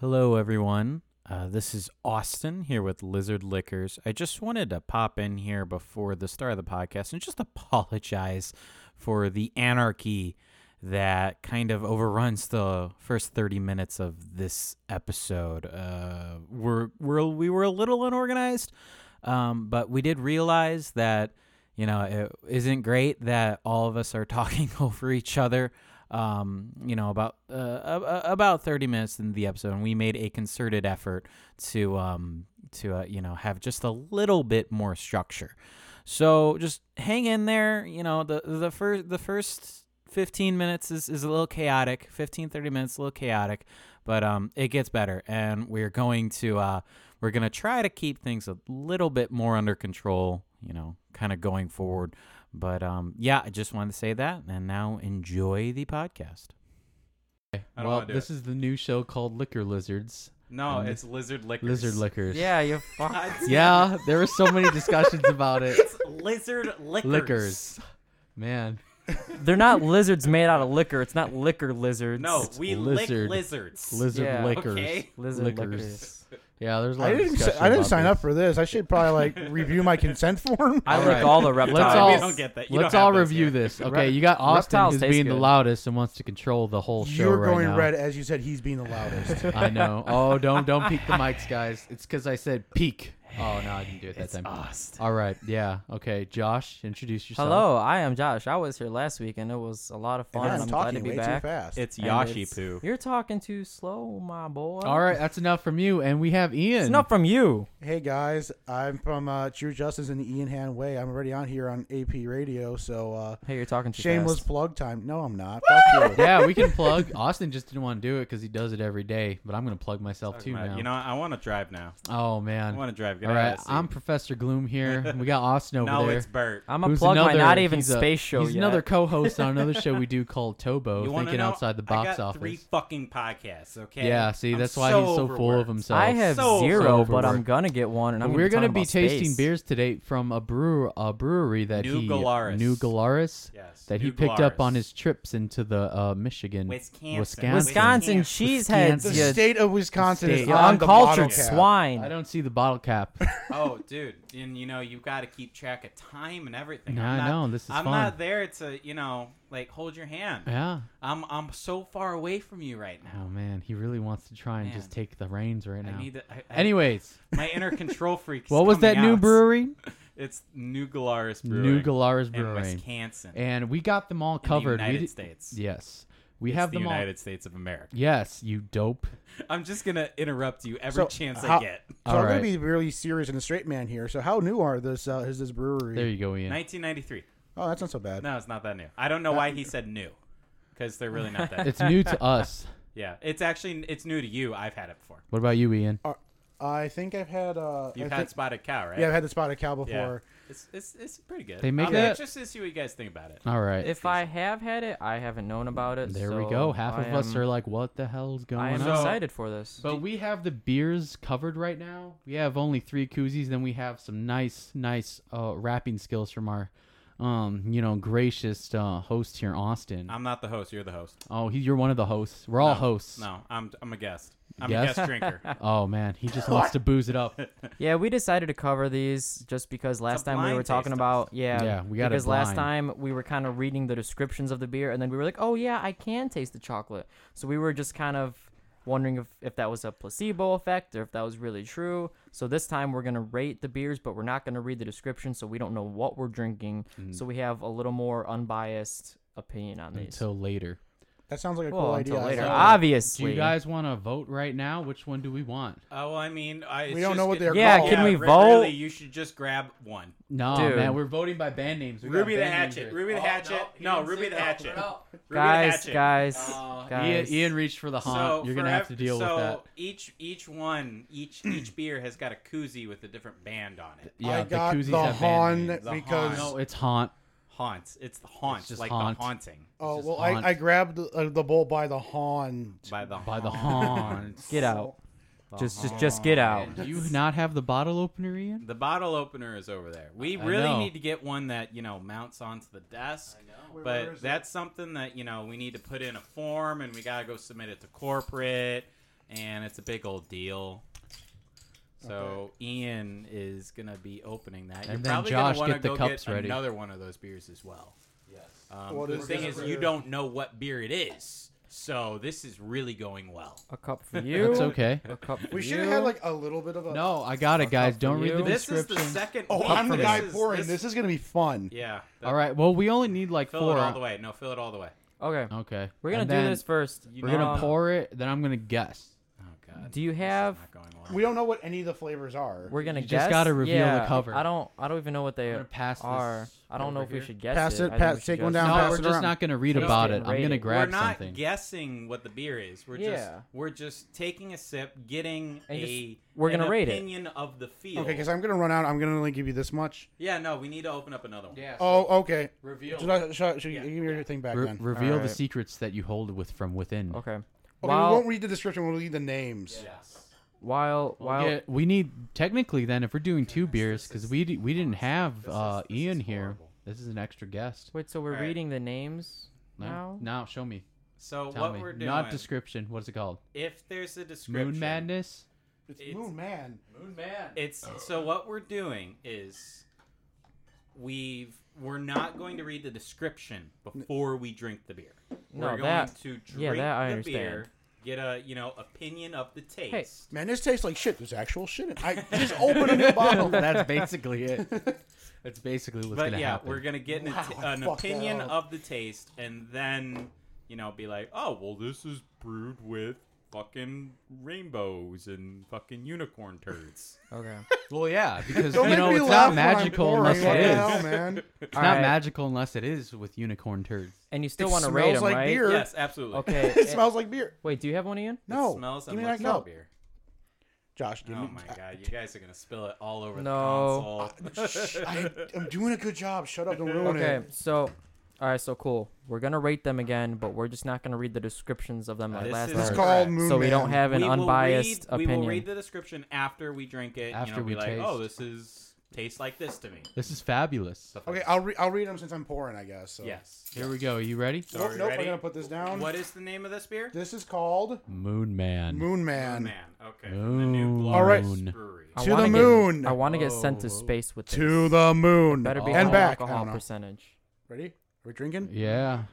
Hello, everyone. Uh, this is Austin here with Lizard Liquors. I just wanted to pop in here before the start of the podcast and just apologize for the anarchy that kind of overruns the first 30 minutes of this episode. Uh, we're, we're, we were a little unorganized, um, but we did realize that, you know, it isn't great that all of us are talking over each other um, you know, about uh, uh, about 30 minutes into the episode, and we made a concerted effort to um, to uh, you know have just a little bit more structure. So just hang in there. You know, the the first the first 15 minutes is, is a little chaotic. 15 30 minutes a little chaotic, but um, it gets better, and we're going to uh, we're gonna try to keep things a little bit more under control. You know, kind of going forward. But um, yeah, I just wanted to say that, and now enjoy the podcast. Okay. I don't well, wanna do this is the new show called Liquor Lizards. No, And it's lizard liquors. Lizard Liquors. you Yeah, there were so many discussions about it. lizard liquors. Liquors. Man. They're not lizards made out of liquor. It's not liquor lizards. No, we lizard. lick lizards. Lizard Yeah. Liquors. Okay. lizard Liquors. liquors. Yeah, there's a lot I of didn't. discussion si- I didn't about sign this. up for this. I should probably like review my consent form. I All like right. all the reptiles. Let's all- we don't get that. You Let's don't have all those review here. this. Re- Okay, you got Austin reptiles who's taste being the good. loudest and wants to control the whole show You're right going now. red as you said. He's being the loudest. I know. Oh, don't don't peek the mics, guys. It's because I said peek. Oh no, I didn't do it that time. All right. Yeah. Okay. Josh, introduce yourself. Hello, I am Josh. I was here last week and it was a lot of And fun. I'm I'm glad talking to be way back. too fast. It's And Yashi it's- poo. You're talking too slow, my boy. All right, that's enough from you, and we have Ian. It's not from you. hey guys, I'm from uh, True Justice in the Ian Han way. I'm already on here on AP Radio, so uh, Hey, you're talking too shameless fast. plug time. No, I'm not. Fuck you. yeah, we can plug. Austin just didn't want to do it because he does it every day, but I'm going to plug myself too now. You know, I want to drive now. oh I man! All want to drive. Get out of right, that seat. I'm Professor Gloom here. and We got Austin over no, there. it's Bert. I'm gonna who's plug my another- not even he's a- space show He's yet. another co-host on another show we do called Tobo, you wanna thinking know? outside the box I got office. Three fucking podcasts. Okay. yeah, see, I'm that's why he's so full of overworked. himself. I have So zero, overworked. but I'm gonna get one, and But I'm we're gonna gonna be talking about tasting space. beers today from a brew a brewery that New he Glarus. New Galaris Yes. that he New picked up Glarus. on his trips into the uh, Michigan, Wisconsin. Wisconsin Wisconsin. cheeseheads. The Wisconsin. you state of Wisconsin State. is You're on the bottle uncultured cap. swine. I don't see the bottle cap. Oh, dude, and you know you got to keep track of time and everything. Yeah, I'm I not, know, this is I'm fun. not there to you know like hold your hand. yeah. I'm I'm so far away from you right now. Oh man, he really wants to try and Man. just take the reins right now. I need to. I, I- Anyways, my inner control freak. is what was that coming new out. brewery? It's New Glarus Brewing. New Galaris in Brewing, Wisconsin, in and we got them all covered. the We United did- States. Yes, we It's have the them all. United States of America. Yes, you dope. I'm just gonna interrupt you every So, chance I how- get. So All I'm right. gonna be really serious and a straight man here. So how new are this? Uh, is this brewery? There you go, Ian. 1993. oh, that's not so bad. No, it's not that new. I don't know why he said new, because they're really not that. It's new to us. yeah, it's actually it's new to you. I've had it before. What about you, Ian? Uh, I think I've had. Uh, You've I had think- spotted cow, right? yeah, I've had the spotted cow before. Yeah. It's, it's, it's pretty good. They make I'm that- anxious to see what you guys think about it. All right. If I have had it, I haven't known about it. there we so go. Half I of us am- are like, "What the hell's I going am on?" So- excited for this. But we have the beers covered right now. We have only three koozies. Then we have some nice, nice uh, wrapping skills from our, um, you know, gracious uh, host here, Austin. I'm not the host. You're the host. oh, he, you're one of the hosts. We're all No, hosts. No, I'm I'm a guest. I'm Guest? a guest drinker. Uh, Oh man, he just wants to booze it up. yeah, we decided to cover these just because last time we blind were talking taste about yeah, Yeah, we got it because last blind. time we were kind of reading the descriptions of the beer and then we were like, oh yeah, I can taste the chocolate. So we were just kind of wondering if, if that was a placebo effect or if that was really true. So this time we're gonna rate the beers, but we're not gonna read the description, so we don't know what we're drinking. Mm. So we have a little more unbiased opinion on these. Until later. That sounds like a well, cool until idea. I later, like it. Do obviously. you guys want to vote right now? Which one do we want? Oh, well, I mean, I, it's We don't know just what they're get- Yeah, called. can we re- vote? Really, you should just grab one. No, Dude. man, we're voting by band names. We got Ruby the band names Hatchet. here. Ruby the Oh, Hatchet. he No, didn't Ruby say the no. Hatchet. No. Ruby the guys, Hatchet. guys, Uh, guys. Oh, Ian, Ian reached for the So haunt. You're gonna have to forever- deal so with that. each each one each each beer has got a koozie with a different band on it. Yeah, I got koozies the, have band Han names. The because Han. No, it's haunt. Haunts. It's the haunts, just like haunt. the haunting oh just well, haunt. I, I grabbed uh, the bowl by the Han. by the By the haunt. haunt. get out. oh, Just, just, just get out. Do you not have the bottle opener, Ian? The bottle opener is over there. We I really know. need to get one that you know mounts onto the desk. Where- where But is that's something that you know we need to put in a form, and we gotta go submit it to corporate. and it's a big old deal. So Ian is gonna be opening that. You're And then probably Josh, gonna want to get the go cups get ready. another one of those beers as well. Yes. Um, What the is thing this is, you beer? don't know what beer it is, so this is really going well. A cup for you. That's okay. A cup for We you. should have had like a little bit of a. No, I got it, guys. Don't read the you. This is description. the second. Oh, week. I'm the This guy is- pouring. This, is gonna be fun. Yeah. all right. Well, we only need like Fill four. it all the way. No, fill it all the way. Okay. Okay. We're gonna And do then this uh, first. You We're gonna Um, pour it. Then I'm gonna guess. Oh God. Do you This is have? not going well. We don't know what any of the flavors are. We're gonna You guess. just gotta reveal the Yeah, cover. I don't. I don't even know what they I'm gonna pass this are. I don't know over if we here. should guess Pass it. it, I think pass- we should take guess one it. down, no, pass we're it just around. not gonna read Just about it. get I'm gonna rated. grab we're not something. guessing what the beer is. We're just Yeah. we're just taking a sip, getting And just- a we're gonna an rate it. opinion of the field. Okay, because I'm gonna run out. I'm gonna only give you this much. yeah, no, we need to open up another one. Yeah. Oh, okay. Reveal. Should I, should I, should you Yeah, give me your thing back Re- then? Okay, reveal the Alright. secrets that you hold with from within. Okay. we While won't read the description. We'll read the names. Yes. while while Yeah, we need technically then if we're doing two beers because we d- we didn't have This is- uh, this Ian is here. horrible. This is an extra guest. wait, so we're Alright. reading the names now. now show me. So Tell what me. we're doing? Not description. What is it called? if there's a description, Moon Madness. It's, It's- Moon Man. Moon Man. It's so what we're doing is we've we're not going to read the description before we drink the beer. No, we're going that- to drink yeah, that I the understand. beer, get a you know opinion of the taste. Man, this tastes like shit. There's actual shit. In I just open a new bottle. That's basically it. That's basically what's But gonna yeah, happen. we're gonna get an, Wow, ati- I an fucked that opinion up. of the taste, and then you know be like, oh well, this is brewed with fucking rainbows and fucking unicorn turds. Okay. well, yeah, because Don't you make know me it's laugh not when I'm magical pouring. unless What it the is. hell, man. It's All not right. magical unless it is with unicorn turds. And you still It want to rate smells them, like right? beer. yes, absolutely. Okay. eh, It smells like beer. Wait, do you have one, Ian? No, It smells give and me looks that like cup. beer. Josh, give Oh me. my god, you guys are gonna spill it all over No. the console. Shh, I, I'm doing a good job. Shut up. Don't ruin Okay. it. So, all right. So cool. We're gonna rate them again, but we're just not gonna read the descriptions of them like Uh, This last is It's time. correct. called Moon So we don't Man. have an We will unbiased read, opinion. We will read the description after we drink it. you After know, be we like, taste. oh, this is tastes like this to me. This is fabulous. Stuff like Okay, that. I'll re- I'll read them since I'm pouring. I guess. So. yes. Here we go. Are you ready? So Nope, are you nope, ready? I'm gonna put this down. What is the name of this beer? Oh, This is called Moon Man. Moon Man. Man. Okay. from The new Moon. Glow All right. Brewery. I To the wanna get- moon. I want to get Oh. sent to Whoa. space with this. To the moon. Better be And high back. I alcohol don't know. percentage. Ready? Are we drinking? Yeah.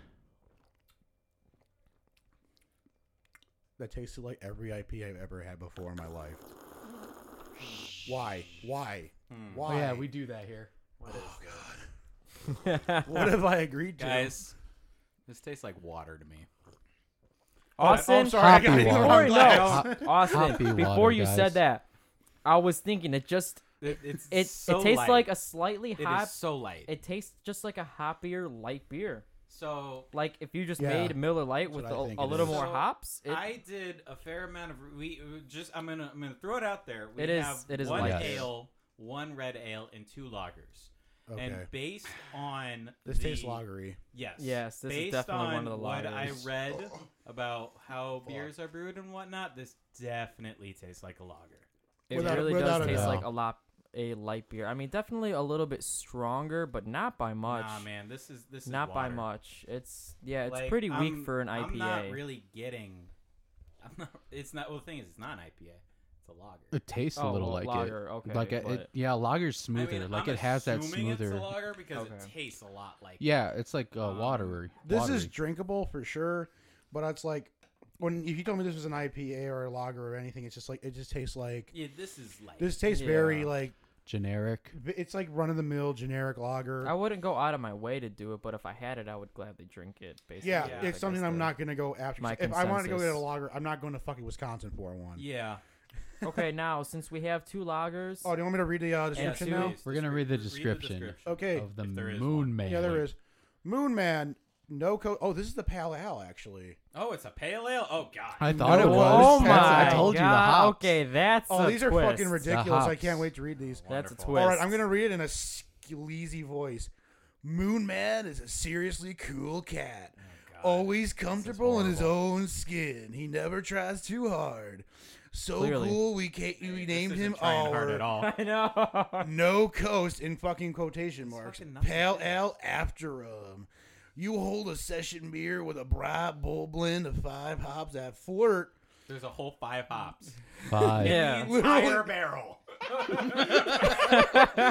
That tasted like every IP I've ever had before in my life. Why? Why? Why? Oh, yeah, we do that here. What have I agreed to? Guys, this tastes like water to me. oh, Austin, I'm sorry. I Hoppy got it in the water. wrong Corey, glass. no. Austin, Hoppy before water, you guys. said that, I was thinking it just It, it's it so it tastes light. like a slightly It hop. is so light. It tastes just like a hoppier light beer. so Like if you just Yeah. made Miller Light with what I a, think a it little is. more So, hops, it, I did a fair amount of we just I'm gonna I'm gonna throw it out there. We It is- have it is a one light beer. ale, one red ale, and two lagers. Okay. And based on This the, tastes lagery. Yes. Yes, this is based definitely on one of the what I lagers. read about how beers are brewed and whatnot, this definitely tastes like a lager. it without- really without does a taste doubt. like a lot a light beer. I mean, definitely a little bit stronger, but not by much. Nah, man, this is this is not by water. much. It's yeah, it's Like, pretty weak I'm- for an IPA. I'm not really getting. I'm not. It's not. Well, the thing is, it's not an IPA. It's a lager. It tastes a Oh, little well, like lager, it. okay, Like a, but- it, yeah, lager's I smoother. mean, like I'm it has that assuming smoother. It's a lager because it Okay. tastes a lot like. yeah, it's like uh, Um, watery. This watery. is drinkable for sure, but it's like when if you told me this was an IPA or a lager or anything, it's just like it just tastes like Yeah, this is like. this tastes Yeah. very like generic. it's like run of the mill generic lager. I wouldn't go out of my way to do it, but if I had it, I would gladly drink it. Basically, yeah, is, I it's guess, something I'm the- not gonna go after. my If I wanted to go get a consensus. lager, I'm not going to fucking Wisconsin for one. yeah. okay, now since we have two lagers, Oh, do you want me to read the uh, Yeah, description so now? it's We're gonna read the description. Oh. Okay. of the if there is Moon one. Man. Yeah, there is. Moon Man, no coat. Oh, this is the Pale Ale actually. Oh, it's a pale ale. Oh God. I thought No, it it was. oh was. my That's- I told you the God, hops. Okay, that's Oh, a these are twist. fucking ridiculous. I hops. can't wait to read these. That's a Wonderful. twist. All right, I'm gonna read it in a sleazy voice. Moon Man is a seriously cool cat. Oh, God. Always comfortable in his own skin. He never tries too hard. So Clearly. cool, we can't, we named This isn't him Oh. trying hard at our all. I know. no coast in fucking quotation marks. fucking nothing Pale to do. ale after him. You hold a session beer with a bright bull blend of five hops that flirt There's a whole five hops. Five. Yeah. The entire barrel. I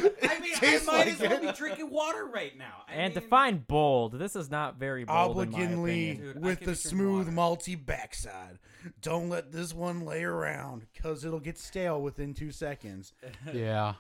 mean, I might Tastes like as well be drinking water right now. I And mean, define bold. This is not very bold. in my Obliginly opinion. Dude, I with could the be drinking smooth water. malty backside. Don't let this one lay around, cause it'll get stale within two seconds. Yeah.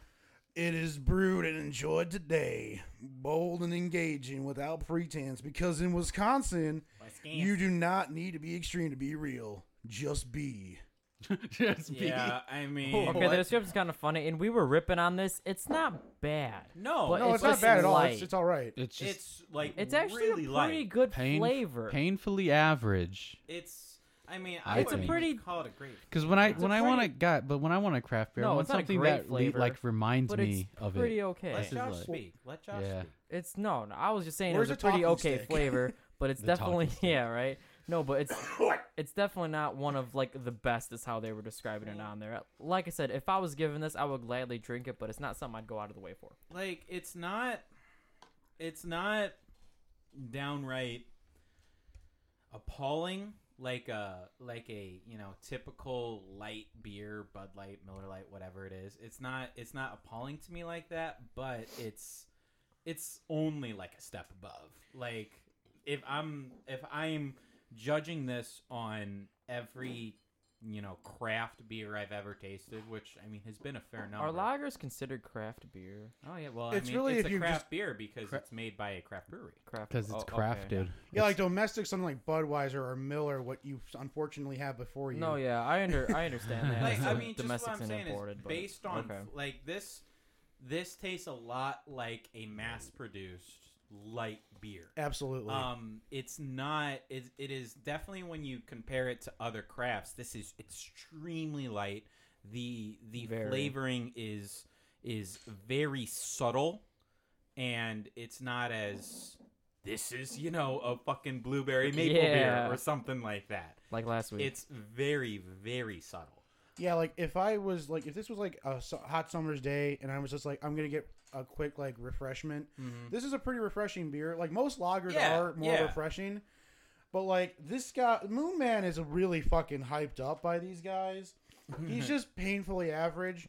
It is brewed and enjoyed today, bold and engaging without pretense, because in Wisconsin, you do not need to be extreme to be real. Just be. Just be. Yeah, I mean, Oh, Okay, the description's kind of funny, and we were ripping on this. It's not bad. no, But It's No, it's, just not bad at all. light. It's, it's all right. It's just it's like It's actually really a pretty light. good pain- flavor. painfully average. It's, I mean, I It's a would pretty- call it a grape. Because when I It's a when I pretty- want to got but when I want a craft beer, No, I want it's not a something great that le- flavor, like reminds but me it's of it. pretty okay. Let Josh like- speak. Let Josh Yeah. speak. It's no, no, I was just saying Where's it was a the pretty talking okay stick? flavor, but it's The definitely talking stick. yeah, right. No, but it's it's definitely not one of like the best is how they were describing it on there. Like I said, if I was given this, I would gladly drink it, but it's not something I'd go out of the way for. Like, it's not, it's not downright appalling. Like a like a you know typical light beer Bud Light Miller Light whatever it is it's not it's not appalling to me like that but it's it's only like a step above. Like if I'm if I'm judging this on every you know craft beer I've ever tasted, which I mean has been a fair number. Are lagers considered craft beer? oh yeah, well It's I mean really it's if a you craft just- beer because Cra- it's made by a craft brewery. Craft Because oh, it's okay. crafted. Yeah, like domestic, something like Budweiser or Miller, what you unfortunately have before you. No, yeah, I under I understand that. Like it's I a mean, just what domestic I'm and saying imported, is but- based on okay. like this. This tastes a lot like a mass-produced light beer. Absolutely. Um, it's not. It, it is definitely when you compare it to other crafts. This is extremely light. The the Very. flavoring is is very subtle, and it's not as this is you know a fucking blueberry maple Yeah. beer or something like that. like last week. It's very very subtle. yeah, like if I was like, if this was like a su- hot summer's day and I was just like, I'm going to get a quick like refreshment, this is a pretty refreshing beer. Like most lagers Mm-hmm. Yeah, are more yeah. refreshing. But like this guy, Moon Man is really fucking hyped up by these guys. He's just painfully average.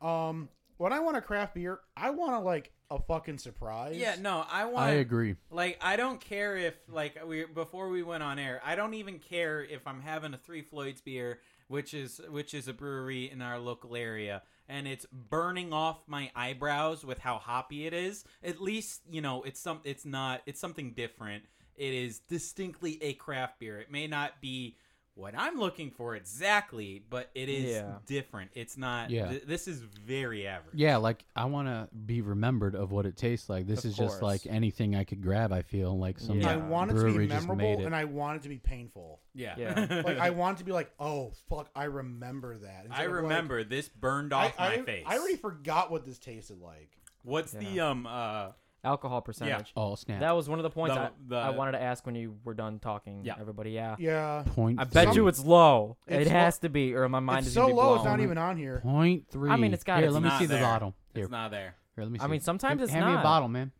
Um, when I want a craft beer, I want to like a fucking surprise. Yeah, no, I want. I agree. Like I don't care if like we before we went on air, I don't even care if I'm having a Three Floyds beer, which is which is a brewery in our local area, and it's burning off my eyebrows with how hoppy it is. At least you know it's some it's not it's something different. It is distinctly a craft beer. It may not be what I'm looking for exactly, but it is Yeah. different. It's not. Yeah. th- this is very average. Yeah, like I want to be remembered of what it tastes like. This Of is just course. like anything I could grab. I feel like some. Yeah. I want it to brewery be just made memorable it. and I want it to be painful. Yeah. Yeah. like I want to be like, oh fuck, I remember that. Instead I of, like, remember this burned off I, my I- face. I already forgot what this tasted like. What's the um uh alcohol percentage. oh snap! That was one of the points The- I, the- I wanted to ask when you were done talking. Yeah. Everybody, yeah. Yeah, point. I bet you it's low. It's it lo- has to be, or my mind it's is so gonna be low. It's blown. not even on here. point three. I mean, it's got- Here, it's let me not see the there. bottle. Here, It's not there. here, let me see. I mean, sometimes Hand- it's hand me a not. bottle, man.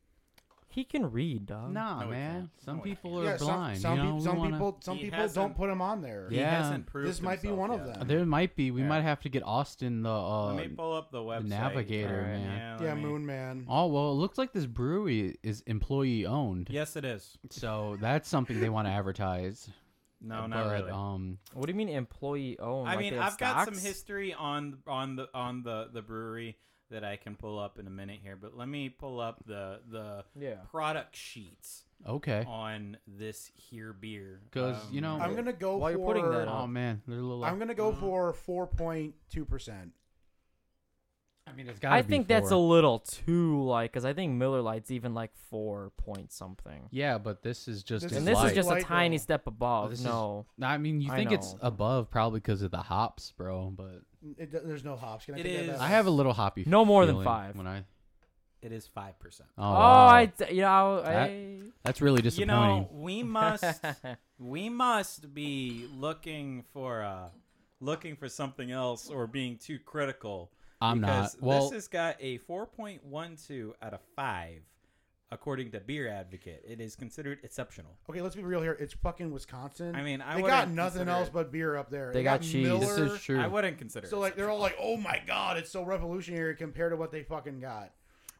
He can read, dog. Nah, No, it man. can't. Some No, it people can't. are Yeah, some blind. some, you know, peop- we some wanna- people some He people hasn't- don't put them on there. He Yeah. hasn't proved This might be himself one of yet. them. There might be. We Yeah. might have to get Austin the. Uh, Let me pull up the website. Navigator, Alright, man. let Yeah, me- Moon Man. oh well, it looks like this brewery is employee owned. Yes, it is. So that's something they want to advertise. No, not but, really. Um, What do you mean employee owned? I Like, mean, they have I've got some stocks? history on on the on the the brewery that I can pull up in a minute here, but let me pull up the the Yeah. product sheets okay. on this here beer Um, 'Cause, you know- I'm gonna go While for. you're putting that Oh on. man, they're a little. I'm gonna go mm. for four point two percent. I mean, it's got. I think that's a little too like, because I think Miller Lite's even like four point something, Yeah, but this is just. This as and this light. is just Light a though. tiny step above. This is- no, I mean, you I think it's know. above probably because of the hops, bro. But It, there's no hops. Can I It take that is- back? I have a little hoppy. No more than feeling five. When I. it is five percent. Oh, oh, wow. I, d- you know, That- I, that's really You disappointing. know, we must we must be looking for uh looking for something else or being too critical I'm because not. Well, this has got a 4.12 out of 5 according to Beer Advocate. It is considered exceptional. Okay, let's be real here. It's fucking Wisconsin. I mean, I they got wouldn't nothing consider else it- but beer up there. They got cheese. Miller. This is true. I wouldn't consider. So it like they're all like, "Oh my god, it's so revolutionary compared to what they fucking got."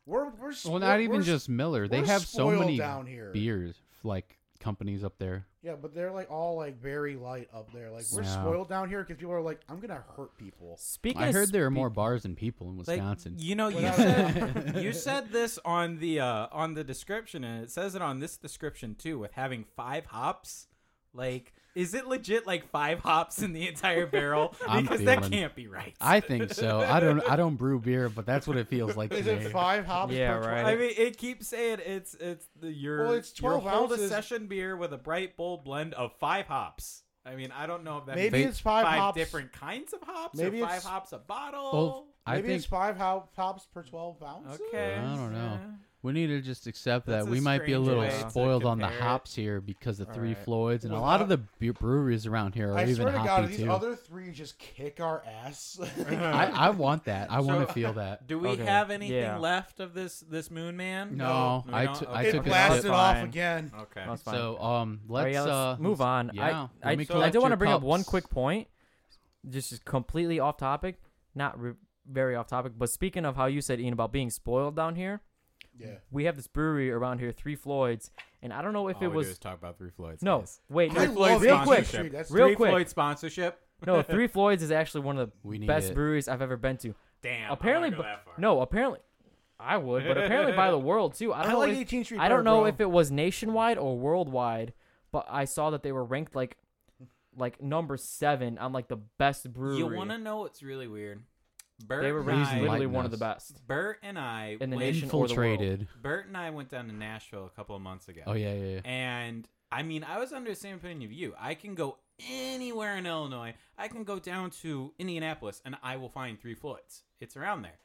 We're we're well, spoiled- not even we're- just Miller. They we're have so spoiled many down here. beers, like companies up there. Yeah, but they're like all like very light up there. Like we're Yeah. spoiled down here because people are like, "I'm gonna hurt people." Speaking, I of heard there are spe- more bars than people in Like, Wisconsin. you know, you Without said, you said this on the uh, on the description, and it says it on this description too, with having five hops. Like, is it legit? Like five hops in the entire barrel? I'm because that feeling- can't be right. I think so. I don't. I don't brew beer, but that's what it feels like Is to it me. five hops? Yeah, per tw- right. I mean, it keeps saying it's it's the your Well, it's 12 your whole ounces. session beer with a bright bold blend of five hops. I mean, I don't know if that Maybe means it's five hops- different kinds of hops Maybe or five it's- hops a Well, bottle. I Maybe think it's five hop- hops per twelve ounces. okay, I don't know. yeah. we need to just accept that That's a we might be a strange little way to spoiled on the compare it. hops here because the Three Alright. Floyds and a Without- lot of the beer breweries around here are I even swear to God, if hoppy these too. other three just kick our ass. I, I want that. I want So- to feel that. Do we Okay, have anything yeah. left of this this Moon Man? No, We I don't? took- I Okay. it took a blasted sip. off Fine. again. Okay. That's fine. So um, let's, All right, yeah, let's uh, move on. Yeah, I I, let me I collect do want to your bring up one cups. quick point. Just just completely off topic, not re- very off topic. But speaking of how you said Ian about being spoiled down here, Yeah. we have this brewery around here, Three Floyds, and I don't know if Oh, it was talk about Three Floyds. no. Wait, I no, love real Main quick, Street. That's real Three quick. Floyd sponsorship. no, Three Floyds is actually one of We the need best it. breweries I've ever been to. Damn. apparently, I wanna go bu- that far. no, apparently, I would, but apparently by the world too. I don't I know like if- 18th Street. I better, don't know bro. if it was nationwide or worldwide, but I saw that they were ranked like like number seven on like the best brewery. You want to know what's really weird? Bert they were and ranked Reason I, literally one of the Lightness. best. Bert and I In the went- nation or the world. infiltrated. Bert and I went down to Nashville a couple of months ago. Oh yeah, yeah. yeah. And I mean, I was under the same opinion of you. I can go anywhere in Illinois. I can go down to Indianapolis and I will find Three Floyds. It's around there.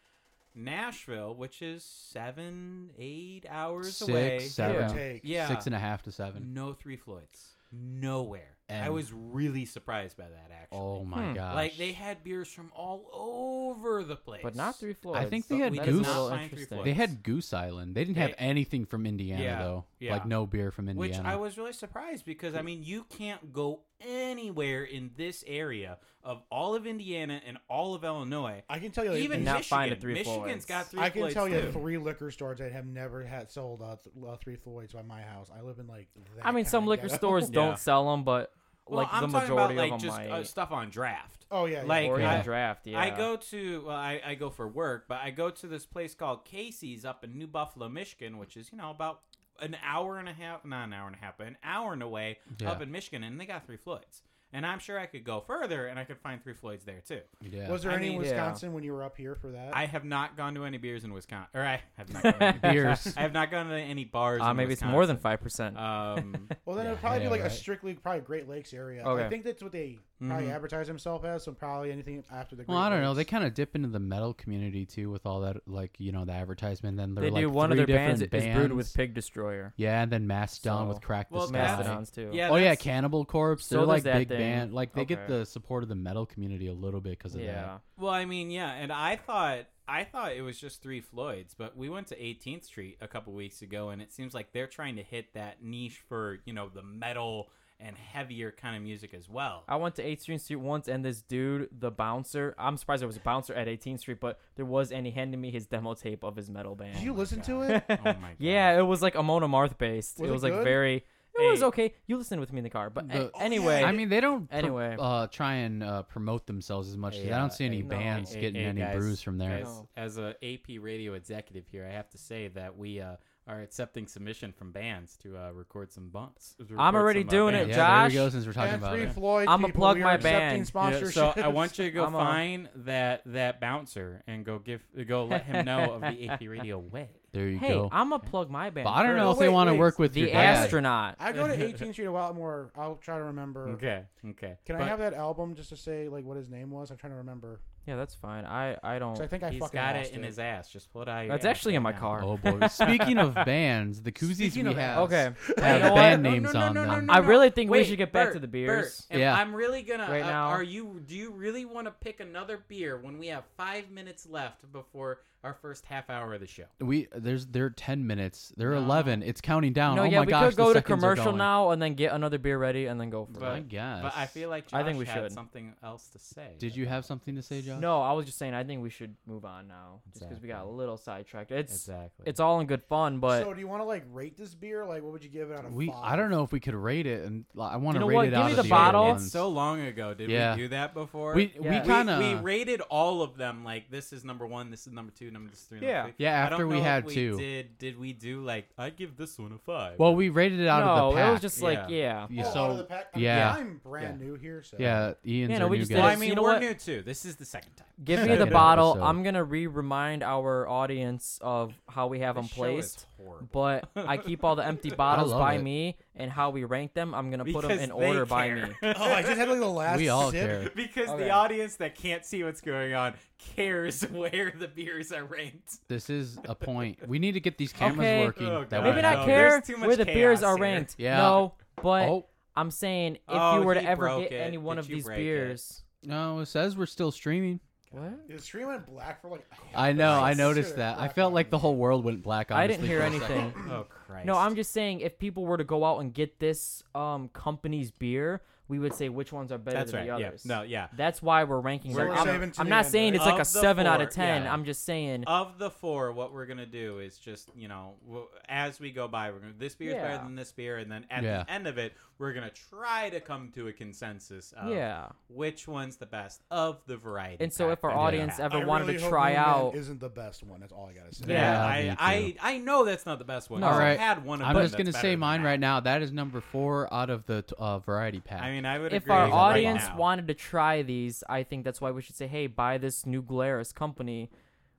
Nashville, which is seven, eight hours Six, away. seven, Yeah. Take. Yeah. six and a half to seven. no Three Floyds. Nowhere. I And- was really surprised by that, actually. Oh my Hmm. gosh! Like, they had beers from all over the place. But not three floors. think they had That Goose. is a Not little find Three interesting. Floyds. They had Goose Island. They didn't have They- anything from Indiana Yeah, though. yeah. Like no beer from Indiana. Which I was really surprised because I mean you can't go anywhere in this area of all of Indiana and all of Illinois. I can tell you, Even even not Michigan, find a Three Michigan's Floyds. got three. I can Floyds, tell you too. three liquor stores that have never had sold uh, th- uh, three Floyds by my house. I live in like. That I mean, kinda some liquor ghetto. stores Yeah. don't sell them, but Well, like I'm the talking majority about like of them just might. uh, stuff on draft. Oh yeah, yeah. Like, or I- even draft. Yeah. I go to well, I, I go for work, but I go to this place called Casey's up in New Buffalo, Michigan, which is you know about an hour and a half, not an hour and a half, but an hour and away Yeah. up in Michigan, and they got three Floyds. And I'm sure I could go further, and I could find three Floyds there too. yeah. was there I any mean- in Wisconsin when you were up here for that? I have not gone to any beers in Wisconsin, or I have not. Gone to any Beers. I have not gone to any bars. Uh, in maybe it's Wisconsin. more than five percent. Um, well, then it'd Yeah, probably yeah, be like right. a strictly probably Great Lakes area. Okay. I think that's what they probably Mhm. advertise themselves as. So probably anything after the. Great Well, I don't know. They Lakes. kind of dip into the metal community too, with all that, like you know, the advertisement. Then they're they like do one of three their bands, different is brewed with bands. Pig Destroyer. Yeah, and then Mastodon So- with Crack the Well, Sky. Mastodons too. yeah. oh yeah, that's- Cannibal Corpse. So they're there's like that big thing. band. Like they get Okay. the support of the metal community a little bit because of Yeah. Well, I mean, yeah, and I thought I thought it was just three Floyds, but we went to 18th Street a couple weeks ago, and it seems like they're trying to hit that niche for you know the metal and heavier kind of music as well. I went to 18th Street Street once, and this dude, the bouncer, I'm surprised there was a bouncer at 18th Street, but there was, and he handed me his demo tape of his metal band. Did you listen to it? Oh my god. yeah, it was like Amona Marth based. Was it it was like good? very. It was Hey. okay. You listened with me in the car, but The- a- Oh, anyway, that. I mean, they don't pro- Anyway. uh, try and uh, promote themselves as much. 'cause I Yeah, don't see any hey, no. bands Hey, getting hey, any guys, brews from there. Guys, No. As a AP radio executive here, I have to say that we uh, are accepting submission from bands to uh, record some bumps. I'm already doing it, Yeah, Josh. there we go. Since we're talking And about three it, Floyd. I'ma people, plug we are my accepting Yeah, Sponsorships. so I want you to go I'm a- find that that bouncer and go give go let him know of the AP radio way. there you hey, go. I'm gonna plug my band. but I don't know Oh, if they wait, want to wait. work with The your dad. astronaut. I go to 18th Street a lot more. I'll try to remember. Okay, okay. Can But I have that album just to say like what his name was? I'm trying to remember. Yeah, that's fine. I I 'Cause don't. I think I He's fucking got lost it in his ass. Just pull it out. of your That's ass actually in right my now. car. Oh boy! Speaking of bands, the koozies we have Okay. have You know band what? names on them. I really think we Wait, should get back Bert, to the Bert, beers. am- Yeah. I'm really gonna. Right uh, now. are you? Do you really want to pick another beer when we have five minutes left before our first half hour of the show? We there's they're ten minutes. They're No. eleven. It's counting down. no, oh yeah, my we gosh, could go the to seconds are commercial going. now and then get another beer ready and then go for But- I it. guess. But I feel like Josh I think we had should. something else to say. Did you have something to say, Josh? No, I was just saying. I think we should move on now, just because we got a little sidetracked. It's Exactly. it's all in good fun, but so do you want to like rate this beer? Like, what would you give it out of We. five? I don't know if we could rate it, and like, I want to know rate what? it Give out me of the the bottle. Other It's ones. It's so long ago. Did Yeah. we do that before? we Yeah. we We- We- kind we of rated all of them like this is number one, this is number two, number this is three. number Yeah. three. Yeah, I don't after we know if had we two. Did did we do like I give this one a five? Well, we rated it out no, of the pack. it was just like Yeah. yeah. Yeah, Oh, so out of the pack? I mean, yeah. I'm brand new here, so yeah, Ian's Yeah, our no, we new just guy. did well, it. I Yes, mean you know we're what? new too. This is the second time. Give me the Second bottle. episode. I'm gonna re-remind our audience of how we have them This show is placed. horrible. But I keep all the empty bottles love by it. me and how we rank them. I'm gonna put them Because in they order by care. me. Oh, I just had like the last. we all sip. care. because Okay. the audience that can't see what's going on cares where the beers are ranked. This is a point. We need to get these cameras Okay. working. Oh, that God. way Maybe we not know. no, care there's too much where the beers chaos are here. ranked. Yeah. No, but Oh I'm saying if Oh, you were to he ever broke get it. any one Did of you these break it? beers, no, it says we're still streaming. what? The stream went black for like. a half I an know. hour. I It's noticed serious that. I black felt on like me. the whole world went black. I didn't honestly, hear for a second. anything. Oh Christ! No, I'm just saying if people were to go out and get this um company's beer, we would say which ones are better That's than right. the Yeah. others. No. Yeah. That's why we're ranking So them. we're I'm, saving to I'm the not end, saying right? it's like a Of the seven out four, of ten. yeah. I'm just saying. Of the four, what we're gonna do is just you know, w- as we go by, we're gonna this beer is Yeah. better than this beer, and then at Yeah. the end of it, we're gonna try to come to a consensus of yeah. which one's the best of the variety. And so if our pack that we audience have. ever I wanted really to hope try Moon Man out, isn't the best one. That's all I gotta say. Yeah, yeah, me I, I I know that's not the best one. No. 'cause I've Alright. had one. Of I'm them just that's gonna better say than mine that. right now. That is number four out of the t- uh, variety pack. I mean, I would. if agree our with that right audience now. wanted to try these, I think that's why we should say, hey, buy this new Glarus company.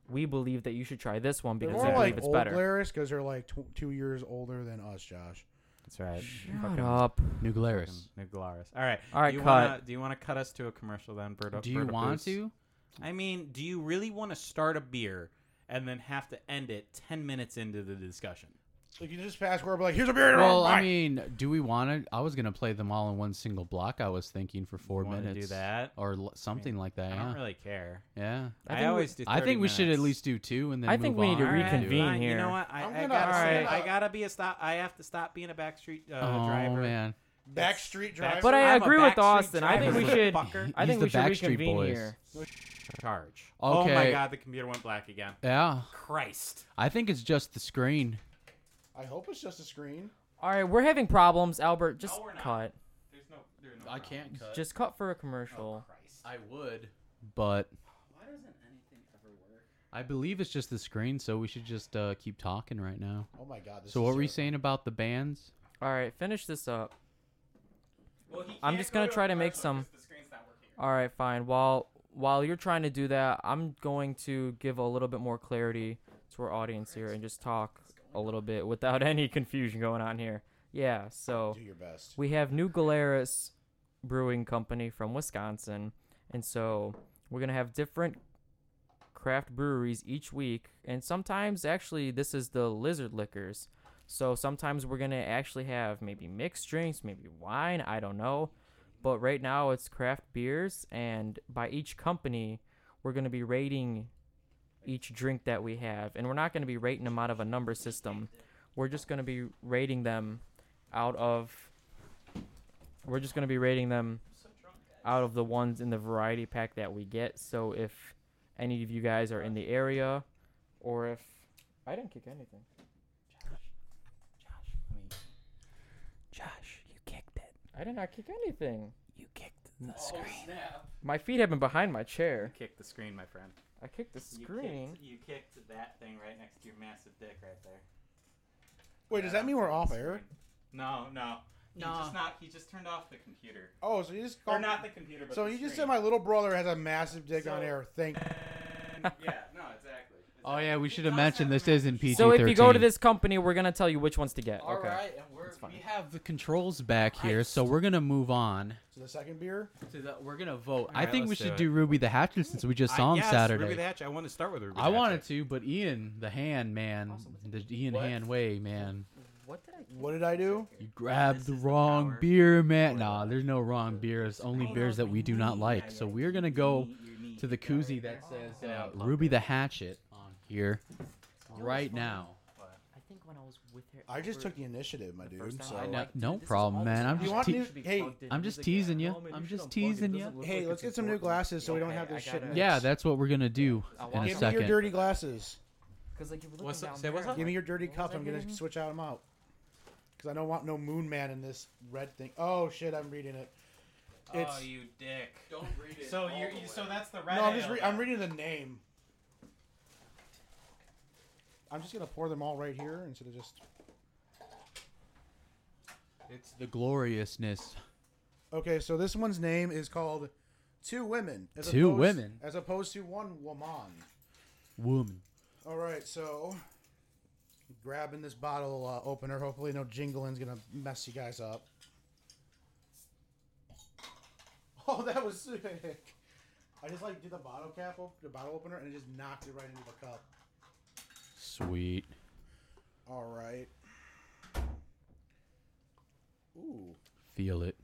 We believe that you should try this one They're because we more believe like it's old better. Polaris because they're like tw- two years older than us, Josh. That's right. Shut up. New Glarus. New Glarus. All right. All right, do you cut. Wanna, do you want to cut us to a commercial then, Birdo? Do you Birdo want Boost? to? I mean, do you really want to start a beer and then have to end it 10 minutes into the discussion? Like you just pass where, like here's a beer. Well, I Bye. mean, do we want to? I was gonna play them all in one single block. I was thinking for four wanna do minutes. that? or l- something like that. I Yeah. don't really care. yeah. I I, think we- always do. 30 I think we should at minutes. least do two, and then I think move we need to on. Alright, reconvene fine. here. You know what? I, I'm I gonna gotta, stand I up. gotta be a stop. I have to stop being a backstreet uh, oh driver. man, Backstreet Driver. But I I'm a agree with Backstreet Austin. I Driver, think we should. motherfucker. I He's think the we should Backstreet reconvene Boys. here. Charge. Oh Okay. my god, the computer went black again. yeah. Christ. I think it's just the screen. I hope it's just a screen. All right, we're having problems, Albert. Just No, we're not. cut. There's no. There's no problem. can't cut. Just cut for a commercial. Christ. I would, but Why doesn't anything ever work? I believe it's just the screen. So we should just uh, keep talking right now. Oh my god. This So is what were you terrible. saying about the bands? All right, finish this up. Well, he I'm can't just go gonna a try to make commercial 'cause some- The screen's not working. All right, fine. While while you're trying to do that, I'm going to give a little bit more clarity to our audience here and just talk a little bit without any confusion going on here. Yeah. So. Do your best. We have New Galeras Brewing Company from Wisconsin, and so we're gonna have different craft breweries each week, and sometimes actually this is the Lizard Liquors. So sometimes we're gonna actually have maybe mixed drinks, maybe wine, I don't know. But right now it's craft beers, and by each company, we're gonna be rating each drink that we have, and we're not gonna be rating them out of a number system. We're just gonna be rating them out of we're just going to be rating them out of the ones in the variety pack that we get so if any of you guys are in the area or if i didn't kick anything Josh, you kicked it. i did not kick anything You kicked the screen. my feet have been behind my chair Kick Oh, the screen, my friend. i kicked the You screen kicked- You kicked, that thing right next to your massive dick right there. Wait, does that mean we're off air? No, no. No. He just not. He just turned off the computer. Oh, so you just Or not the computer, but So the you just said screen. my little brother has a massive dick So- on air. Thank. yeah. No, exactly. Oh yeah, we should have mentioned this isn't PG. so if you go to this company we're going to tell you which ones to get okay and we're, fine. we have the controls back here, so we're gonna move on. So the second beer. To uh, the, we're gonna vote. I Alright, think we let's do should it. do Ruby the Hatchet since we just saw him Saturday. Ruby the Hatch. I want to start with Ruby. I wanted to, but Ian, the hand man, the Ian What? hand way man, what did i What did I do? you grabbed This the is the wrong power. beer, man. Nah, there's no wrong beers, only Oh, beers that we do not like. So we're gonna go to the koozie that says uh, Ruby the Hatchet on here. right now. I think when I was with her, I just for took the initiative, my the dude. first time, So I was No- like, dude, no this is problem, all the man. I'm time just I te- wanted to be hey, plugged in. I'm He's just like, teasing "Yeah, you. no, man, I'm should just unplug it. It teasing you. doesn't look Hey, like it's let's get some new working." glasses so we don't Okay, have I this gotta- shit. Yeah, that's what we're gonna do I in want a Give me your second. dirty glasses. 'Cause, like, if you're What's looking up? down Say what's there, up? Give me your dirty What was cup. I I'm gonna getting? switch out them out. Cause I don't want no moon man in this red thing. Oh shit, I'm reading it. It's oh, you dick. Don't read So you you- so that's the red. no, I'm just ale. re- I'm reading the name. I'm just gonna pour them all right here instead of just. It's the gloriousness. Okay, so this one's name is called Two Women. as Two opposed- Women? as opposed to one woman. Woman. All right, so grabbing this bottle uh, opener. Hopefully, no jingling's gonna mess you guys up. Oh, that was sick! I just like did the bottle cap, op- the bottle opener, and it just knocked it right into the cup. Sweet. All right. Ooh, Feel it.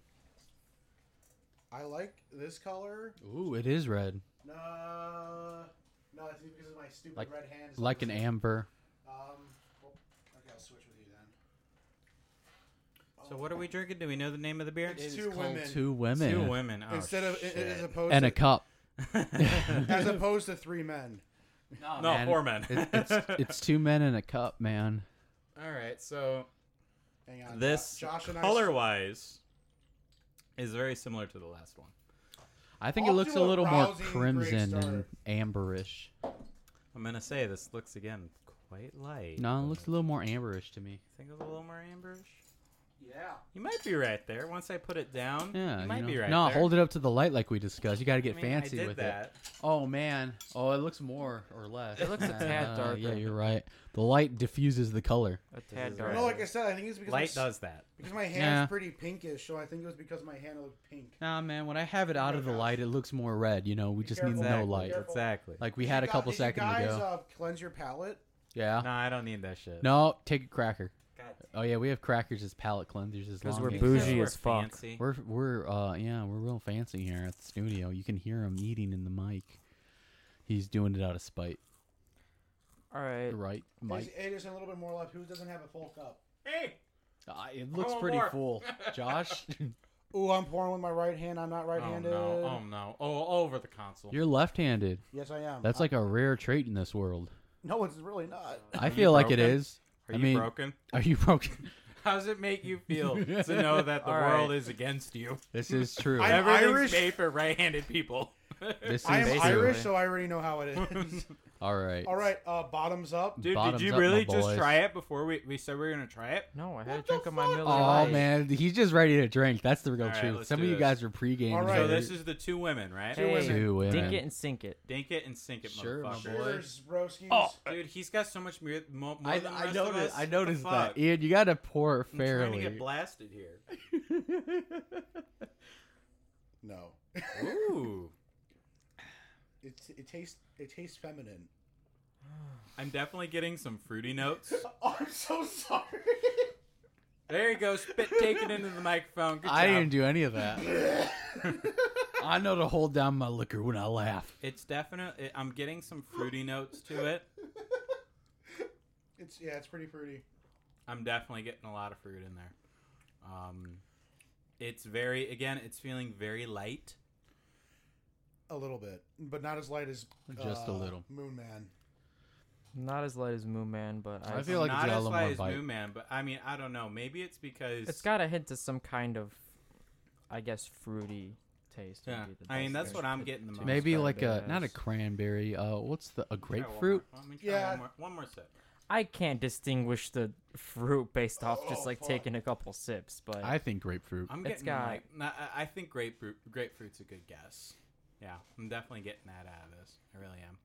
I like this color. Ooh, it is red. No, no, that's because of my stupid Like- red hand. Like an amber. Um, well, okay, I'll switch with you then. So what are we drinking? Do we know the name of the beer? It's two women. Two women. Two women. Oh, Instead of shit. as opposed And to, a cup. as opposed to three men. no, man. four men. It- it's, it's two men in a cup, man. All right, so Hang on. this Jo- Josh and I color wise is very similar to the last one. I think I'll it looks do a a little more rousing crimson great and amberish. I'm gonna say this looks again quite light. No, it but looks a little more amberish to me. I think it's a little more amberish. Yeah. You might be right there. Once I put it down, Yeah, you might know. be right. No, there. hold it up to the light like we discussed. You got to get I mean, I fancy did with it. that. Oh man. Oh, it looks more or less. It looks a Uh, tad darker. Yeah, you're right. The light diffuses the color. A tad is dark. No, like I said, I think it's because Light my, does that. because my hand's Yeah. pretty pinkish, so I think it was because my hand looked pink. Nah, man. When I have it out of the Josh. light, it looks more red. You know, we Be just need careful. no Exactly. light. Careful. Exactly. Like we had a You gu- couple did seconds you guys, ago. Uh, cleanse your palate. yeah. no, I don't need that shit. No, take a cracker. God Oh yeah, we have crackers as palate cleansers as 'Cause long we're as- bougie We're as fuck. fancy. We're we're uh yeah, we're real fancy here at the studio. You can hear him eating in the mic. He's doing it out of spite, All right. right, There's, Mike? hey, there's a little bit more left. Who doesn't have a full cup? Hey, Uh, it looks want pretty more. full, Josh. Ooh, I'm pouring with my right hand. I'm not oh right-handed. no, oh no, oh over the console. You're left-handed. Yes, I am. That's I- like a rare trait in this world. no, it's really not. I you feel like it broken? is. Are I you mean- broken? Are you broken? How does it make you feel to know that the All world right. is against you? This is true. I- I'm Everything's Irish. made for right-handed people. this is I am true. Irish, so I already know how it is. All right. All right, uh, bottoms up. Dude, Bottoms up, did you my really just boys. try it before we, we said we were gonna try it? No, I had a drink of my Miller Oh Lite. man, he's just ready to drink. That's the real All right, truth. let's Some do of you this. guys are pre-gaming. All right. So already. this is the two women, right? Hey, Two women. dink it and sink it. Dink it and sink it, Sure, my motherfucker. Oh. boy. Oh. Cheers, broskies. Dude, he's got so much more, more I, than the I rest of us. noticed. I What the noticed that. fuck? Ian, you got to pour I'm trying to fairly. get blasted here. No, Ooh, it, it tastes it tastes feminine. I'm definitely getting some fruity notes. Oh, I'm so sorry. There you go, spit taken into the microphone. Good I job. didn't do any of that. I know to hold down my liquor when I laugh. It's definitely. I'm getting some fruity notes to it. it's yeah, it's pretty fruity. I'm definitely getting a lot of fruit in there. Um, it's very again. It's feeling very light. A little bit, but not as light as uh, Just a little. Moon Man. Not as light as Moon Man, but I, I feel like it's not got a as little light more as bite. Moon Man, but I mean, I don't know. Maybe it's because it's got a hint to some kind of, I guess, fruity taste. would Yeah. be the I mean, best that's way what I'm to getting the most. describe Maybe it like a not a as. cranberry. Uh, what's the a Try one grapefruit? more. Let me try Yeah. One more, one more sip. I can't distinguish the fruit based off just Oh, like fuck. taking a couple sips, but I think grapefruit. I'm It's getting got- like. nah, I- I think grapefruit. Grapefruit's a good guess. Yeah, I'm definitely getting that out of this. I really am.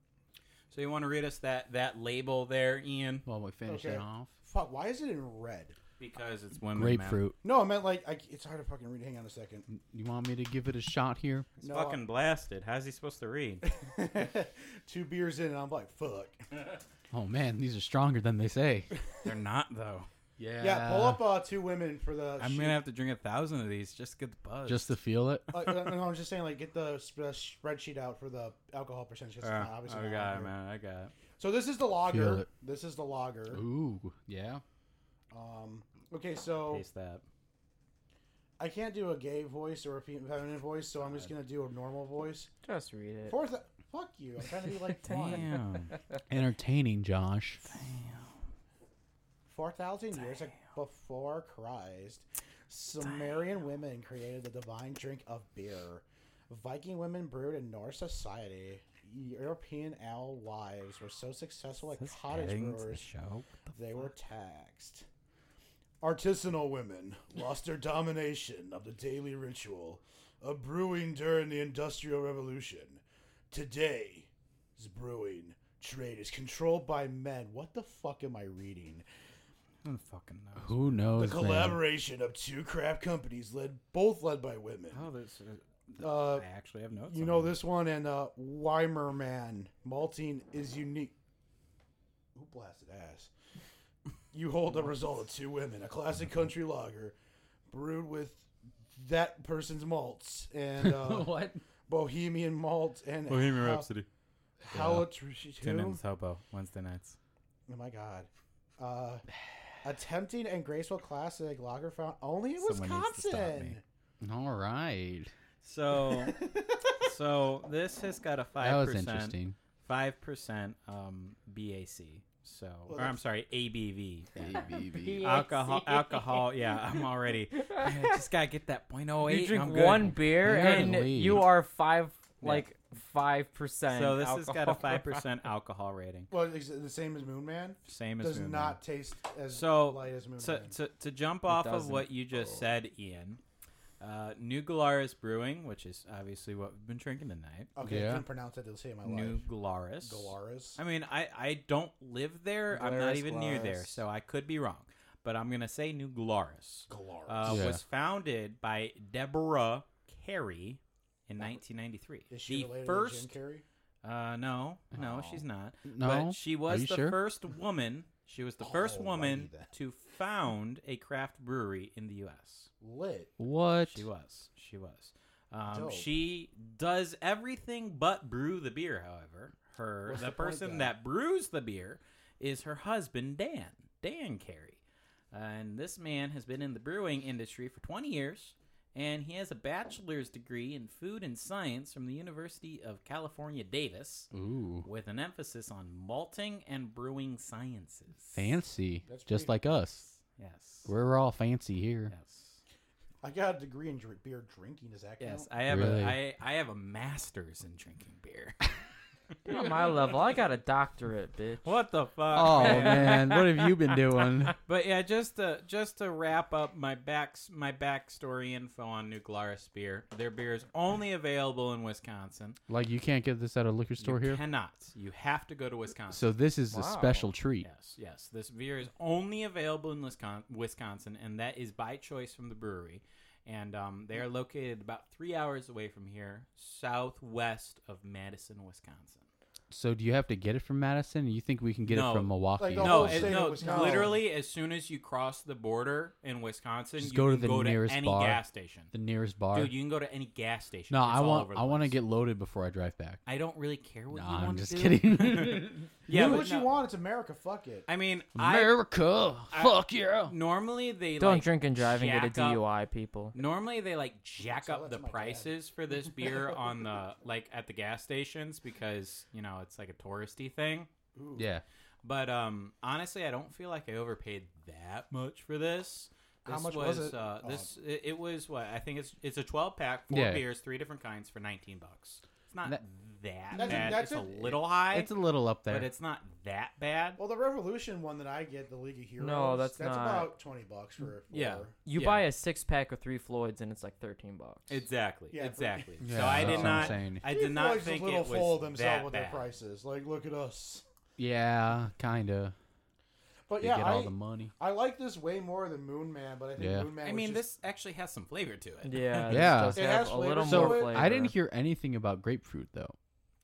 So you want to read us that that label there, Ian? While we finish Okay. it off, Fuck, why is it in red? Because it's women. man. grapefruit. No, I meant like I, it's hard to fucking read. Hang on a second. You want me to give it a shot here? It's No, fucking blasted. How's he supposed to read? Two beers in, and I'm like, fuck. Oh man, these are stronger than they say. They're not though. Yeah. Yeah, pull up uh, two women for the. I'm shoot. gonna have to drink a thousand of these just to get the buzz. Just to feel it. Uh, no, no, I'm just saying, like, get the sp- spreadsheet out for the alcohol percentage. 'cause Uh, it's not- I obviously got not it, on here. man. I got it. So this is the Feel lager. it. This is the lager. Ooh. Yeah. Um, okay, so Taste that. I can't do a gay voice or a fem- feminine voice, so I'm just gonna do a normal voice. Just read it. Fourth, fuck you. I'm trying to be like Juan. Damn. Entertaining, Josh. Four thousand years ag- before Christ, Sumerian women created the divine drink of beer. Viking women brewed in Norse society. European allies were so successful at This cottage adding to the brewers. show. They were taxed. Artisanal women lost their domination of the daily ritual of brewing during the Industrial Revolution. Today's brewing trade is controlled by men. What the fuck am I reading? Who fucking knows? Who knows? The man? collaboration of two craft companies led both led by women. Oh, there's. Uh, I actually have notes. you on know this one and uh Weimer man malting is unique. Who blasted ass? You hold the result of two women, a classic country lager, brewed with that person's malts and uh, what? Bohemian malt and Bohemian hal- Rhapsody. Halotru- Timmins Hobo Wednesday nights. Oh my god. Uh, a tempting and graceful classic lager found only in Someone needs to stop me. Wisconsin. All right. So, so this has got a That five was percent, interesting. five percent um, BAC. So, or I'm that's- sorry, ABV. BAC. Alcohol, alcohol. Yeah, I'm already. I just gotta get that point oh eight. you drink I'm good. one beer You're and the you lead. are five like five percent. So this has got a five percent alcohol rating, Well, it's the same as Moon Man. same as Does Moon Man. not taste as So, light as Moon to, Man. to, to jump off of doesn't. what you just said, Ian, uh, New Glarus Brewing, which is obviously what we've been drinking tonight. Okay, Yeah. I couldn't pronounce it. They'll say in my New life. Glarus. Galaris. I mean, I, I don't live there. I'm not Glarus, even near there, Glarus. so I could be wrong. But I'm going to say New Glarus. Galaris. Uh, Yeah. Was founded by Deborah Carey in 1993. Is she the related to Jim first? Carrey? Uh, no, no, Oh. she's not. No. But she Are was you the sure? first woman. She was the first Alrighty woman then. to found a craft brewery in the U.S. Lit. What? She was. She was. Um, Dope. she does everything but brew the beer. However, her What's the, the point person then? that brews the beer is her husband Dan Dan Carey, and this man has been in the brewing industry for 20 years, and he has a bachelor's degree in food and science from the University of California Davis, Ooh. with an emphasis on malting and brewing sciences. Fancy. That's Just like pretty us. Yes. We're all fancy here. yes. I got a degree in dr- beer drinking. Does that count? Yes, I have Really? a I, I have a master's in drinking beer. On my level, I got a doctorate, bitch. what the fuck? Oh man, man. what have you been doing? But yeah, just to just to wrap up my back my backstory info on Nuclearis beer. Their beer is only available in Wisconsin. Like you can't get this at a liquor store you here. Cannot. You have to go to Wisconsin. So this is a Wow. special treat. Yes, yes. This beer is only available in Wiscon- Wisconsin, and that is by choice from the brewery. And um, they are located about three hours away from here, southwest of Madison, Wisconsin. So do you have to get it from Madison? You think we can get No. it from Milwaukee? Like the no, whole it, Oh, state of no. Wisconsin. Literally, as soon as you cross the border in Wisconsin, Just you go to can the go nearest to any bar. gas station. the nearest bar. Dude, you can go to any gas station. no, It's I all want over the I want to place. get loaded before I drive back. I don't really care what No, you want. I'm to just do. kidding. yeah, do but what you no. want. It's America. Fuck it. I mean, I America, I- fuck yeah. normally they Don't like, drink and drive and get a jack up- DUI, people. Normally they like jack Tell up that the to my dad. prices for this beer on the like at the gas stations because you know it's like a touristy thing. Ooh. Yeah, But um, honestly, I don't feel like I overpaid that much for this. How This much was it? Uh, Oh. this it, it was what I think it's it's a twelve pack, four Yeah. beers, three different kinds for nineteen bucks. It's not that, That- That's a- bad. it's that's a, a- little high, it's a little up there. but it's not that bad. Well, the Revolution one that I get, the League of Heroes. that's that's not- about twenty bucks for. for Yeah. You Yeah. buy a six pack of three Floyds and it's like thirteen bucks. Exactly. Yeah, for- exactly. Yeah, so that's I did what I'm not. saying. I Three did not Floyds is think a little it was full of themselves that with bad. their prices. Like, look at us. yeah, kinda. But They yeah, get I, all the money. I like this way more than Moon Man, but I think Yeah. Moon Man. I was mean, just- this actually has some flavor to it. Yeah, Yeah. It does It have has a flavor little to more it. So flavor. I didn't hear anything about grapefruit though.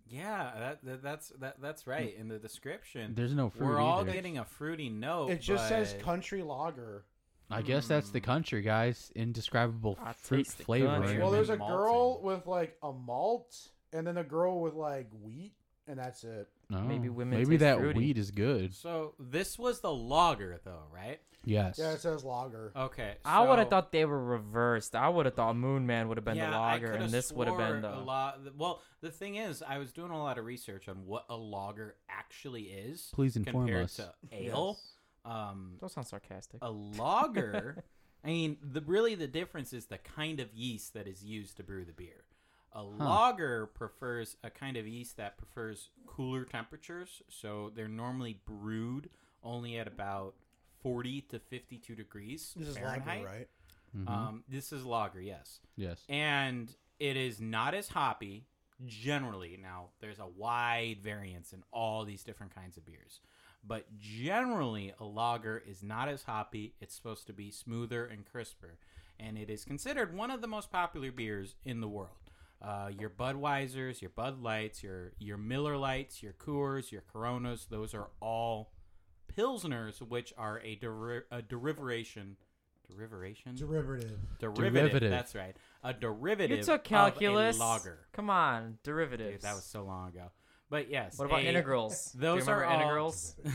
Yeah, that, that that's that that's right in the description. There's no fruit. We're all either. getting a fruity note. It just says but- country lager. I guess that's the country, guys. Indescribable I fruit taste the flavoring. country. Well, there's a malting. girl with like a malt, and then a girl with like wheat, and that's it. No. Maybe women Maybe taste that fruity. weed is good. So this was the logger, though, right? Yes. Yeah, it says lager. Okay. I would have so- thought they were reversed. I would have thought Moon Man would have been Yeah, the I logger, coulda and this would have swore been the. a lo- Well, the thing is, I was doing a lot of research on what a logger actually is. Please inform compared us. to ale. Yes. Um, Don't sound sarcastic. a lager. I mean, the really the difference is the kind of yeast that is used to brew the beer. A lager prefers a kind of yeast that prefers cooler temperatures, so they're normally brewed only at about 40 to 52 degrees This is lager, Fahrenheit. right? Mhm. Um, this is lager, yes, yes. and it is not as hoppy generally. Now, there's a wide variance in all these different kinds of beers, but generally, a lager is not as hoppy. It's supposed to be smoother and crisper, and it is considered one of the most popular beers in the world. Uh, your Budweisers, your Bud Lights, your your Miller Lights, your Coors, your Coronas, those are all pilsners, which are a, deri- a derivation, deriveration, Derivative. Derivative, Derivative. That's right. A derivative. You took Of calculus. a lager. Come on, derivatives. Dude, that was so long ago. But yes. What about a- integrals? Do you Those are remember all- integrals.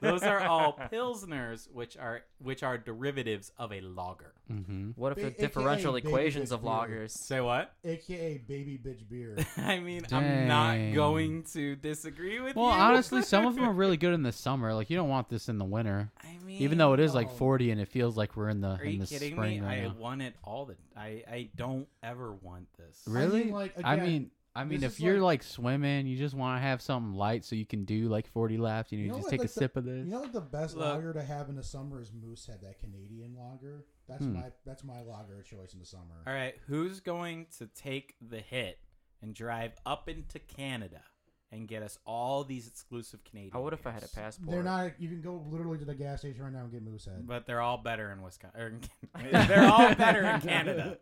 Those are all pilsners, which are which are derivatives of a lager. Mm-hmm. What if Ba- the AKA differential baby equations bitch of beer. lagers? Say what? AKA baby bitch beer. I mean, I'm not Dang. going to disagree with Well, you. honestly, some of them are really good in the summer. Like you don't want this in the winter, I mean, even though it is like no. 40 and it feels like we're in the Are in you the kidding me? spring right I now. want it all the. I I don't ever want this. I Really? mean, like, I again, mean, I mean, this if is you're like- like swimming, you just want to have something light so you can do like 40 laps. You, know, You know just what, take like a the- sip of this. You know what the best Look. lager to have in the summer is Moosehead, that Canadian lager. That's Hmm. my that's my lager choice in the summer. All right, who's going to take the hit and drive up into Canada and get us all these exclusive Canadian? I would if I had a beers? passport. They're not. You can go literally to the gas station right now and get Moosehead. But they're all better in Wisconsin. Or in Can- they're all better in Canada.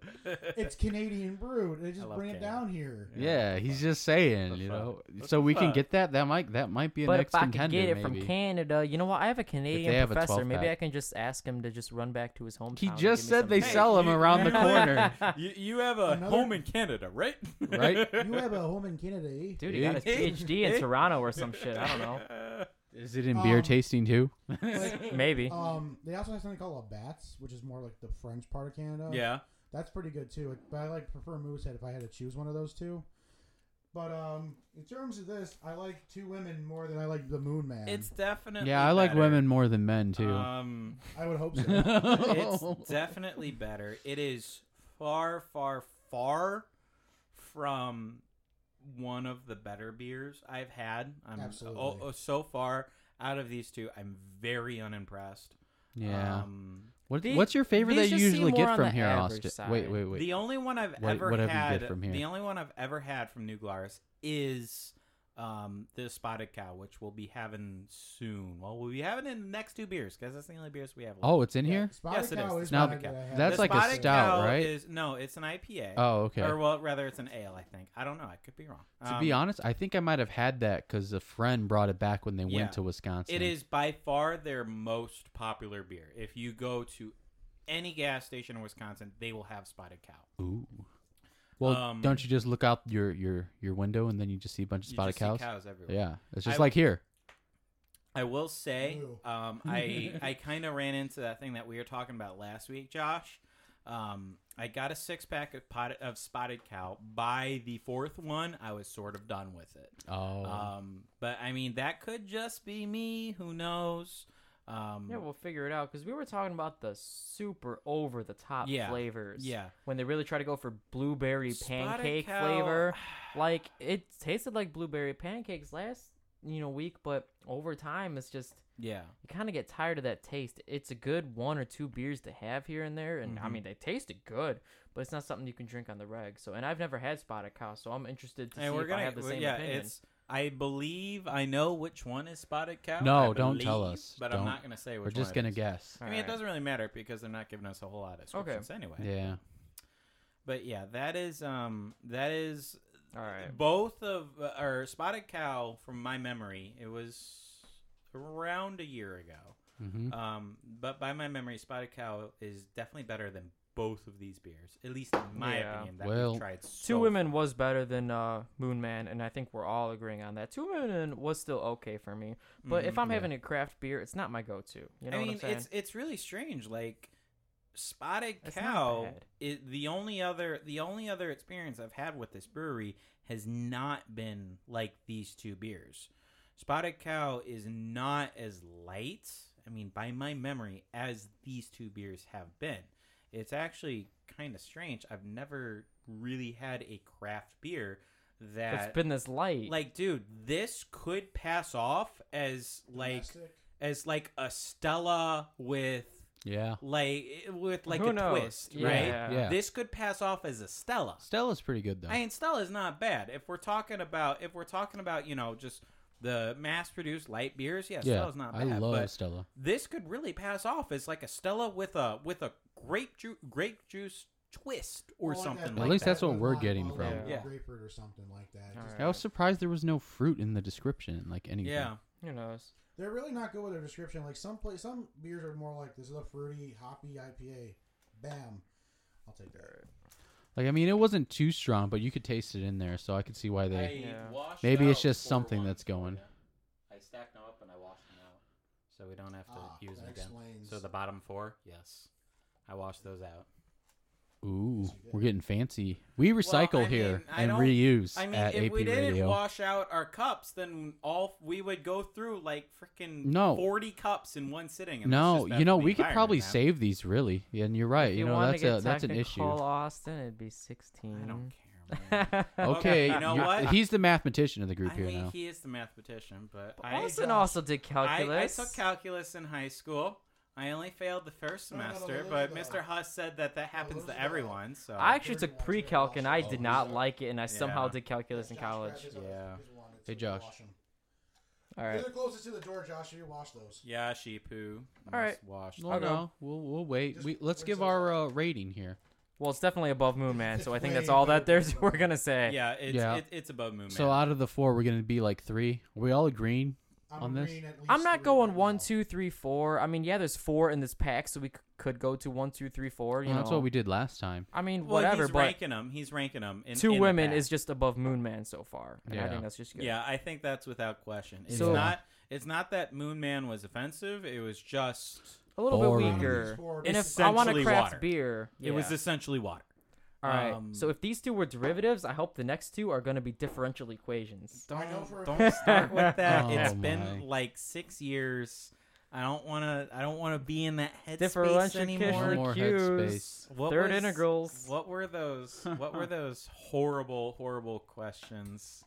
It's Canadian brewed. They just love bring it Canada. down here. yeah, he's just saying, The you fuck? know. What So the we can fuck? get that. That might that might be a But next if I could contender. get it maybe. from Canada, you know what? I have a Canadian have a professor. 12 Maybe pack. I can just ask him to just run back to his hometown. He and give just me said some they beer. sell them you- around the corner. you, you have a Another- home in Canada, right? Right? You have a home in Canada. eh? Dude, he got his PhD in Eh? Toronto or some shit. I don't know. Uh, Is it in beer Um, tasting too? Like, Maybe. um, they also have something called a bats, which is more like the French part of Canada. yeah. that's pretty good too. But I like prefer Moosehead if I had to choose one of those two. But um, in terms of this, I like two women more than I like the Moon Man. It's definitely. Yeah, I like better. women more than men too. Um, I would hope so. it's definitely better. It is far, far, far from one of the better beers I've had. I'm, Absolutely. Oh, oh, so far out of these two, I'm very unimpressed. yeah. Um, What, The- what's your favorite these that you just seem usually more get on from the here, average Austin? side. Wait, wait, wait. The only one I've What- ever whatever you had, get from here. the only one I've ever had from New Glarus is um, the Spotted Cow, which we'll be having soon. Well, we'll be having it in the next two beers because that's the only beers we have. Left. oh, it's in here. Spotted Yes, it Cow is. is Now, one I get I have. that's The like a Spotted stout, Cow right? Is, no, it's an IPA. Oh, okay. Or well, rather, it's an ale. I think I don't know. I could be wrong. to be Um, honest, I think I might have had that because a friend brought it back when they Yeah. went to Wisconsin. It is by far their most popular beer. If you go to any gas station in Wisconsin, they will have Spotted Cow. Ooh. Well, Um, don't you just look out your your your window and then you just see a bunch of You spotted just see cows? cows everywhere. Yeah, it's just I- like here. I will say, Ew. um, I I kind of ran into that thing that we were talking about last week, Josh. Um, I got a six pack of pot of spotted cow. By the fourth one, I was sort of done with it. Oh, Um, but I mean, that could just be me. Who knows? Um, Yeah, we'll figure it out because we were talking about the super over the top Yeah, flavors. yeah. When they really try to go for blueberry Spotted pancake cow- flavor. Like, it tasted like blueberry pancakes last, you know, week, but over time, it's just, yeah. you kind of get tired of that taste. It's a good one or two beers to have here and there. And I Mhm. mean, they tasted good, but it's not something you can drink on the reg. So, and I've never had Spotted Cow, so I'm interested to see And we're if gonna I have the well, same yeah, opinion. it's. I believe I know which one is spotted cow. No, I don't tell believe, us. But Don't. I'm not gonna say which. we're just one gonna it is. guess. I mean, it Alright. doesn't really matter because they're not giving us a whole lot of descriptions anyway. Yeah, But yeah, that is um that is All right. both of uh, or Spotted Cow from my memory, it was around a year ago. Mm-hmm. Um, but by my memory, Spotted Cow is definitely better than both of these beers, at least in my Yeah. opinion. That Well- we've tried so Two Women far. was better than uh, Moon Man, and I think we're all agreeing on that. Two Women was still okay for me, but if Mhm. I'm yeah. having a craft beer, it's not my go-to. You I know what mean, I'm saying? it's it's really strange. Like Spotted It's not Cow, bad. i the only other the only other experience I've had with this brewery has not been like these two beers. Spotted Cow is not as light. I mean, by my memory, as these two beers have been, it's actually kind of strange. I've never really had a craft beer that it's been this light. like, dude, this could pass off as like Domestic. as like a Stella with Yeah. like with like Who a knows? twist, Yeah. right? Yeah. This could pass off as a Stella. Stella's pretty good though. I mean, Stella's not bad. If we're talking about if we're talking about you know just the mass-produced light beers, yeah, yeah. Stella's not I bad. love but Stella. this could really pass off as like a Stella with a with a grape juice grape juice twist or Well, something. that- like At least that. that's what we're Like, getting like, from. like, Yeah. grapefruit or something like that. All Just- right. I was surprised there was no fruit in the description, like anything. Yeah, Who knows? They're really not good with their description. Like some place, some beers are more like this is a fruity, hoppy IPA. Bam, I'll take that. Like I mean, it wasn't too strong, but you could taste it in there, so I could see why they. Yeah. Maybe it's just something that's going. I stacked them up and I washed them out, so we don't have to Oh, Ah, use them that again. explains. So the bottom four, yes, I washed those out. Ooh, Yes, you did. we're getting fancy. We recycle I mean, here I and don't- reuse I mean, at if AP we didn't Radio. wash out our cups, then all we would go through like freaking No. forty cups in one sitting. and that's no, just bad you for know the we could probably environment, man. save these really, and you're right. If You, know wanna that's get a that's an technical, issue. Austin, it'd be 16. I don't care. Man. Okay, you know you're- what? He's the mathematician of the group I here mean, now. he is the mathematician, but, I, Austin also did I, I calculus. took calculus in high school. I only failed the first No, no, no, semester, those but are the- Mr. Huss said that that happens those are to the- everyone. So I actually took Thirty-one, pre-calc and I thirty-one. did Oh, not yeah. like it, and I somehow Yeah. did calculus in Josh grabbed college. his other- Yeah. his one. It's Hey, a Josh. wash 'em. All right. Those are closest to the door, Josh. You wash those. yeah, she poo. All right. Washed. Well, no, we'll we'll wait. Just We let's wait give till- our uh, rating here. Well, it's definitely above Moon Man, so I think that's Way all that better there's than we're gonna say. Yeah, it's Yeah. It, it's above moon. So out of the four, we're gonna be like three. Are we all agreeing? I'm On this? agreeing at least I'm not three going right one, now. two, three, four. I mean, yeah, there's four in this pack, so we c- could go to one, two, three, four. You Well, know, that's what we did last time. I mean, well, whatever. He's But ranking them. He's ranking them. In, two in the women back. is just above Moon Man so far, and I Yeah. think that's just good. Yeah, I think that's without question. It's So- not. It's not that Moon Man was offensive. It was just. a little Boring. bit weaker. Boring. And if I want to Essentially craft water. beer, It was yeah. essentially water. All right. um, so if these two were derivatives, I hope the next two are going to be differential equations. I know for a don't fact- start with that. Oh it's my. been like six years. I don't want to. I don't want to be in that headspace Differential One anymore. more equations. What Third was- integrals. What were those? What were those horrible, horrible questions?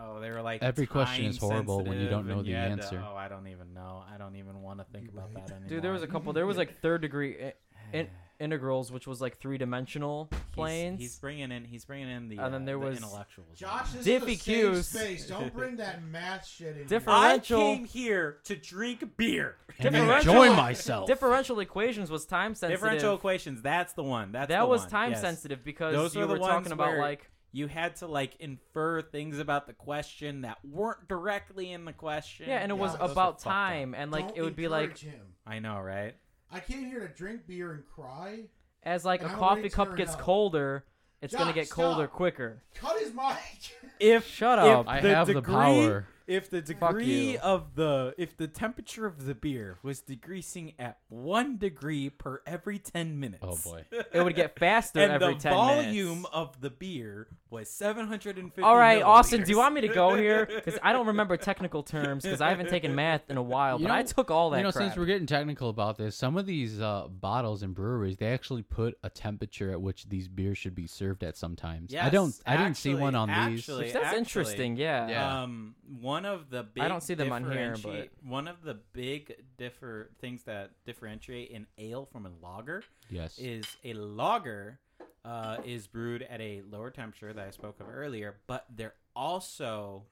Oh, they were like Every question is time horrible when you don't sensitive know and the you had to- answer. oh, I don't even know. I don't even want to think You're about right. that anymore. Dude, there was a couple. There was like third degree i- in- integrals, which was like three dimensional He's- planes. He's, bringing in. He's bringing in the. And then uh, there the was- intellectuals. Josh, this Diffie is the Q's. safe space. Don't bring that math shit in. Different- Here. I Differential- came here to drink beer. And Differential- enjoy myself. Differential equations was time sensitive. Differential equations. That's the one. That's the that was one. time Yes. sensitive because Those you are the were talking ones about where- like You had to like infer things about the question that weren't directly in the question. yeah, and it was Yeah, those are about fucked up. time, and like Don't it would be like encourage him. I know, right? I came here to drink beer and cry. as like And a I'm coffee already cup tearing gets up. colder, it's gonna Josh, get colder stop. quicker. Cut his mic. If Shut up. Oh, I have the power. If the Fuck degree you. of the if the temperature of the beer was decreasing at one degree per every ten minutes. Oh boy. It would get faster and every the ten volume minutes. of the beer was 750 All right, Austin, do you milliliters. want me to go here? Because I don't remember technical terms because I haven't taken math in a while, You but I know- took all that you know, crap. since we're getting technical about this, some of these uh, bottles and breweries they actually put a temperature at which these beers should be served at. Sometimes I don't, Yes, I didn't see one on actually, these. Which, that's actually, interesting, yeah. Uh, Yeah. Um, one of the big I don't see them on here, differentiate- one of the big differ things that differentiate an ale from a lager Yes, is a lager uh, is brewed at a lower temperature that I spoke of earlier, but they're also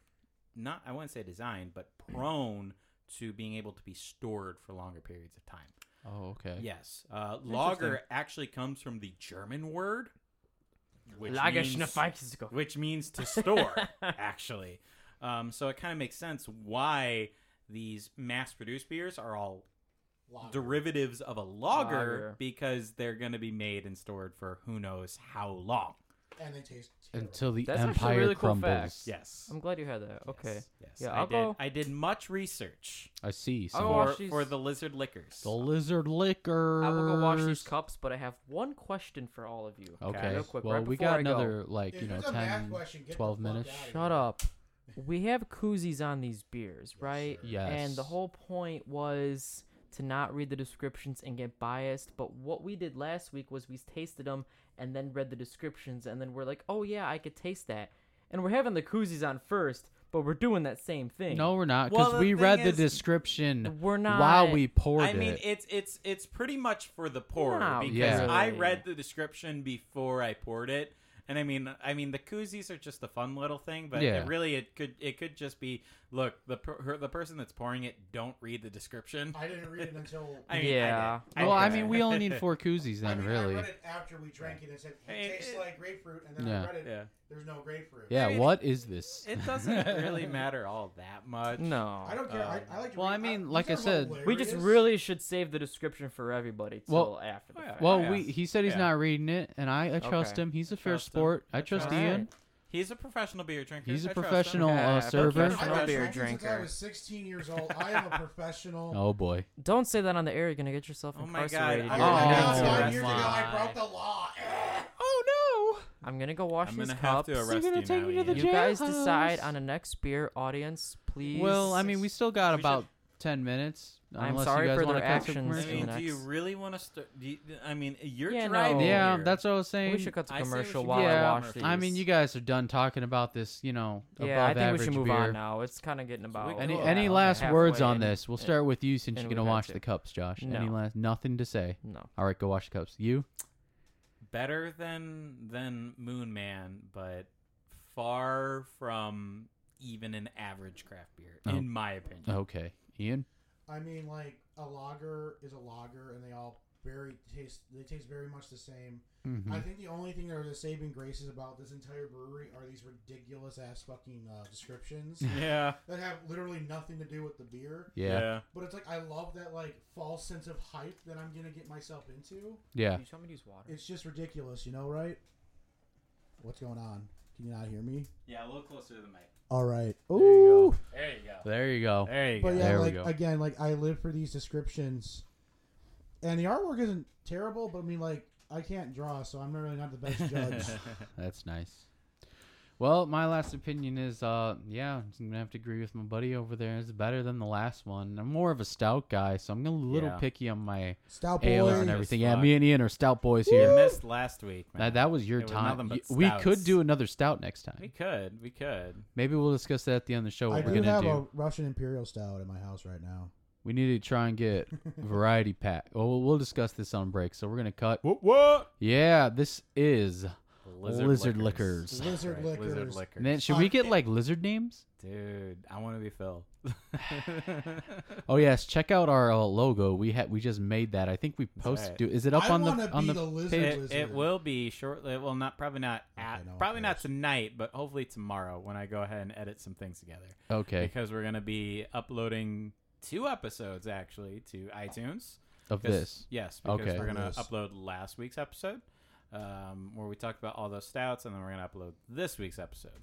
not I wouldn't say designed, but prone to being able to be stored for longer periods of time. Oh, okay. Yes, uh, lager actually comes from the German word which means- Lagerschnefeisiko. which means to store, actually. Um, so it kind of makes sense why these mass-produced beers are all derivatives of a lager, Lager. because they're going to be made and stored for who knows how long. and they taste terrible. until the That's actually empire really cool crumbles. fact. Yes. I'm glad you had that. Okay. Yes, yes. Yeah, I I'll did. go- I did much research I see. So I'll go for, watch these- for the lizard liquors. the lizard liquor. I will go wash these cups, but I have one question for all of you. Okay. Real quick, well, right we before got I go. another like If you know it's a math 10, question, get the 12 fuck minutes. outta here. Shut up. We have koozies on these beers, right? sir. Yes. And the whole point was to not read the descriptions and get biased. But what we did last week was we tasted them and then read the descriptions, and then we're like, oh, yeah, I could taste that. And we're having the koozies on first, but we're doing that same thing. No, we're not Well, because the we thing read is- the description We're not. while we poured I mean, it. it's it's it's pretty much for the pour Not because Yeah. I really. read the description before I poured it, and I mean, I mean the koozies are just a fun little thing, but Yeah. it really it could it could just be look the per, her, the person that's pouring it don't read the description. I didn't read it until. I mean, I Yeah. did. well, I did. mean, we only need four koozies I then, mean, really. I read it after we drank it and said, Hey, it tastes it- like grapefruit, and then Yeah. I read it. Yeah. There's no grapefruit. yeah. I mean, what is this? It doesn't really matter all that much. No. I don't care. I, I like to Well, read- I mean, these like I are said- hilarious. We just really should save the description for everybody till Well- after the Oh, yeah. fact. Well, Yeah. we he said he's Yeah. not reading it, and I, I trust Okay. him. He's a fair trust him. sport. I I trust trust him. Ian. He's a professional beer drinker. He's a I trust him. professional uh, Yeah, server. I've professional been beer drinking Since I drinker. was 16 years old, I am a professional. Oh boy. Don't say that on the air. You're gonna get yourself Oh my incarcerated. God, You're I- gonna Oh, have to five that's years arrest ago, me. I why. broke the law. Oh I'm gonna go wash I'm these gonna have cups. to arrest gonna you take now, me to the Ian. You guys decide Jailhouse. on the next beer, audience, please. Well, I mean, we still got We should- about ten minutes. I'm unless sorry you guys for want their to cut to actions. I commercial. mean, Next. do you really want to start? do you- I mean, you're Yeah, no. driving. yeah, here. that's what I was saying. we should cut to I say we commercial should while yeah, I wash these. I mean, you guys are done talking about this. You know, yeah, I above think we should average move beer. on now. It's kind of getting about. can Any Oh, any yeah, last halfway words on in. this? We'll start with you since and you're we've gonna had wash to. the cups, Josh. Any No. last nothing to say. No. All right, go wash the cups. You? better than than Moon Man, but far from even an average craft beer, Oh. in my opinion. Okay, Ian. I mean, like a lager is a lager, and they all very taste. They taste very much the same. Mm-hmm. I think the only thing that are the saving graces about this entire brewery are these ridiculous ass fucking uh, descriptions Yeah, that have literally nothing to do with the beer. Yeah. But it's like I love that like false sense of hype that I'm gonna get myself into. Yeah. You tell me to use water. It's just ridiculous, you know, right? What's going on? Can you not hear me? yeah. A little closer to the mic. All right. Ooh. There you go. There you go. There you But go. yeah, There we like go. again, like I live for these descriptions, and the artwork isn't terrible. But I mean, like I can't draw, so I'm really not the best judge. That's nice. Well, my last opinion is, uh, yeah, I'm gonna have to agree with my buddy over there. It's better than the last one. I'm more of a stout guy, so I'm gonna a little Yeah. picky on my Stout ales boy. and Yes, everything. Yeah, fuck. me and Ian are stout boys You here. missed last week. Man. That, that was your It was time. nothing but Y- we could stouts. do another stout next we time. could. We could. Maybe we'll discuss that at the end of the show. What I we're do gonna have do. a Russian Imperial Stout at my house right now. We need to try and get variety pack. Oh, we'll, we'll discuss this on break. So we're gonna cut. What? what? Yeah, this is. Lizard, Lizard liquors. liquors. That's Lizard right, Lizard liquors. liquors. Man, should we get like lizard names? Dude, I want to be Phil. Oh yes, check out our uh, logo. We had we just made that. I think we posted. right. do- Is it up I on wanna the on be the, the lizard page? lady. it, it will be shortly. Well, not probably not at, Okay, no one probably not cares. tonight, but hopefully tomorrow when I go ahead and edit some things together. Okay, because we're gonna be uploading two episodes actually to iTunes. of 'Cause- this. yes, because Okay. we're gonna Yes. upload last week's episode um, where we talked about all those stouts, and then we're gonna upload this week's episode.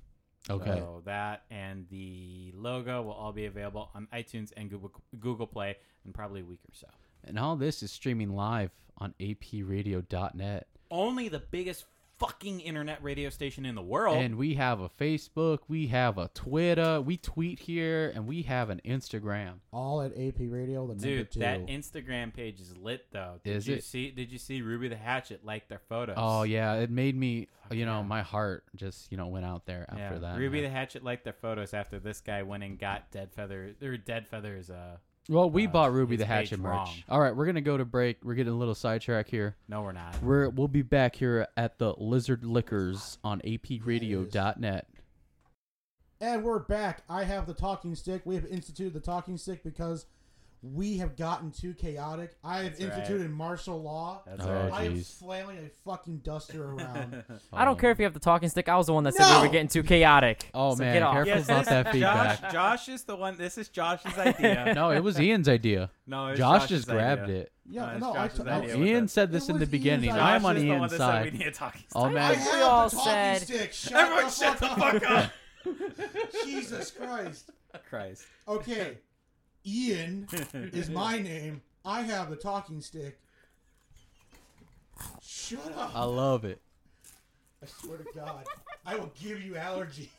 Okay, so that and the logo will all be available on iTunes and Google Google Play in probably a week or so. and all this is streaming live on APRadio.net, Only the biggest fucking internet radio station in the world. and we have a Facebook, we have a Twitter, we tweet here, and we have an Instagram. All at AP Radio. The number Dude, two. that Instagram page is lit though. Did Is you it? see? Did you see Ruby the Hatchet like their photos? Oh yeah, it made me. You know, yeah. my heart just you know went out there after Yeah, that. Ruby the Hatchet liked their photos after this guy went and got Dead Feather or Dead Feathers uh well, we uh, bought Ruby his the page Hatchet wrong. merch. All right, we're gonna go to break. We're getting a little sidetrack here. no we're not. We're we'll be back here at the Lizard Liquors on APRadio.net. And we're back. I have the talking stick. We have instituted the talking stick because we have gotten too chaotic. I have That's right. instituted martial law. That's Oh, right. I am jeez. flailing a fucking duster around. I don't care if you have the talking stick. I was the one that said we No! were getting too chaotic. Um, Oh So man, get off. careful Yes, about this- that feedback. Josh, Josh is the one. This is Josh's idea. No, it was Ian's idea. no, it's Josh Josh's just grabbed idea. it. Yeah, it's no, I Uh, Josh's took- idea no, with Ian- Ian said this It in the was Ian's beginning. idea. I'm Josh on is the one Ian's that said we side. need a talking Oh stick. I man, have We all the talking said- stick. Shut Everyone, the shut the fuck fuck up. up. Jesus Christ. Christ. Okay, Ian is my name. I have the talking stick. Shut up. I love it. I swear to God, I will give you allergies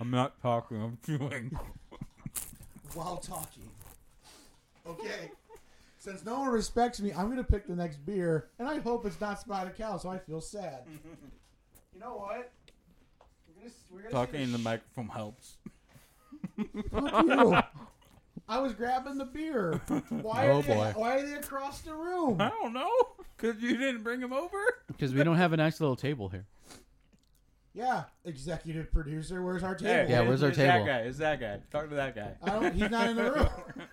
I'm not talking. I'm chewing. while talking. Okay. Since no one respects me, I'm gonna pick the next beer, and I hope it's not Spotted Cow, so I feel sad. You know what? We're gonna, we're gonna Talking in the mic. microphone helps. Fuck you. I was grabbing the beer. Why are, Oh, they, boy. why are they across the room? I don't know. Cause you didn't bring him over. Because we don't have a nice little table here. Yeah, executive producer, where's our table? Yeah, where's our it's table? That guy. It's that guy. Talk to that guy. I don't, he's not in the room.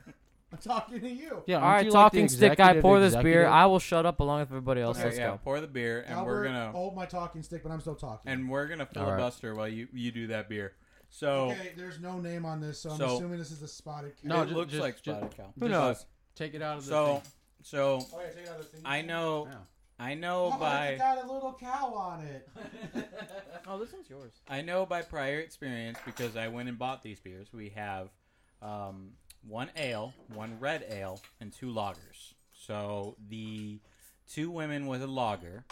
I'm talking to you. Yeah. All right, talking stick guy, pour this beer. I will shut up along with everybody else. All right, Let's yeah, go. Pour the beer, and we're Albert, gonna hold my talking stick, but I'm still talking. and we're gonna All right. filibuster while you you do that beer. So okay, there's no name on this, so I'm So- assuming this is the spotted cat. No, it ju- looks just- like just- spotted cow. Who knows? Take it out of the. So so Oh, yeah, take out the thing. I know Yeah. I Oh, know it's by got a little cow on it. Oh, this one's yours. I know by prior experience because I went and bought these beers. We have um, one ale, one red ale, and two lagers. So the two women was a lager.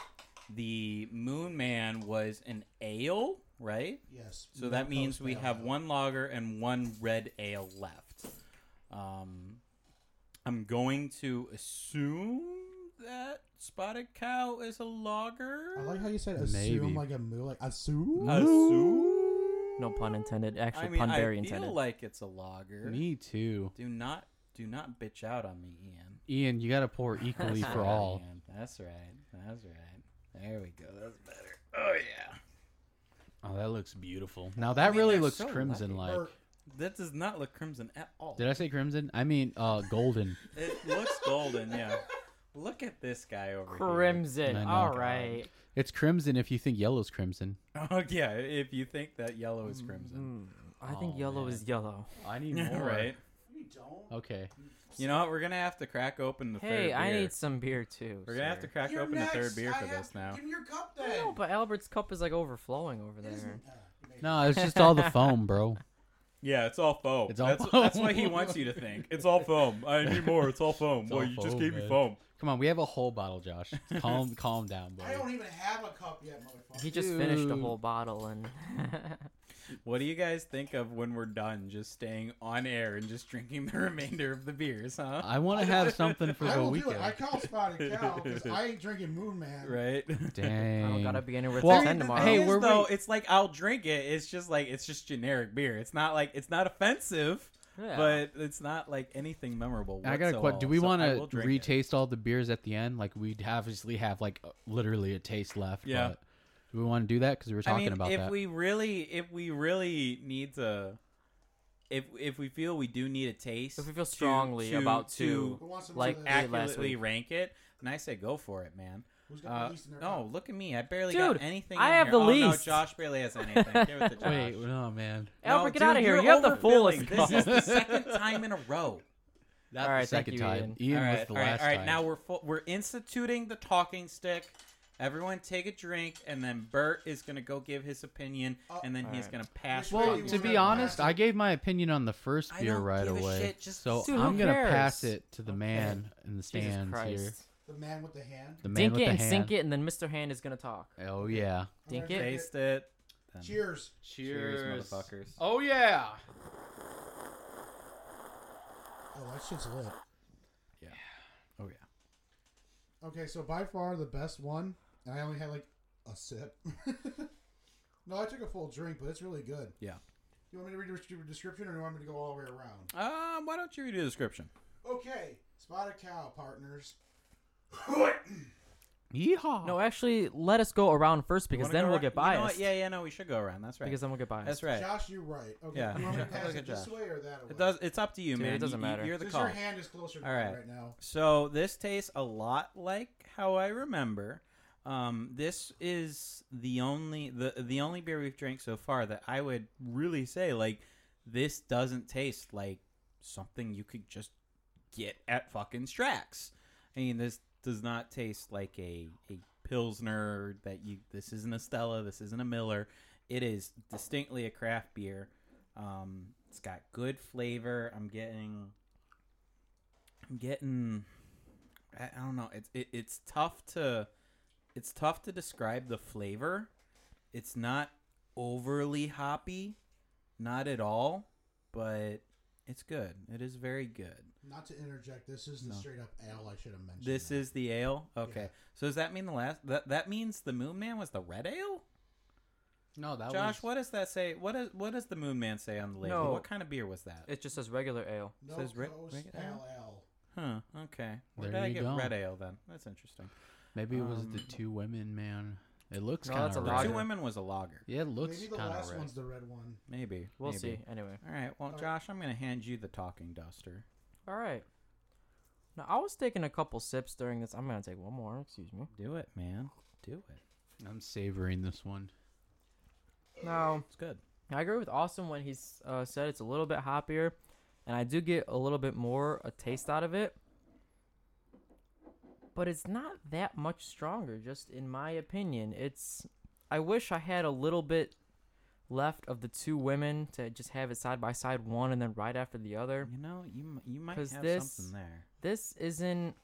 The Moon Man was an ale, right? Yes. So that means we post-pale have ale. one lager and one red ale left. Um, I'm going to assume that Spotted Cow is a lager. I like how you said assume Maybe. like a moo, like assume. assume. No pun intended. Actually, I mean, pun I very feel intended. like it's a lager. Me too. Do not, do not bitch out on me, Ian. Ian, you gotta pour equally That's for right, all. Ian. That's right. That's right. There we go. That's better. Oh yeah. Oh, that looks beautiful. Now that mean, really they're looks so crimson like. Or- That does not look crimson at all. Did I say crimson? I mean uh golden. It looks golden. Yeah. Look at this guy over here. Crimson. I know. All right. It's crimson if you think yellow's crimson. Oh yeah, if you think that yellow is crimson, Mm, I think Oh, yellow man. is yellow. I need All Mm, more. right? You don't. Okay. You know what? We're gonna have to crack open the third Hey, beer. I need some beer too. We're gonna have sir. to crack You're open next. the third beer I for have- this now. Give me your cup I then. know, but Albert's cup is like overflowing over It there. isn't- uh, maybe. No, it's just all the foam, bro. Yeah, it's all foam. It's all that's, foam. that's why he wants you to think it's all foam. I need more. It's all foam. It's Well, all you just foam, gave me man. foam. Come on, we have a whole bottle, Josh. Calm calm down, I buddy. don't even have a cup yet, motherfucker. He just finished the Dude. whole bottle and What do you guys think of when we're done, just staying on air and just drinking the remainder of the beers, huh? I wanna have something for I the will do weekend. it. I call Spotted Cow because I ain't drinking Moon Man. Right. I Dang. don't gotta be anywhere Well, till ten tomorrow. hey, Hey, we're- we're though, it's like I'll drink it. It's just like it's just generic beer. It's not like it's not offensive, Yeah. but it's not like anything memorable. I got a whatsoever. question. Do we So I want will to drink it. retaste all the beers at the end? Like we would obviously have like uh, literally a taste left. Yeah. But do we want to do that? Because we were I talking mean, about if that. we really, if we really need to, if if we feel we do need a taste, If we feel to- strongly about to, Who wants some Like of this? Hey, last accurately week. rank it, and I say go for it, man. Who's got Uh, the least in their cup? no, look at me. I barely Dude, got anything. I in have here. the oh, least. No, Josh barely has anything. Give it to Josh. Wait, no, man. No, Albert, get dude, out of here. you're You have the fullest overfilling. This is the second time in a row. That's All right, the thank second you, time. Ian. Ian, all right, was the all right, last all right. time. Now we're full, we're instituting the talking stick. Everyone take a drink, and then Bert is gonna go give his opinion, and then he's right. gonna pass. Uh, Well, it. well, Really to wanna be honest, pass it? I gave my opinion on the first I beer don't right give a away. shit, just- so Dude, who I'm gonna cares? pass it to the man in the Jesus stands here. Christ. The man with the hand. The man Dink with it the and hand. sink it, and then Mr. Hand is gonna talk. Oh yeah. I'm gonna Dink it. drink Taste it. Then Cheers. Cheers, motherfuckers. Oh yeah. Oh, that shit's lit. Oh yeah. Okay, so by far the best one, and I only had like a sip. no, I took a full drink, but it's really good. Yeah. You want me to read your description, or do you want me to go all the way around? Um, why don't you read the description? Okay, spotted cow partners. Yeehaw. No, actually, let us go around first because Wanna then go we'll around? get Oh. You know what? biased. Yeah, yeah, no, we should go around. That's right. Because then we'll get biased. That's right. Josh, you're right. Okay. Yeah. You want me to Yeah, pass look it at this Josh. way or that way? It does. It's up to you, Dude, man. it doesn't You- you- matter. You're the Since call. your hand is closer to All me right. right now. So this tastes a lot like how I remember. Um, this is the only the the only beer we've drank so far that I would really say like this doesn't taste like something you could just get at fucking Strax. I mean, this does not taste like a a pilsner that you. This isn't a Stella. This isn't a Miller. It is distinctly a craft beer. Um, it's got good flavor. I'm getting I'm getting. I, I don't know. It's it, it's tough to, it's tough to describe the flavor. It's not overly hoppy, not at all, but it's good. It is very good. Not to interject, this is the No. straight up ale I should have mentioned. This that. is the ale. Okay. Yeah. So does that mean the last? That that means the Moon Man was the red ale. No, that Josh, was what does that say? What does what does the Moon Man say on the label? No. What kind of beer was that? It just says regular ale. no says re- Coast regular pale ale. huh. Okay. Where There did I you get go. red ale then? That's interesting. maybe it was the um, two women, man. It looks No, kind that's a of The Lager. two women was a lager. Yeah, it looks Maybe the kind of last red. one's the red one. Maybe. We'll maybe. see. Anyway. All right. Well, All right. Josh, I'm going to hand you the talking duster. All right. Now I was taking a couple sips during this. I'm gonna take one more. Excuse me. Do it, man. Do it. I'm savoring this one. Now It's good. I agree with Austin when he s- uh, said it's a little bit hoppier, and I do get a little bit more a taste out of it. But it's not that much stronger, just in my opinion. It's I wish I had a little bit left of the two women to just have it side by side, one and then right after the other. You know, you m- you might have 'Cause this- something there. this isn't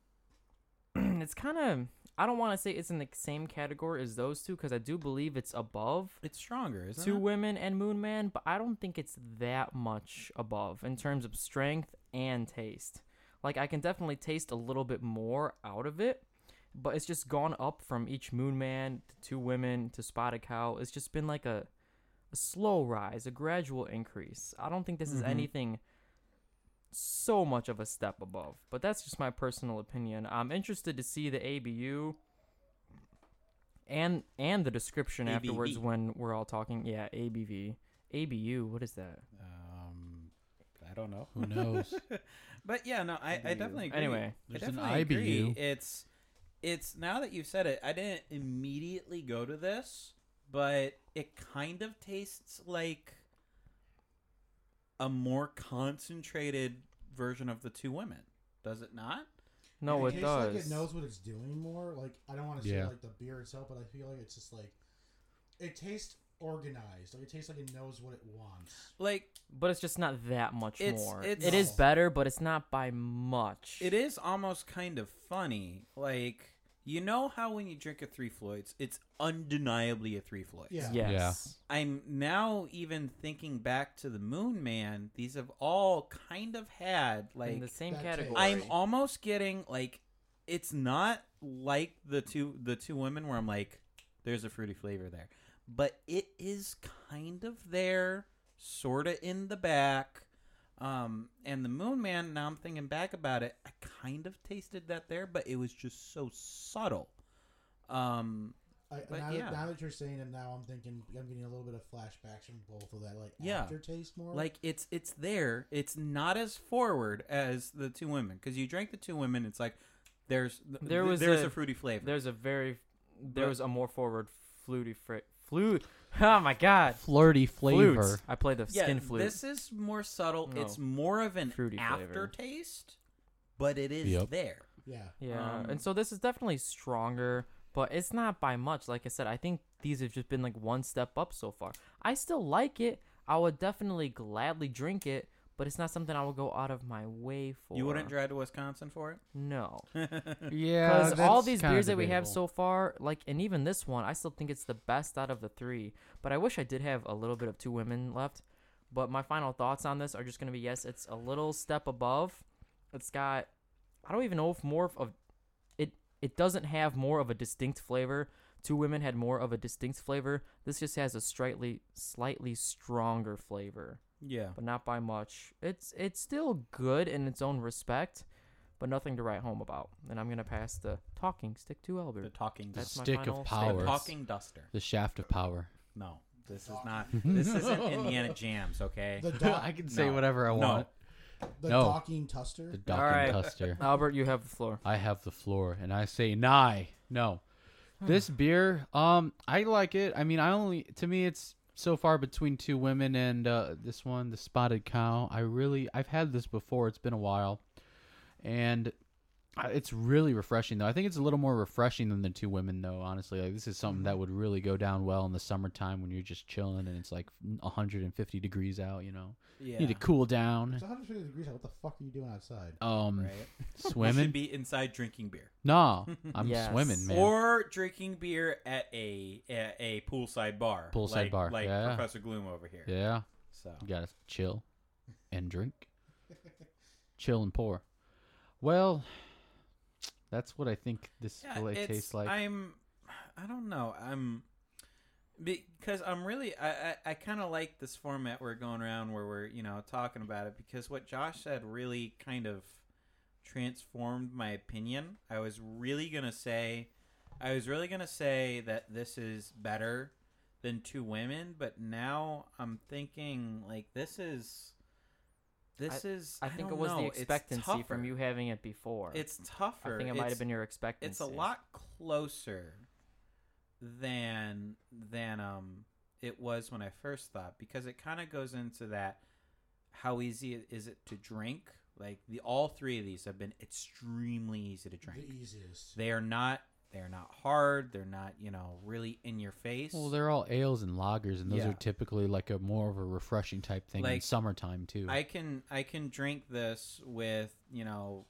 it's kind of i don't want to say it's in the same category as those two because i do believe it's above It's stronger, isn't two it? women and moon man but i don't think it's that much above in terms of strength and taste like i can definitely taste a little bit more out of it but it's just gone up from each moon man to two women to spotted cow it's just been like a, a slow rise a gradual increase i don't think this is Mhm. anything so much of a step above but that's just my personal opinion i'm interested to see the abu and and the description afterwards ABV. when we're all talking yeah abv abu what is that Um, I don't know. Who knows? But yeah, no, I, I ABU. definitely agree. anyway There's I an definitely agree. IBU. It's it's now that you've said it, I didn't immediately go to this, but it kind of tastes like a more concentrated version of the two women. Does it not? no it, tastes does Like it knows what it's doing more. Like I don't want to Yeah. say like the beer itself, but I feel like it's just like it tastes organized. Like it tastes like it knows what it wants. Like But it's just not that much It's- more. it's- It is No. better, but it's not by much. It is almost kind of funny. Like, you know how when you drink a Three Floyds, it's undeniably a Three Floyds. Yeah. Yes. I'm now even thinking back to the Moon Man. These have all kind of had, in like, the same that category. taste. I'm almost getting, like, it's not like the two the two women where I'm like, there's a fruity flavor there. But it is kind of there, sort of in the back. Um, and the Moon Man, now I'm thinking back about it, I kind of tasted that there, but it was just so subtle. Um, I, But now, yeah. that, now that you're saying it, now I'm thinking I'm getting a little bit of flashbacks from both of that, like Yeah. aftertaste more. like it's it's there. It's not as forward as the two women because you drank the two women. It's like there's There was there's a- a, fruity flavor. There's a very there But- was a more forward fluty fr- flute. Oh my god. Flirty flavor. Flutes. I played the yeah, skin flute. this is more subtle. No. It's more of an Fruity flavor. aftertaste, but it is Yep. there. yeah, Yeah. Um, and so this is definitely stronger, but it's not by much. Like I said, I think these have just been like one step up so far. I still like it. I would definitely gladly drink it, but it's not something I would go out of my way for. You wouldn't drive to Wisconsin for No. it. Yeah. Because all these beers that we have so far, like, and even this one, I still think it's the best out of the three. But I wish I did have a little bit of two women left. But my final thoughts on this are just going to be yes, it's a little step above. It's got, I don't even know if more of it, it doesn't have more of a distinct flavor. Two women had more of a distinct flavor. This just has a slightly, slightly stronger flavor yeah. but not by much. It's it's still good in its own respect, but nothing to write home about. And I'm gonna pass the talking stick to The Albert. talking That's duster. my stick of final power. statement. Talking duster. The shaft of power. No, this is not. This isn't Indiana Jams. Okay. The, doc, I can say No. whatever I No. want. the No. talking tuster. The Doc Alright. and Custer. Albert, you have the floor. I have the floor, and I say nigh. No, Hmm. this beer, um, I like it. I mean, I only to me, it's so far between two women and uh, this one, the Spotted Cow. I really, I've had this before. It's been a while, and I- it's really refreshing though. I think it's a little more refreshing than the two women though. Honestly, like this is something Hmm. that would really go down well in the summertime when you're just chilling and it's like 150 degrees out. You know, yeah. need to cool down. It's 150 degrees out. What the fuck are you doing outside? Um, Right. You swimming? should be inside drinking beer no, I'm Yes. swimming, man. or drinking beer at a at a poolside bar. Poolside like, bar, like yeah. Professor Gloom over here. yeah. So You gotta chill and drink. chill and pour. Well, that's what I think this Yeah, filet it's- tastes like. I'm, I don't know. I'm because I'm really I I, I kind of like this format we're going around where we're you know talking about it because what Josh said really kind of transformed my opinion. I was really gonna say, I was really gonna say that this is better than two women, but now I'm thinking like this is. This is. I think don't it was the know, it's expectancy tougher. from you having it before. It's tougher. I think it might It's- have been your expectancy. it's a lot closer than than um it was when I first thought because it kind of goes into that how easy it- is it to drink like the all three of these have been extremely easy to drink The easiest. they are not they're not hard they're not you know really in your face well, they're all ales and lagers, and those Yeah. are typically like a more of a refreshing type thing in Like, summertime too. I can I can drink this with you know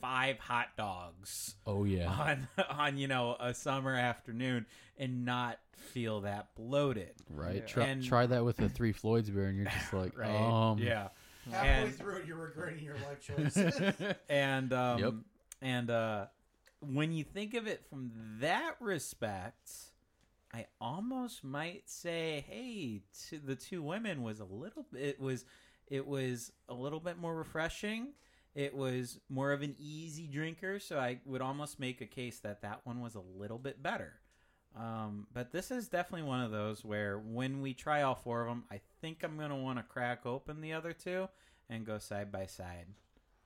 five hot dogs oh yeah, on on you know a summer afternoon and not feel that bloated right. Yeah. Try, And- try that with a three Floyds beer, and you're just like, right? um, yeah, Halfway And- through it, you're regretting your life choices. and um, Yep. and uh, when you think of it from that respect, I almost might say, hey, to the two women was a little bit it was it was a little bit more refreshing. It was more of an easy drinker, so I would almost make a case that that one was a little bit better. Um, but this is definitely one of those where when we try all four of them, I think I'm gonna want to crack open the other two and go side by side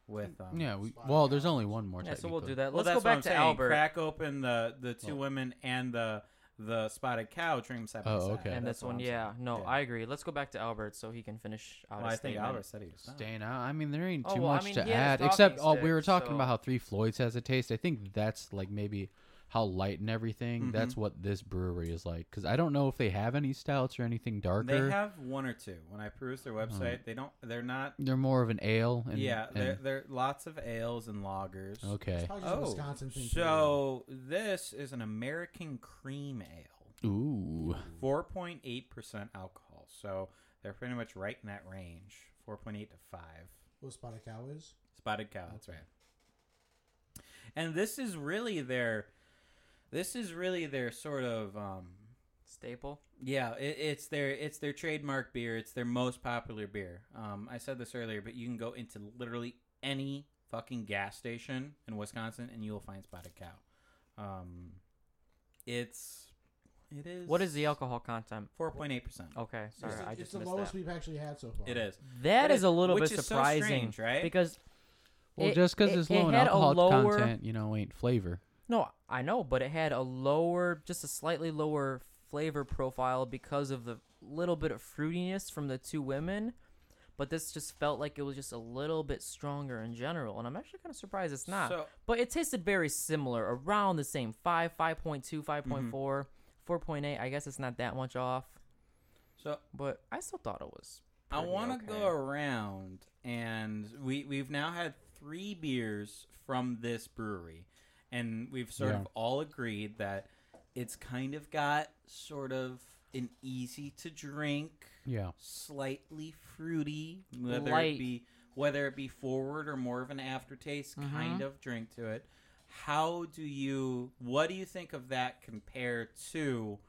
with them. yeah. We, well, there's only one more. Yeah, so we'll technically. do that. Well, Let's go that's what back I'm to saying. Albert Crack open the the two women and the the spotted cow dream side by Oh, side. okay. and That's this what one. I'm Yeah, saying. no, Yeah. I agree. Let's go back to Albert so he can finish out Well, I his think statement. Albert said he was done. Staying out. I mean, there ain't Oh, too well, I much mean, to he add. has Except, talking oh, we were stick, talking about so- how Three Floyds has a taste. I think that's like maybe how light and everything. That's what this brewery is like. Because I don't know if they have any stouts or anything darker. They They have one or two. When I peruse their website, they don't. They're not. are more of an ale. Hmm. And, yeah, they're, and- they're lots of ales and lagers. okay. Probably just a Oh, Wisconsin thing. so this is an American cream ale, Ooh, four point eight percent alcohol. So they're pretty much right in that range, four point eight to five. What spot a cow is? Spotted cow. That's right. And this is really their, this is really their sort of, um, Staple. yeah, it, it's their it's their trademark beer. It's their most popular beer. Um, I said this earlier, but you can go into literally any fucking gas station in Wisconsin and you'll find Spotted Cow. Um, it's it is What is the alcohol content? four point eight percent. Okay, sorry, it's the, I it's just the missed lowest that. we've actually had so far. It is. That It is a little which bit is so surprising, strange, right? Because well, It- just 'cause it- it's it low in had a alcohol lower- content, you know, ain't flavor. no, I know, but it had a lower, just a slightly lower flavor profile because of the little bit of fruitiness from the two women. But this just felt like it was just a little bit stronger in general, and I'm actually kind of surprised it's not. So- but it tasted very similar, around the same 5, 5.2, Mm-hmm. 5.4, 4.8. I guess it's not that much off, So but I still thought it was. I pretty want to okay. go around, and we we've now had three beers from this brewery, and we've sort Yeah. of all agreed that it's kind of got sort of an easy to drink, Yeah. slightly fruity, whether Light. it be whether it be forward or more of an aftertaste kind of drink to it. How do you what do you think of that compared to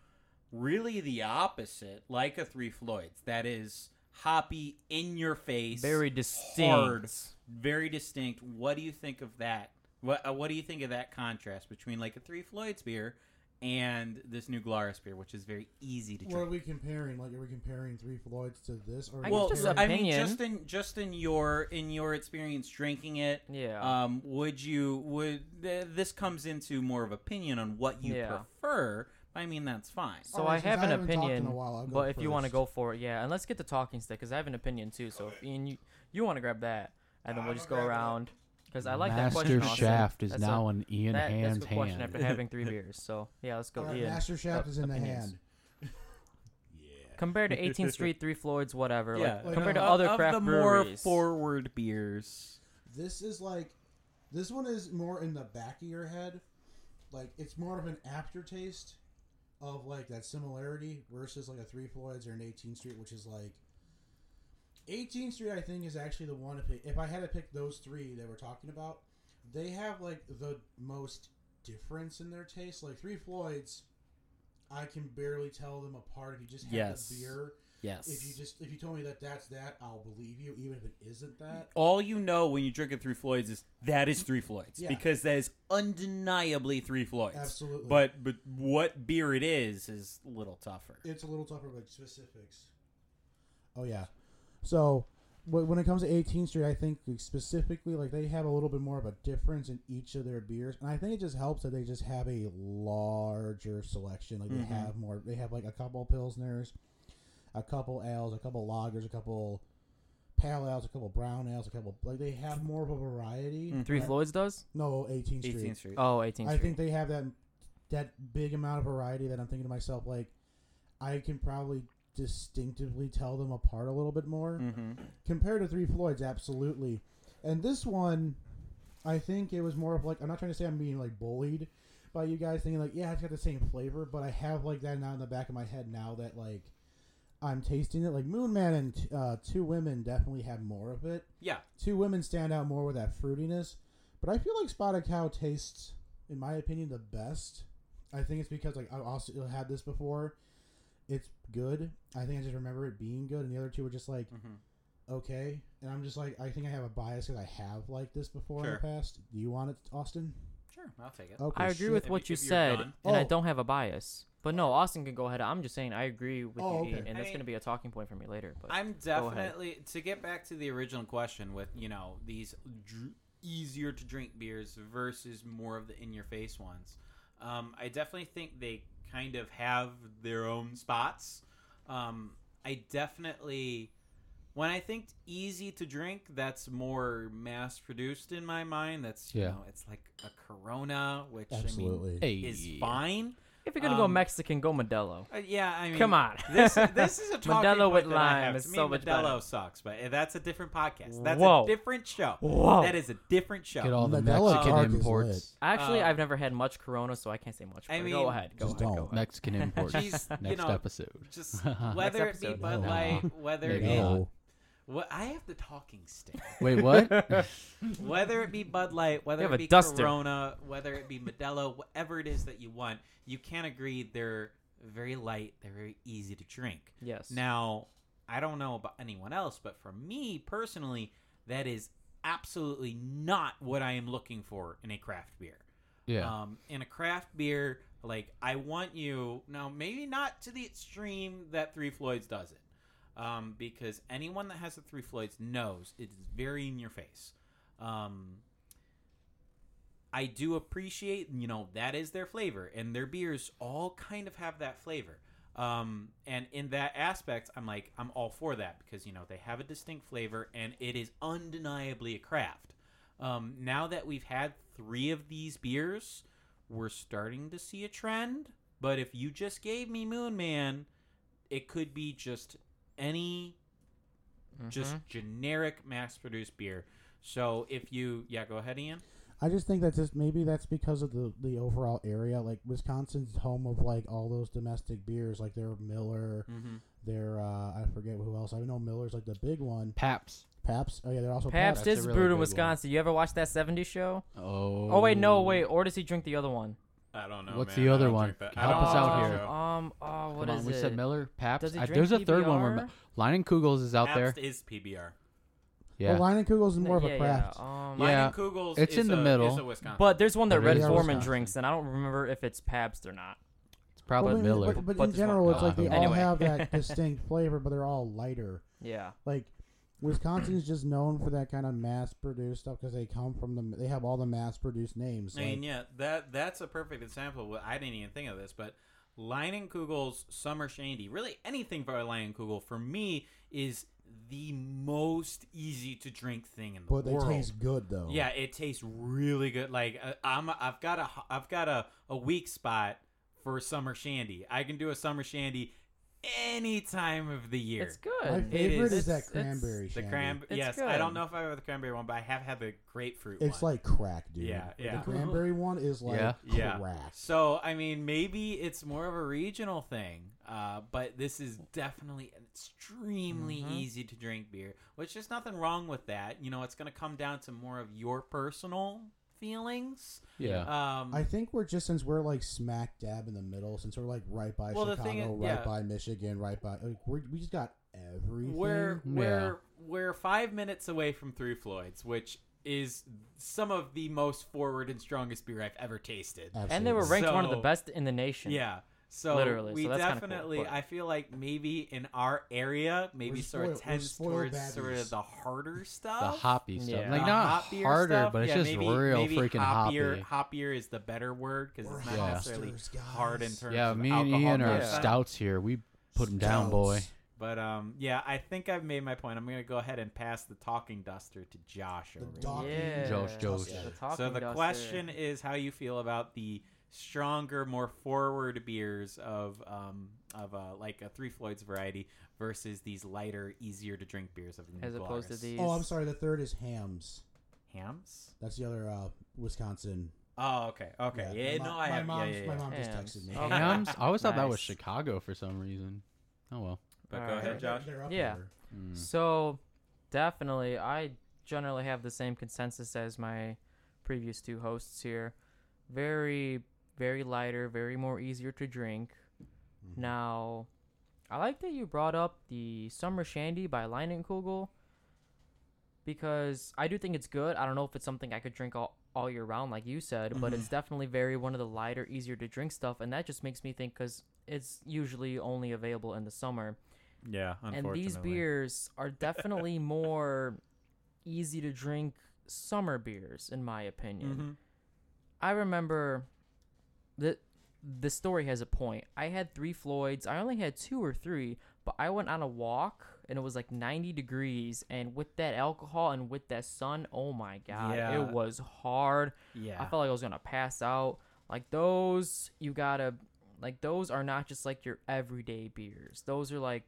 really the opposite, like a Three Floyds? That is hoppy, in your face, Very distinct. hard, very distinct. What do you think of that? What uh, What do you think of that contrast between like a Three Floyds beer and this new Glarus beer, which is very easy to What are drink? we comparing? Like, are we comparing Three Floyds to this? Or are I guess we well, just comparing- I mean, opinion. just in just in your in your experience drinking it, Yeah. um, would you would th- this comes into more of opinion on what you Yeah. prefer? I mean, that's fine. so Alright, I since have I an haven't talked in a opinion, while, I'll go but if you want to first. go for it, yeah, and let's get the talking stick because I have an opinion too. So if Ian, you you want to grab that, and then we'll just go around because I like that question. Master Austin. Shaft is That's a- now an Ian that, that's a Hand's good question hand. after having three beers. So yeah, let's go. All right, Ian. Master Shaft Uh, is in the opinions. hand. Compared to 18th Street, Three Floyds, whatever. Yeah, like, like, compared of- to other of craft the breweries. more forward beers. This is like, this one is more in the back of your head. Like, it's more of an aftertaste of like that similarity versus like a Three Floyds or an 18th Street, which is like. 18th Street, I think, is actually the one. If, it, if I had to pick those three that we're talking about, they have like the most difference in their taste. Like Three Floyds, I can barely tell them apart. If you just have Yes. the beer, Yes. if you just if you told me that that's that, I'll believe you, even if it isn't that. all you know when you drink a Three Floyds is that is Three Floyds Yeah. because that is undeniably Three Floyds. Absolutely. But but what beer it is is a little tougher. It's a little tougher, but specifics. Oh yeah. So wh- when it comes to 18th Street, I think specifically like they have a little bit more of a difference in each of their beers, and I think it just helps that they just have a larger selection. Like they have more. They have like a couple pilsners, a couple ales, a couple lagers, a couple pale ales, a couple brown ales, a couple like they have more of a variety. Mm, Three But- Floyds does? No, 18th Street. 18th Street. Oh, 18th Street. I think they have that that big amount of variety that I'm thinking to myself, like I can probably distinctively tell them apart a little bit more Mm-hmm. compared to Three Floyds, absolutely. And this one, I think it was more of like I'm not trying to say I'm being like bullied by you guys thinking like yeah it's got the same flavor, but I have like that now in the back of my head now that like. I'm tasting it like Moon Man and uh, Two Women definitely have more of it yeah. two women stand out more with that fruitiness, but I feel like Spotted Cow tastes, in my opinion, the best. I think it's because like I also had this before. It's good. I think I just remember it being good, and the other two were just like okay. And I'm just like I think I have a bias because I have like this before in Sure. the past. Do you want it, Austin? Sure, I'll take it. Okay. I agree shit. with If what you- you, if you're said, done. and I Oh. don't have a bias. But no, Austin can go ahead. I'm just saying I agree with Oh, you, Ian, okay. and I that's mean, going to be a talking point for me later. But I'm go ahead. definitely to get back to the original question with you know these dr- easier to drink beers versus more of the in your face ones. Um, I definitely think they kind of have their own spots. Um, I definitely when I think easy to drink, that's more mass produced in my mind. That's you Yeah. know it's like a Corona, which Absolutely. I Hey. mean is fine. if you're going to go um, Mexican, go Modelo. Uh, yeah, I mean, Come on. this this is a talking Modelo point with that I lime have. is to so me, much Modelo better. sucks, but that's a different podcast. That's Whoa. a different show. Whoa. that is a different show. Get all the Modelo Mexican Dark is imports. Actually, uh, I've never had much Corona, so I can't say much. I But go mean, ahead. Go Just ahead. Go don't. ahead. Mexican imports. She's, you Next know, episode. Just whether it be episode. Bud No. Light, whether it Maybe be not. No. what I have the talking stick. Wait, what? whether it be Bud Light, whether You have it a be duster. Corona, whether it be Modelo, whatever it is that you want, you can't agree. They're very light. They're very easy to drink. Yes. Now, I don't know about anyone else, but for me personally, that is absolutely not what I am looking for in a craft beer. yeah. Um, in a craft beer, like I want you now, maybe not to the extreme that Three Floyds does it, um, because anyone that has a Three Floyds knows it is very in your face. Um, I do appreciate, you know, that is their flavor, and their beers all kind of have that flavor. Um, and in that aspect, I'm like, I'm all for that because you know they have a distinct flavor, and it is undeniably a craft. Um, now that we've had three of these beers, we're starting to see a trend. But if you just gave me Moon Man, it could be just any, just generic mass-produced beer. So if you, yeah, go ahead, Ian. I just think that's just maybe that's because of the the overall area. Like Wisconsin's home of like all those domestic beers, like their Miller, their uh, I forget who else. I know Miller's like the big one. Paps. Pabst. Oh yeah, they're also Pabst. Pabst That's a is really brewed good in one. Wisconsin. You ever watch that 70s show? Oh. Oh, wait, no, wait. Or does he drink the other one? I don't know. What's man. the I other don't one? drink that- I Help don't us out drink here. that. Um, oh, what Come is on, we it? said Miller, Paps. Does he I- drink there's a third one. PBR? We're, Line and Kugels is out there. Pabst is PBR. Yeah. Well, Line and Kugels is more of Yeah, a craft. Yeah, um, Yeah. Lion Kugels it's is in the a- middle. is a Wisconsin. But there's one that But Red it is Foreman Wisconsin. drinks, and I don't remember if it's Pabst or not. It's probably Well, but- Miller. But, but But in this one- general, it's no, like I they don't all know. have Anyway. that distinct flavor, but they're all lighter. Yeah. Like Wisconsin's just known for that kind of mass-produced stuff because they come from the. They have all the mass-produced names. I like- mean, yeah, that that's a perfect example. Of, I didn't even think of this, but Lion Kugel's Summer Shandy, really anything by Lion Kugel for me is the most easy to drink thing in the but they world. taste good though. Yeah, it tastes really good. Like uh, I'm, I've got a, I've got a, a weak spot for summer shandy. I can do a summer shandy any time of the year. It's good. My It favorite is, that it's- cranberry. The shandy. cram, It's yes. good. I don't know if I have the cranberry one, but I have had the grapefruit. It's one. like crack, dude. Yeah, yeah. The cranberry one is like Yeah. Yeah. crack. So I mean, maybe it's more of a regional thing, uh, but this is definitely an extremely Mm-hmm. easy to drink beer, which there's nothing wrong with that. You know, it's going to come down to more of your personal feelings. yeah. Um, I think we're just since we're like smack dab in the middle, since we're like right by Well, the Chicago, thing is- right yeah. by Michigan, right by like, we're, we just got everything. we're Yeah. we're we're five minutes away from Three Floyds, which is some of the most forward and strongest beer I've ever tasted. Absolutely. And they were ranked one of the So- best in the nation. Yeah. So Literally, we so that's kinda cool, definitely, but- I feel like maybe in our area, maybe We're sort of spoiled- we're tends spoiled towards baddies. sort of the harder stuff, the hoppy stuff. Yeah. Like the not hop beer harder, stuff. but it's Yeah, just maybe- real maybe freaking hoppier, hoppy. Hoppier is the better word because We're it's not Yeah. necessarily hopsters, hard in guys. terms Yeah, of me and alcohol Ian are content. stouts here. We put them down, boy. Stouts. But um, yeah, I think I've made my point. I'm gonna go ahead and pass the talking duster to Josh. Over The here. dog- Yeah. Josh, Josh. The so talking the duster. question is how you feel about the stronger, more forward beers of um of uh, like a Three Floyds variety versus these lighter, easier to drink beers of the as opposed to Nuclearis. these. Oh, I'm sorry. The third is hams. hams. That's the other uh, Wisconsin. Oh, okay, okay, yeah, my, no, I my have, yeah, mom's- yeah, yeah. My mom just Hams. texted me. Okay. Yeah, I'm s- I always thought that was Nice. Chicago for some reason. Oh well. But All go right. ahead, Josh. They're up Yeah. there. Mm. So, definitely, I generally have the same consensus as my previous two hosts here. Very, very lighter, very more easier to drink. Now, I like that you brought up the Summer Shandy by Leinenkugel because I do think it's good. I don't know if it's something I could drink all, all year round, like you said, but it's definitely very one of the lighter, easier to drink stuff. And that just makes me think because it's usually only available in the summer Yeah, and unfortunately. these beers are definitely more easy to drink summer beers in my opinion Mhm. i remember that the story has a point i had three floyds i only had two or three but i went on a walk and it was like 90 degrees and with that alcohol and with that sun oh my god Yeah. it was hard Yeah, I felt like I was gonna pass out. Like those, you gotta like those are not just like your everyday beers. Those are like,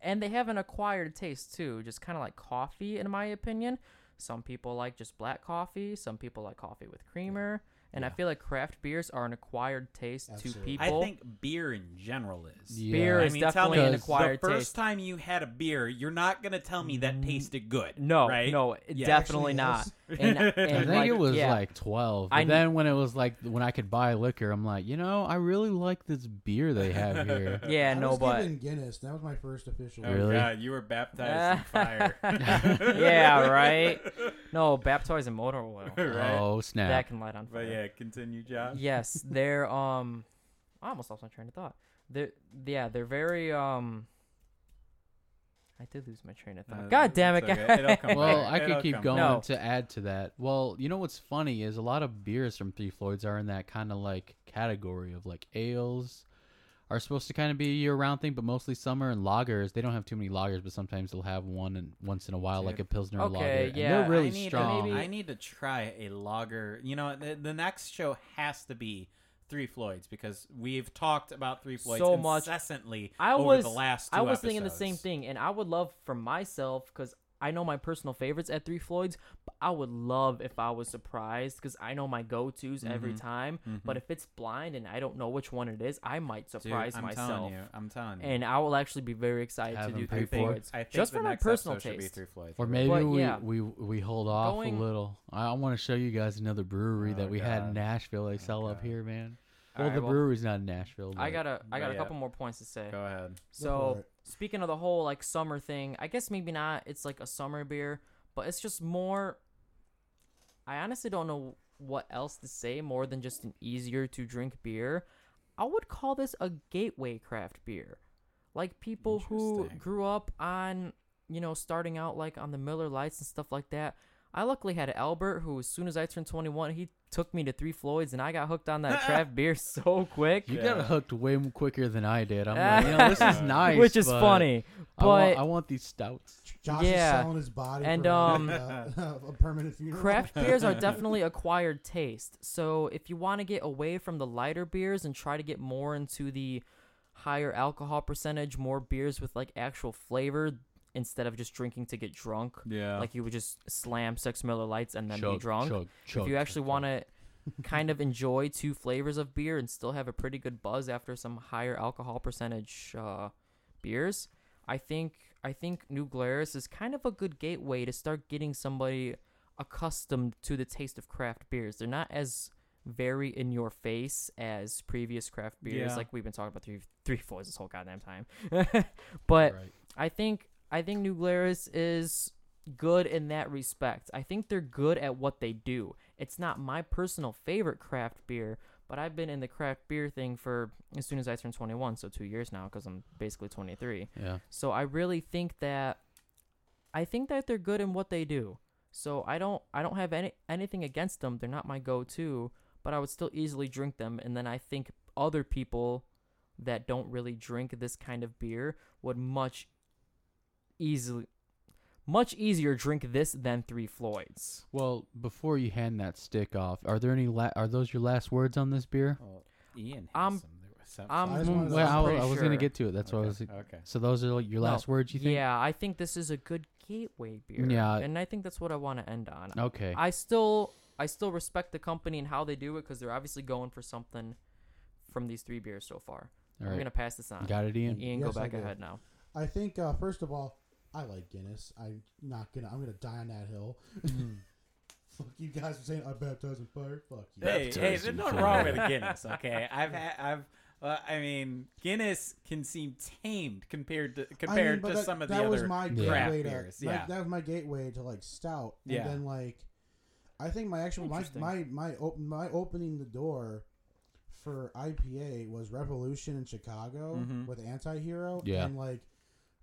and they have an acquired taste too. Just kind of like coffee, in my opinion. Some people like just black coffee. Some people like coffee with creamer. And I feel like craft beers are an acquired taste to Absolutely. people. I think beer in general is. Yeah. beer I is mean, tell definitely me, an does the acquired the first taste. time you had a beer, you're not gonna tell me Mm, that tasted good. No, right? no, Yeah. definitely Actually, not. yes. And, and I think like, it was yeah, like twelve. I And kn- then when it was like when I could buy liquor, I'm like, you know, I really like this beer they have here. yeah, I no, was but given Guinness. That was my first official. Oh, Really? God, you were baptized in fire. yeah, right. No, baptized in motor oil. right. Oh snap! That can light on fire. But yeah, continue, Josh. yes, they're um I almost lost my train of thought. They're yeah, they're very um I did lose my train of thought. Uh, God damn it, it's okay. guys. It'll come well, back. I could It'll keep come going No. to add to that. Well, you know what's funny is a lot of beers from Three Floyds are in that kind of like category of like ales are supposed to kind of be a year-round thing, but mostly summer and lagers. They don't have too many lagers, but sometimes they'll have one and once in a while, like a Dude. pilsner Okay, lager. and yeah, they're really I need strong. To, I need to try a lager. You know, the, the next show has to be Three Floyds because we've talked about Three Floyds So much. incessantly I over was the last. Two I was thinking the same episodes. thing and I would love for myself cuz I know my personal favorites at 3 Floyds, but I would love if I was surprised cuz I know my go-tos every Mm-hmm. time, but if it's blind and I don't know which one it is, I might Dude, surprise I'm myself. telling you. I'm telling you. And I will actually be very excited Have to do them 3 pre-poured. Floyds. I think Just the for my next personal episode should be taste. Three Floyds. or maybe But, we, yeah. we we hold off Going- a little. I, want to show you guys another brewery that Oh, we had in God. Nashville. They sell up here, man. Well, All right, the brewery's not in Nashville. I but- got a I got a Yeah. couple more points to say. Go ahead. So for speaking of the whole like summer thing, I guess maybe not. It's like a summer beer, but it's just more. I honestly don't know what else to say more than just an easier to drink beer. I would call this a gateway craft beer, like people who Interesting. grew up on you know starting out like on the Miller Lights and stuff like that. I luckily had Albert, who as soon as I turned 21, he took me to Three Floyds, and I got hooked on that craft beer so quick. You Yeah. got hooked way m- quicker than I did. I'm like, you know, this is nice, which is but funny. I want- But I want these stouts. Josh Yeah. is selling his body And, for um, a, uh, a permanent funeral. craft beers are definitely acquired taste. So if you want to get away from the lighter beers and try to get more into the higher alcohol percentage, more beers with like actual flavor instead of just drinking to get drunk, Yeah. like you would just slam six Miller Lights and then be drunk. Chug, chug, if you actually chug, want to kind of enjoy two flavors of beer and still have a pretty good buzz after some higher alcohol percentage uh, beers, I think I think New Glarus is kind of a good gateway to start getting somebody accustomed to the taste of craft beers. They're not as very in your face as previous craft beers, Yeah. like we've been talking about three three fours this whole goddamn time. but Right. I think I think New Glarus is good in that respect. I think they're good at what they do. It's not my personal favorite craft beer, but I've been in the craft beer thing for as soon as I turned 21, so 2 years now cuz I'm basically 23. Yeah. So I really think that I think that they're good in what they do. So I don't I don't have any anything against them. They're not my go-to, but I would still easily drink them and then I think other people that don't really drink this kind of beer would much easily much easier drink this than Three Floyds. Well, before you hand that stick off, are there any? La- are those your last words on this beer? Ian. I'm- has some- there was some- I'm- I just wanted to- well, I, I'm I pretty was gonna sure. get to it. That's what I was. Okay, okay. So those are like your No. last words. You think? Yeah, I think this is a good gateway beer. Yeah. and I think that's what I want to end on. Okay. I still I still respect the company and how they do it because they're obviously going for something from these three beers so far. All I'm right. gonna pass this on. Got it, Ian. Ian, Yes, go I back do. ahead now. I think uh, first of all, I like Guinness. I'm not gonna. I'm gonna die on that hill. Hmm. Fuck you guys for saying I baptize in fire. Fuck you. Hey, hey, Baptized there's in nothing fire. wrong with a Guinness, okay? I've had, I've, uh, I mean, Guinness can seem tamed compared to I mean, compared but to that, some of the that was other. my craft gateway to, beers, my- yeah. that was my gateway to like stout. And Yeah. then like, I think my actual my Interesting. my my, op- my opening the door for IPA was Revolution in Chicago Mhm. with Antihero Yeah. and like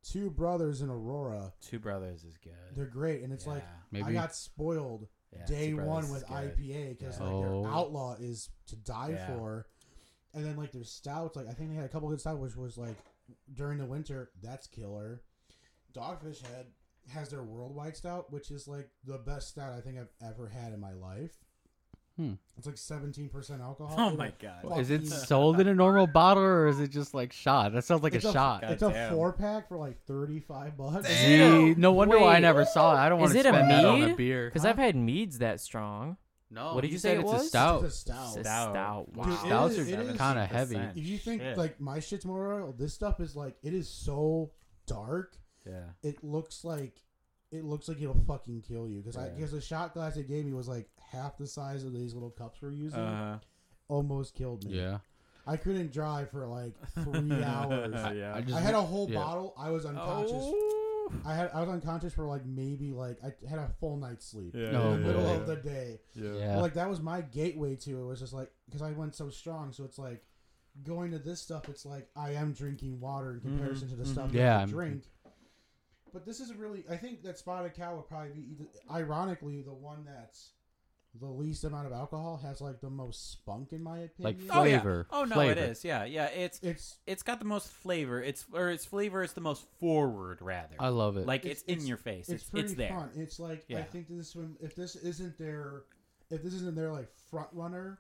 two brothers in Aurora. Two Brothers is good. They're great, and it's like I Maybe. got spoiled Yeah, day Two Brothers one is with good. IPA because Yeah. like Oh. their outlaw is to die Yeah. for, and then like their stouts. Like I think they had a couple good stouts, which was like during the winter. That's killer. Dogfish Head has their worldwide stout, which is like the best stout I think I've ever had in my life. Hmm. It's like seventeen percent alcohol. Oh It my was- god. Well, Is it fucking- sold in a normal bottle or is it just like shot? That sounds like It's a, a- shot. God It's a damn. four pack for like thirty five bucks. Gee, no wonder why I Wait. never saw it. I don't want Is to it a spend that on a mead? beer. Because I've had meads that strong. No, What did he you say said it it's was? a It's stout. Oh. It's a stout. It's a Stout. stout. Dude, Wow. Dude, it Stouts is- are it is- kind of heavy. Percent. If you think Shit. like my shit's more oil, this stuff is like it is so dark. Yeah. It looks like it looks like it'll fucking kill you because I Yeah. because the shot glass it gave me was like half the size of these little cups we're using. Uh, Almost killed me. Yeah. I couldn't drive for like three hours. yeah. I just I had a whole yeah. bottle. I was unconscious. Oh. I had I was unconscious for like maybe like I had a full night's sleep Yeah. No, in the middle yeah. of the day. Yeah. Well, like that was my gateway to it. Was just like because I went so strong, so it's like going to this stuff. It's like I am drinking water in comparison to the stuff that Yeah, I I'm- drink. But this is really, I think that Spotted Cow would probably be, either, ironically, the one that's the least amount of alcohol has like the most spunk in my Like opinion. Oh, yeah. flavor. Oh no, flavor. it is. Yeah, yeah. It's it's it's got the most flavor. It's or its flavor is the most forward rather. I love it. like it's, It's- in it's- your face. it's It's pretty there. fun. It's like I Yeah. think this one, if this isn't their, if this isn't their like front runner,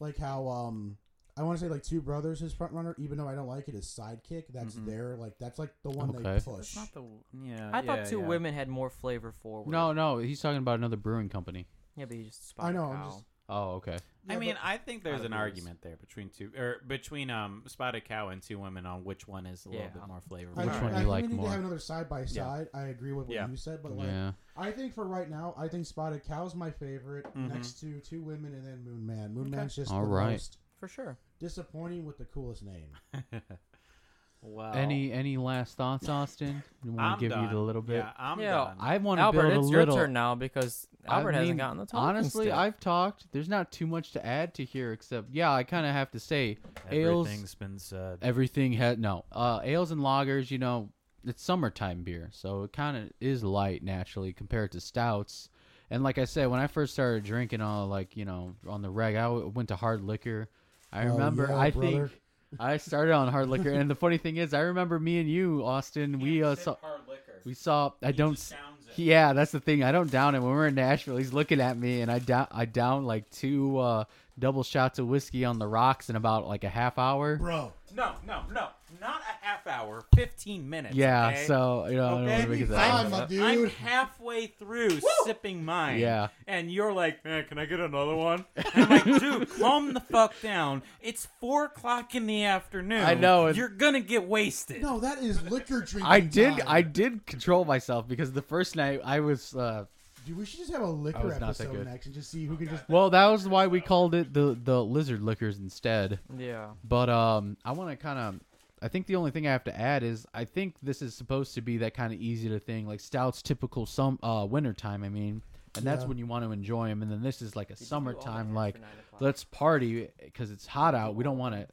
like how um I want to say like Two Brothers is front runner, even though I don't like it is sidekick. That's Mm-hmm. their like that's like the one they Okay. push. It's not the yeah. I thought yeah, two yeah. women had more flavor forward. No, no, he's talking about another brewing company. Yeah, but you just spotted I know. I'm cow. just Oh, okay. I Yeah, mean, but- I think there's Out of an these. argument there between two or between um spotted cow and two women on which one is a Yeah. little bit more flavorful. I, Which one think- I you think like we need more? to have another side by side. I agree with what Yeah. you said, but like Yeah. I think for right now, I think Spotted Mm-hmm. Cow's my favorite, next to Two Women and then Moon Man. Moon Man's just All the right. most For sure. Disappointing with the coolest name. Wow. Any any last thoughts, Austin? You want oh. I'm to give done. you the little bit? Yeah, I'm Yeah, done. I want to Albert, build a it's little. your turn now because I Albert hasn't mean, gotten the talk. Honestly, still. I've talked. There's not too much to add to here except yeah, I kind of have to say ales. Everything's been said. Everything had no uh, ales and lagers. You know, it's summertime beer, so it kind of is light naturally compared to stouts. And like I said, when I first started drinking, all like you know on the reg, I w- went to hard liquor. I Oh, remember. yeah, I brother. think I started on hard liquor, and the funny thing is, I remember me and you, Austin. We uh, saw. hard liquor. We saw. I He don't. just downs it. Yeah, that's the thing. I don't down it. When we're in Nashville, he's looking at me, and I down. I down like two uh, double shots of whiskey on the rocks in about like a half hour. Bro, No, no, no, not a half hour, fifteen minutes. Yeah, okay? so you know, I don't Okay. want to make it hi, that. my dude. I'm halfway through sipping mine. Yeah. And you're like, man, can I get another one? And I'm like, dude, calm the fuck down. It's four o'clock in the afternoon. I know, and- You're gonna get wasted. no, that is liquor drinking. I did. time. I did control myself because the first night I was. Uh, Dude, we should just have a I liquor was not that episode good. next and just see who can just. well, that was why we called it the the lizard liquors instead. yeah. But um, I want to kind of. I think the only thing I have to add is I think this is supposed to be that kind of easy to thing, like stouts typical some uh wintertime. I mean, and that's Yeah. when you want to enjoy them. And then this is like a summertime, like let's party because it's hot out. We don't want to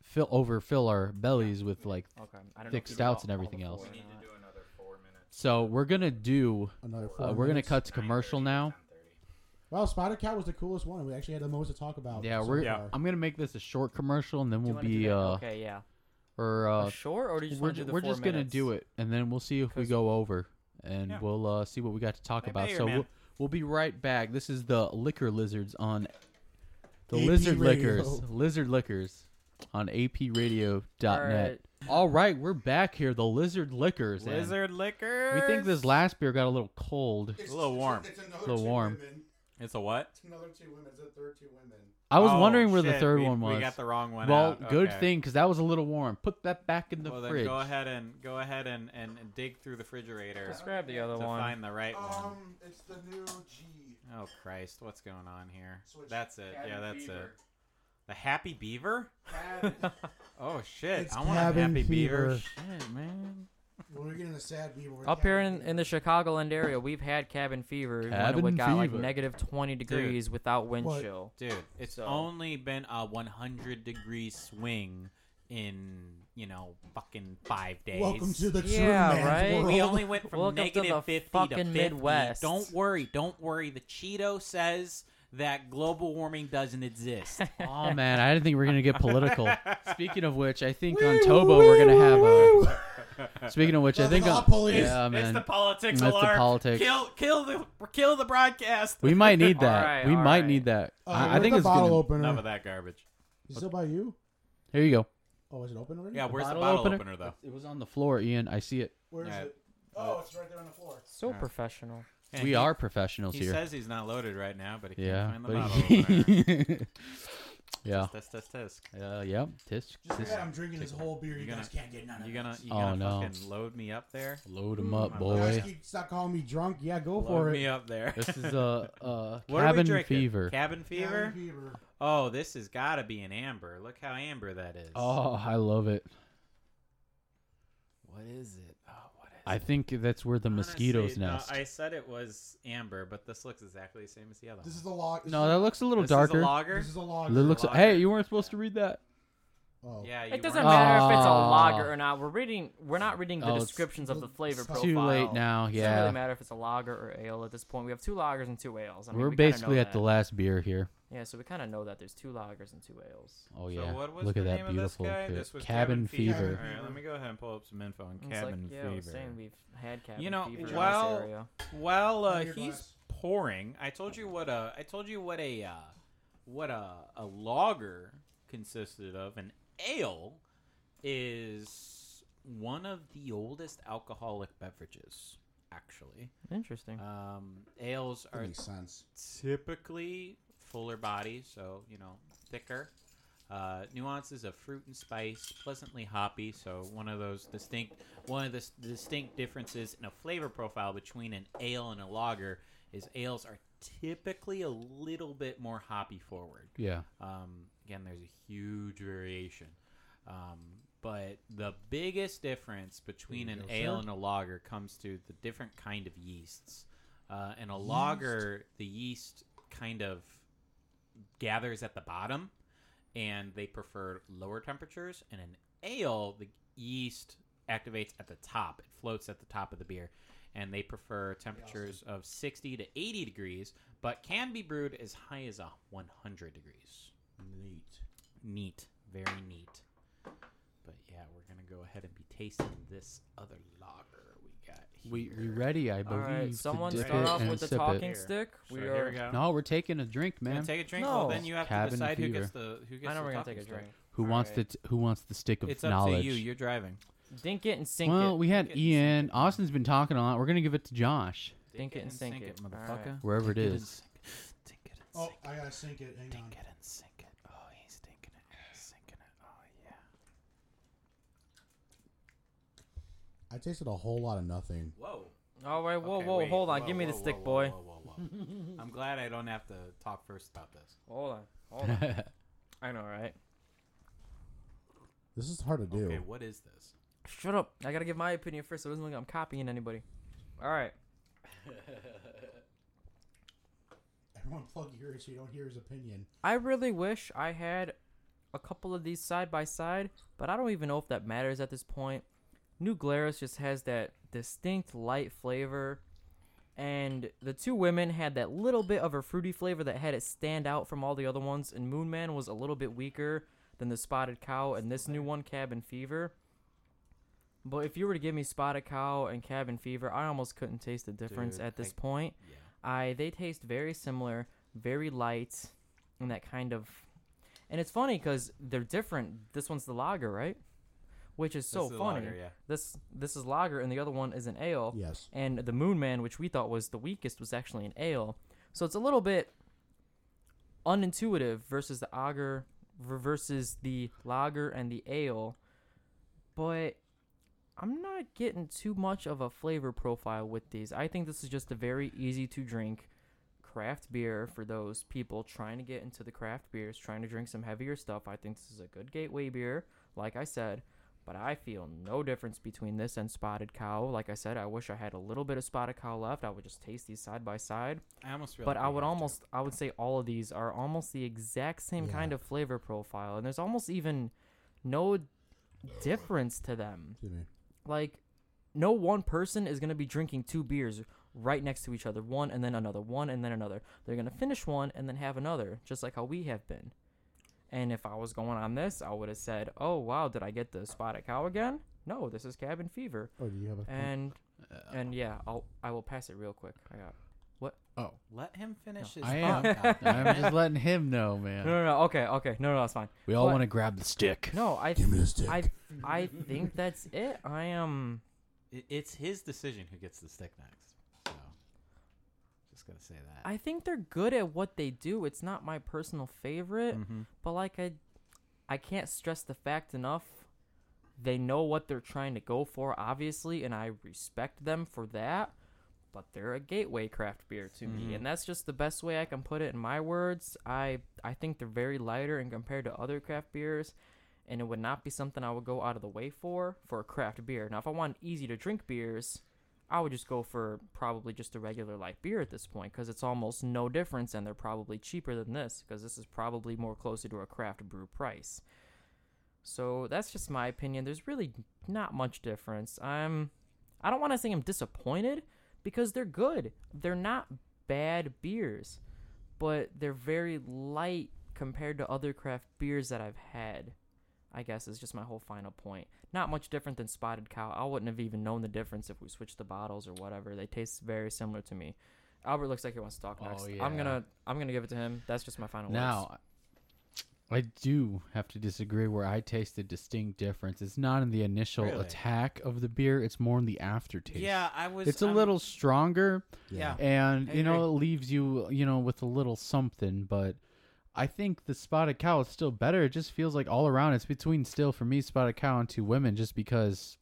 fill overfill our bellies with like. Okay. I don't know thick if you did stouts and all- all everything the else. four or We not. another four minutes. So we're gonna do. Another four Uh, we're gonna minutes. cut to commercial now. Wow, Spider Cat was the coolest one. We actually had the most to talk about. Yeah, so we're. far. I'm gonna make this a short commercial, and then Do you we'll wanna do be that? uh okay, yeah. or A uh short, or do you just we're wanna do ju- the we're four just gonna minutes? do it, and then we'll see if we 'Cause- go over, and Yeah. we'll uh, see what we got to talk Hey, about. Bayer, So man. we'll, we'll be right back. This is the liquor lizards on the AP lizard Radio. liquors, lizard liquors on APRadio.net. All All All right. right, we're back here. The lizard liquors. and Lizard liquor. We think this last beer got a little cold. It's a little warm. It's another A little warm. Women. It's a what? It's another two women. It's a third two women. I was Oh, wondering where the shit, third we- one was. We got the wrong one. well, out. good Okay. thing because that was a little warm. Put that back in the well, fridge. then go ahead and go ahead and, and dig through the refrigerator Just grab the other to one. find the right one. Um, it's the new G. Oh Christ, what's going on here? Switch. That's it. Cabin yeah, that's it. fever. The Happy Beaver? Oh shit! It's I want a Happy cabin Beaver. fever. Shit, man. When we're getting a sad beaver. we're Up here in, cabin in the Chicagoland area, we've had cabin fever Cabin when it got like fever. negative 20 degrees without wind What? chill. Dude, it's So- only been a 100 degree swing in you know fucking five days. Welcome to the true Yeah, man's right? world. We only went from Welcome to negative the 50 fucking to 50. Midwest. Don't worry, don't worry. The Cheeto says that global warming doesn't exist. Oh man, I didn't think we were gonna get political. Speaking of which, I think on Wee, Tobo wee, we're gonna have wee, a. Speaking of which, I The think on, hot police. yeah, it's the man, politics That's the alarm. politics. Kill, kill the, kill the broadcast. we might need All that. right, we all might right. need that. Uh, I, I where's think the it's bottle gonna. opener. Enough of that garbage. Is it still by you? Here you go. Oh, is it open already? Yeah, where's the bottle bottle opener? opener, though? It was on the floor, Ian. I see it. Where is Yeah. it? Oh, it's right there on the floor. So professional. And We he- are professionals He here. says he's not loaded right now, but he yeah, can't find the but bottle opener. yeah, Test, test, test. uh, yeah. Tisk, Just tisk. forget I'm drinking this whole beer. You You're guys can't get none of You it. gonna, you Oh, gonna no. fucking load me up there? Load 'em up, You You boy. guys keep stop calling me drunk. Yeah, go load for it. me up there. This is a uh, uh, What are we cabin drinking? fever. Cabin Yeah, fever. fever. Oh, this has got to be an amber. Look how amber that is. Oh, I love it. what is it? Oh, what is I it? think that's where the mosquitoes Honestly, no, nest. I said it was amber, but this looks exactly the same as the other. This is one. a log. This No, that looks a little This is a darker. lager? This is a log. It looks. lager. Hey, you weren't supposed to read that. Oh. yeah, you It doesn't weren't- matter if it's a Oh. lager or not. We're reading. We're not reading the Oh, it's descriptions of the flavor profile. Too late now. It doesn't really Yeah, matter if it's a lager or ale at this point. We have two lagers and two ales. I mean, we're we kinda basically know at the that. last beer here. Yeah, so we kind of know that there's two lagers and two ales. Oh So yeah, what was look the at that name beautiful of this guy? bit. This was cabin, fever. Fever. All right, let me go ahead and pull up some info on And it's like, cabin yeah, I was fever. saying we've had cabin know, fever while- in this area. Well, uh, Under your he's glass. pouring. I told you what a I told you what a uh, what a a lager consisted of. An ale is one of the oldest alcoholic beverages, actually. Interesting. Um, ales That are makes sense. typically fuller body, so you know thicker. Uh, nuances of fruit and spice, pleasantly hoppy. So one of those distinct, one of the s- distinct differences in a flavor profile between an ale and a lager is ales are typically a little bit more hoppy forward. Yeah, Um, Again, there's a huge variation. Um, but the biggest difference between an ale and a lager comes to the different kind of yeasts. Uh, in a lager, the yeast kind of gathers at the bottom, and they prefer lower temperatures. And an ale, the yeast activates at the top; it floats at the top of the beer, and they prefer temperatures of 60 to 80 degrees, but can be brewed as high as a 100 degrees. Neat, neat, very neat. But yeah, we're gonna go ahead and be tasting this other lager we got here. We we ready? I All believe. right, to someone dip start it off and with the sip it. talking Here. stick. So we here are. we go. No, we're taking a drink, Gonna man. take a drink. Well, No. then you have to Cabin decide who fever. gets the who gets I know the we're gonna talking take a stick. drink. who wants Alright. the Who wants the stick of It's up knowledge? to you. You're driving. Dink it and sink well, it. we had Dink it. Ian. Austin's been talking a lot. We're gonna give it to Josh, Dink it and sink it. motherfucker. Alright. wherever it Dink it and is. sink it. Dink it and Oh, sink I gotta sink it. Hang it. on. Dink it and sink it. Oh, he's dinking it. and Sinking it. Oh yeah. I tasted a whole lot of nothing. Whoa. All right, whoa, Okay, whoa, wait. hold on. Whoa, Give me the whoa, stick, whoa, boy. whoa, whoa, whoa, whoa. I'm glad I don't have to talk first about this. Hold on. Hold on. I know, right? This is hard to do. Okay, what is this? Shut up. I gotta give my opinion first. So it doesn't look like I'm copying anybody. All right. Everyone plug your ears so you don't hear his opinion. I really wish I had a couple of these side by side, but I don't even know if that matters at this point. New Glarus just has that distinct light flavor, and the two women had that little bit of a fruity flavor that had it stand out from all the other ones. And Moonman was a little bit weaker than the Spotted Cow and this new one, Cabin Fever. But if you were to give me Spotted Cow and Cabin Fever, I almost couldn't taste the difference Dude, at this I- point. Yeah. I they taste very similar, very light, and that kind of. And it's funny because they're different. This one's the lager, right? Which is so This is a funny. lager, yeah. This this is lager, and the other one is an Oh. ale. Yes. And the Moon Man, which we thought was the weakest, was actually an ale. So it's a little bit unintuitive versus the auger ver- versus the lager and the ale. But I'm not getting too much of a flavor profile with these. I think this is just a very easy to drink craft beer for those people trying to get into the craft beers, trying to drink some heavier stuff. I think this is a good gateway beer, like I said. But I feel no difference between this and Spotted Cow. Like I said, I wish I had a little bit of Spotted Cow left. I would just taste these side by side. I almost feel But like I we would have to. almost, I would say all of these are almost the exact same kind of flavor profile, and there's almost even no difference to them. Excuse me. Like, no one person is gonna be drinking two beers right next to each other, one and then another, one and then another. They're gonna finish one and then have another, just like how we have been. And if I was going on this, I would have said, "Oh wow, did I get the spotted cow again? No, this is cabin fever." Oh, do you have a? And and yeah, I'll I will pass it real quick. I got oh, let him finish his I am. thought. Kyle. I'm just letting him know, no no man. no okay okay no no that's fine. We all But- want to grab the stick. No, I Give me the stick. I I think that's it. I um, am It- it's his decision who gets the stick next. So, just gotta say that. I think they're good at what they do. It's not my personal favorite, Mm-hmm. but like I I can't stress the fact enough. They know what they're trying to go for obviously, and I respect them for that. But they're a gateway craft beer to me, and that's just the best way I can put it in my words. I I think they're very lighter and compared to other craft beers, and it would not be something I would go out of the way for for a craft beer. Now, if I wanted easy to drink beers, I would just go for probably just a regular light beer at this point because it's almost no difference, and they're probably cheaper than this because this is probably more closer to a craft brew price. So that's just my opinion. There's really not much difference. I'm, I don't want to say I'm disappointed because they're good. They're not bad beers, but they're very light compared to other craft beers that I've had. I guess is just my whole final point. Not much different than Spotted Cow. I wouldn't have even known the difference if we switched the bottles or whatever. They taste very similar to me. Albert looks like he wants to talk Oh, next. yeah. I'm gonna I'm gonna give it to him. That's just my Oh, final words. Now, I do have to disagree where I taste a distinct difference. It's not in the initial Really? attack of the beer, it's more in the aftertaste. yeah, I was. It's a I'm- little stronger Yeah. and I you know agree. it leaves you, you know, with a little something, but I think the spotted cow is still better. It just feels like all around it's between still for me spotted cow and two women just because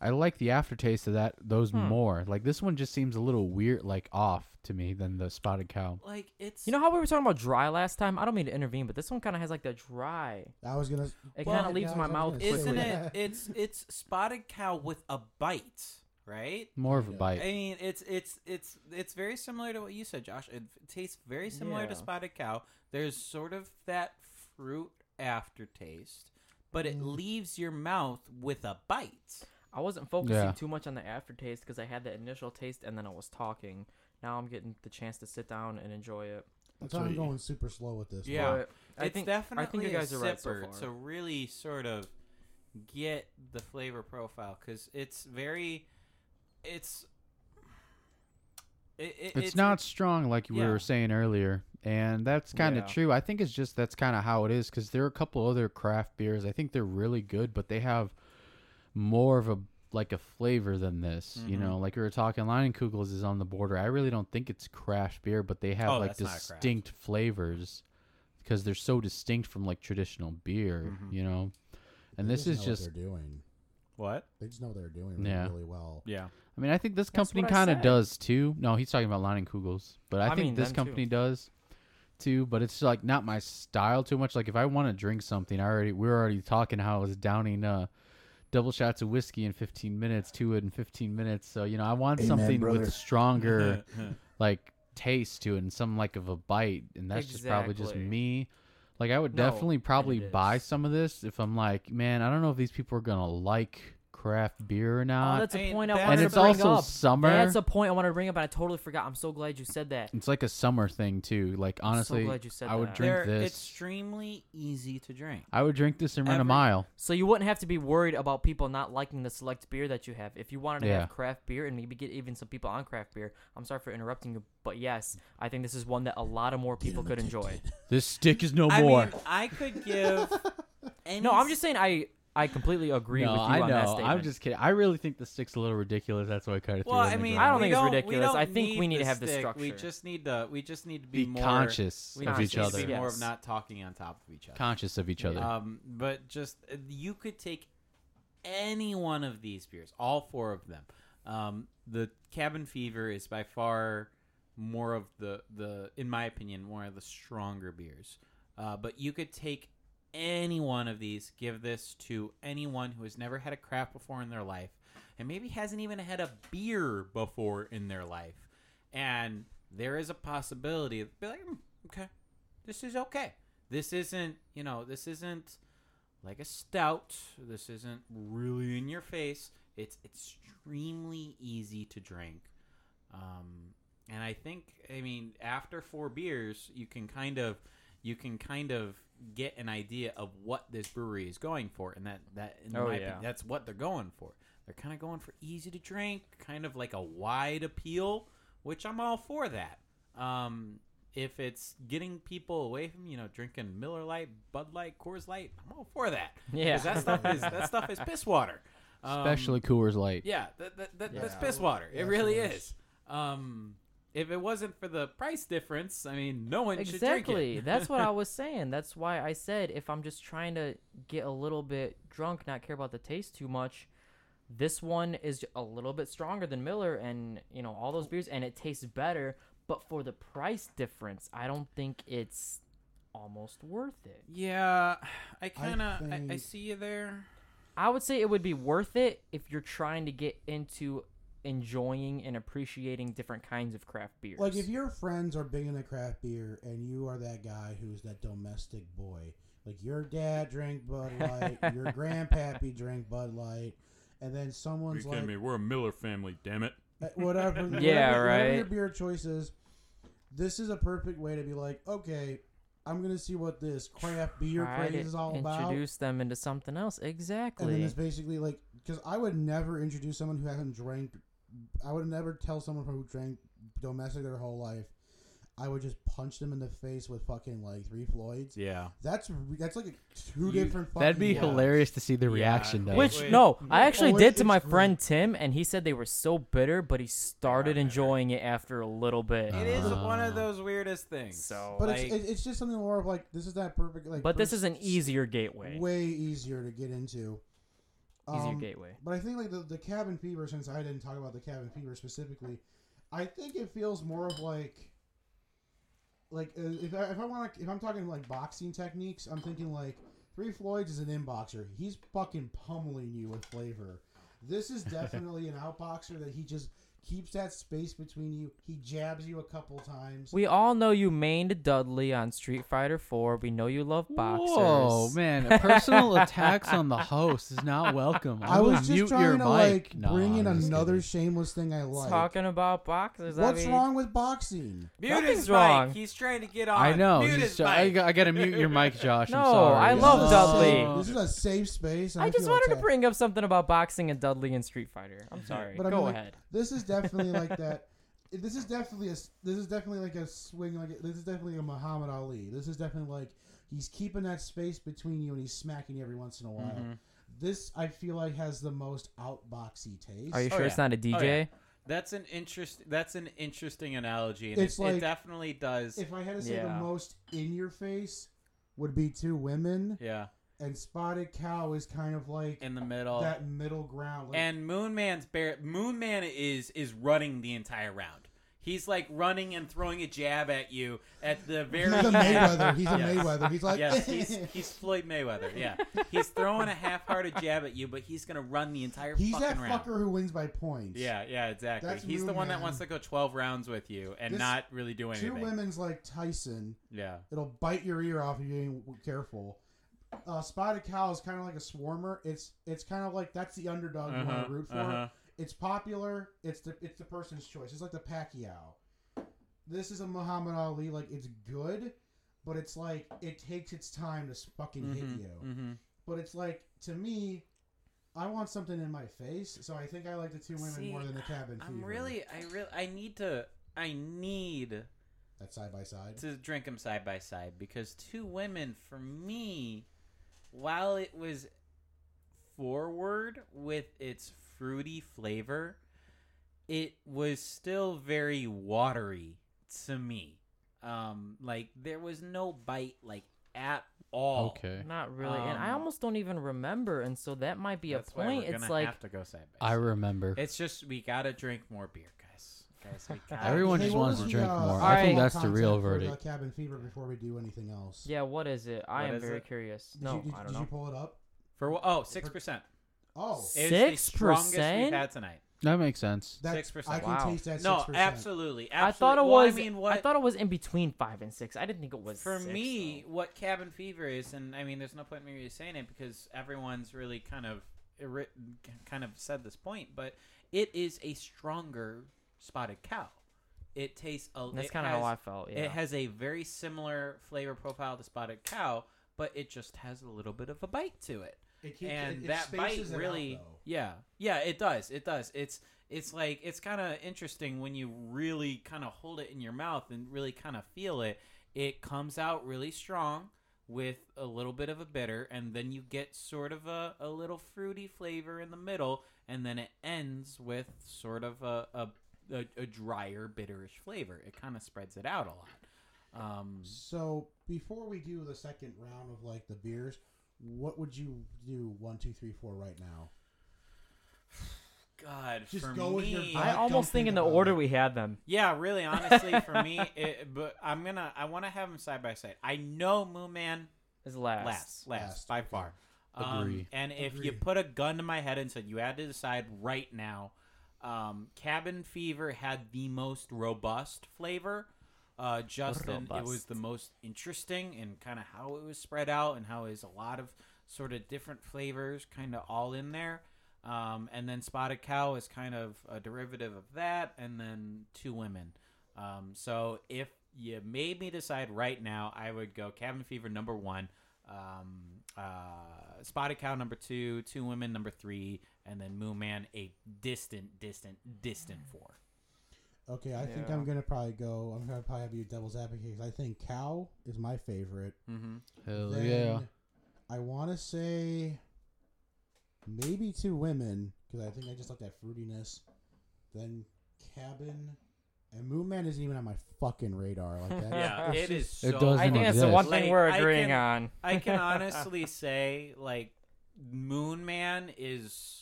I like the aftertaste of that those Hmm. more. Like this one just seems a little weird, like off to me than the spotted cow. Like it's You know how we were talking about dry last time? I don't mean to intervene, but this one kind of has like that dry. I was gonna. It well, kind of leaves yeah, my I was mouth gonna say quickly. isn't Yeah. it? It's it's spotted cow with a bite, right? More of a I bite. mean, it's it's it's it's very similar to what you said, Josh. It tastes very similar Yeah. to spotted cow. There's sort of that fruit aftertaste, but it Mm. leaves your mouth with a bite. I wasn't focusing Yeah. too much on the aftertaste because I had the initial taste and then I was talking. Now I'm getting the chance to sit down and enjoy it. That's why I'm going super slow with this. Yeah. But I it's think definitely I think you a guys are right so sipper far. to really sort of get the flavor profile because it's very, it's. It, it- It's, not strong like we yeah. were saying earlier, and that's kind of Yeah. true. I think it's just that's kind of how it is because there are a couple other craft beers. I think they're really good, but they have more of a like a flavor than this. You know, Mm-hmm. like we were talking, Lion Kugels is on the border. I really don't think it's craft beer, but they have Oh, like that's not a craft. distinct flavors because they're so distinct from like traditional beer. Mm-hmm. You know, and They this is know just. what they're doing. what. They just know what they're doing really, Yeah. really well. Yeah. I mean, I think this That's company what I kind of said. does too. No, he's talking about Lion Kugels, but I, I think mean this them, too. company does too. But it's like not my style too much. Like if I want to drink something, I already we are already talking how I was downing uh double shots of whiskey in 15 minutes, two in 15 minutes. So you know, I want Amen, something brother. with stronger like taste to it and some like of a bite, and that's just probably just Exactly. me. Like I would No, definitely probably it buy is. some of this if I'm like, man, I don't know if these people are gonna like craft beer or Oh, not. that's I mean, a point I that's- wanted And to it's bring also up. summer. That's a point I wanted to bring up, but I totally forgot. I'm so glad you said that. It's like a summer thing too. Like honestly, glad you said I would that. drink They're this. extremely easy to drink. I would drink this and run a every- mile. So you wouldn't have to be worried about people not liking the select beer that you have. If you wanted to Yeah. have craft beer and maybe get even some people on craft beer, I'm sorry for interrupting you, but yes, I think this is one that a lot of more people could enjoy. This stick is no I more. mean, I could give. any No, I'm just saying I I completely agree no, with you I on that know. statement. I'm just kidding. I really think the stick's a little ridiculous. That's why I kind of Well, threw it I in the mean, ground. I don't we think it's we ridiculous. don't I think we need to have the stick. We structure. just need to. We just need to be, be more conscious we of just each need to other. Be more Yes. of not talking on top of each other. Conscious of each other. Um, but just uh, you could take any one of these beers, all four of them. Um, the Cabin Fever is by far more of the the, in my opinion, one of the stronger beers. Uh, but you could take any one of these, give this to anyone who has never had a craft before in their life, and maybe hasn't even had a beer before in their life, and there is a possibility. Be like, "Mm, okay, this is okay. This isn't, you know, this isn't like a stout. This isn't really in your face. It's extremely easy to drink. Um, and I think, I mean, after four beers, you can kind of, you can kind of get an idea of what this brewery is going for, and that that in Oh, my yeah. opinion, that's what they're going for. They're kind of going for easy to drink, kind of like a wide appeal, which I'm all for that. Um, if it's getting people away from you know drinking Miller Lite, Bud Light, Coors Light, I'm all for that. 'Cause Yeah. that stuff is that stuff is piss water. Um, Especially Coors Light. yeah, that, that, that, that's Yeah. piss water. Yeah, it really it is. Um, if it wasn't for the price difference, I mean, no one should drink Exactly. it. That's what I was saying. That's why I said if I'm just trying to get a little bit drunk, not care about the taste too much, this one is a little bit stronger than Miller and, you know, all those beers and it tastes better, but for the price difference, I don't think it's almost worth it. yeah, I kind of I, I think- see you there. I would say it would be worth it if you're trying to get into enjoying and appreciating different kinds of craft beers. Like if your friends are big into craft beer and you are that guy who's that domestic boy, like your dad drank Bud Light, your grandpappy drank Bud Light, and then someone's like, We're a Miller family, damn it. uh, whatever, whatever- Yeah, whatever your right. beer choice is, this is a perfect way to be like, okay, I'm gonna see what this craft beer Try to craze is all about. introduce them into something else. And then Exactly. it's basically like because I would never introduce someone who hasn't drank. I would never tell someone who drank domestic their whole life. I would just punch them in the face with fucking like three Floyds. Yeah. That's re- that's like a, two You- different. Fucking That'd be words. hilarious to see the Yeah. reaction though. Which Wait. no, I actually Oh, did it's- to my it's friend Tim, and he said they were so bitter, but he started enjoying it after a little bit. It is one of Ah. those weirdest things. So- But like, it's it's it's just something more of like this is that perfect like. but this first is an easier gateway. way easier to get into. He's your Um, gateway. But I think like the, the cabin fever, since I didn't talk about the cabin fever specifically, I think it feels more of like, like uh, if I, if I want to if I'm talking like boxing techniques, I'm thinking like three Floyds is an inboxer. He's fucking pummeling you with flavor. This is definitely an outboxer that he just keeps that space between you. He jabs you a couple times. We all know you mained Dudley on Street Fighter 4. We know you love boxers. Whoa, man! Personal attacks on the host is not welcome. I, I will was just mute your trying to mic. like Nah, bring in I'm just another kidding. shameless thing I like. Talking about boxers. I What's mean, wrong with boxing? Mute Nothing's his mic. wrong. He's trying to get on. I know. Mute you his st- I, mic. got, to mute your mic, Josh. I'm No, sorry. I This love is a Dudley. safe- This is a safe space. and I just feel wanted to attacked. bring up something about boxing and Dudley and Street Fighter. I'm sorry. But I Go mean, like, ahead. This is definitely like that. This is definitely a. s- This is definitely like a swing. Like this is definitely a Muhammad Ali. This is definitely like he's keeping that space between you and he's smacking you every once in a while. Mm-hmm. This I feel like has the most outboxy taste. Are you Oh, sure it's yeah. not a yeah. DJ? That's an interest. That's an interesting analogy, and It's it, it like- definitely does. if I had to say Yeah. the most in your face would be two women, yeah, and Spotted Cow is kind of like in the middle. that middle ground. Like, and Moon Man's bear. Moon Man is is running the entire round. He's like running and throwing a jab at you at the very. he's a Mayweather. He's a Yes. Mayweather. He's like yes, he's, he's Floyd Mayweather. Yeah, he's throwing a half-hearted jab at you, but he's gonna run the entire He's fucking that round. fucker who wins by points. Yeah, yeah, exactly. That's he's the Moon one Man. that wants to go 12 rounds with you and This- not really do Two anything. women's like Tyson. Yeah. It'll bite your ear off if you ain't w- careful. Uh, Spotted Cow is kind of like a swarmer. It's it's kind of like that's the underdog you want Uh-huh, to root for. uh-huh. It's popular. It's the it's the person's choice. It's like the Pacquiao. This is a Muhammad Ali. Like it's good, but it's like it takes its time to s- fucking hit you. Mm-hmm. But it's like to me, I want something in my face. So I think I like the two women See, more than the cabin. I'm fever. really, I really, I need to, I need that side by side. to drink them side by side because two women for me, while it was forward with its fruity flavor, it was still very watery to me. Um, like there was no bite, like at all. Okay. Not really. and I Um, almost don't even remember. And so that might be a That's why point. we're It's gonna like, have to go side by I side. remember. It's just we gotta drink more beer, guys. Guys, we gotta Everyone Hey, just what wants was to the, drink uh, more. I think overall that's the concept real for the verdict. cabin fever before we do anything else. yeah, what is it? I What am is very it? curious. Did No, you, did, I did don't you know. pull it up? for wha- oh six percent. Oh, It is the strongest 6%? we've had tonight. That makes sense. that, 6%. I can Wow. taste that. No, 6%. absolutely, absolutely. I thought it Well, was. I mean, I what thought it was in between five and six. I didn't think it was. for six, me, though. what cabin fever is, and I mean, there's no point in me really saying it because everyone's really kind of irri- kind of said this point, but it is a stronger spotted cow. It tastes a. that's it kind of how has- I felt. Yeah. It has a very similar flavor profile to spotted cow, but it just has a little bit of a bite to it. It keeps- and it- it that bite spaces it out, really though. yeah yeah it does it does it's it's like it's kind of interesting when you really kind of hold it in your mouth and really kind of feel it it comes out really strong with a little bit of a bitter and then you get sort of a, a little fruity flavor in the middle and then it ends with sort of a, a, a, a drier bitterish flavor it kind of spreads it out a lot um, So before we do the second round of like the beers, what would you do? One, two, three, four, right now. god Just for go me with your gut. I don't almost think think in the about order it. we had them. Yeah, really, honestly, for me, it, but I'm gonna, I want to have them side by side. I know Moon Man Is last. last, last, Last, by okay. far. Um, Agree. And if Agree. you put a gun to my head and said you had to decide right now, um, Cabin Fever had the most robust flavor. Uh, Justin, it was Robust. the most interesting and kind of how it was spread out and how is a lot of sort of different flavors kind of all in there. Um, and then Spotted Cow is kind of a derivative of that, and then Two Women. Um, so if you made me decide right now, I would go Cabin Fever number one, um, uh, Spotted Cow number two, Two Women number three, and then Moon Man a distant, distant, distant four. Okay, I think Yeah. I'm gonna probably go. I'm gonna probably have you devil's advocate. 'cause I think cow is my favorite. Mm-hmm. Hell Then yeah. I want to say maybe two women because I think I just like that fruitiness. Then cabin and Moon Man isn't even on my fucking radar like that. Yeah, It's it is. just- So It does I Doesn't think that's the one exist. thing we're Like, I agreeing can- on. I can honestly say, like, Moon Man is.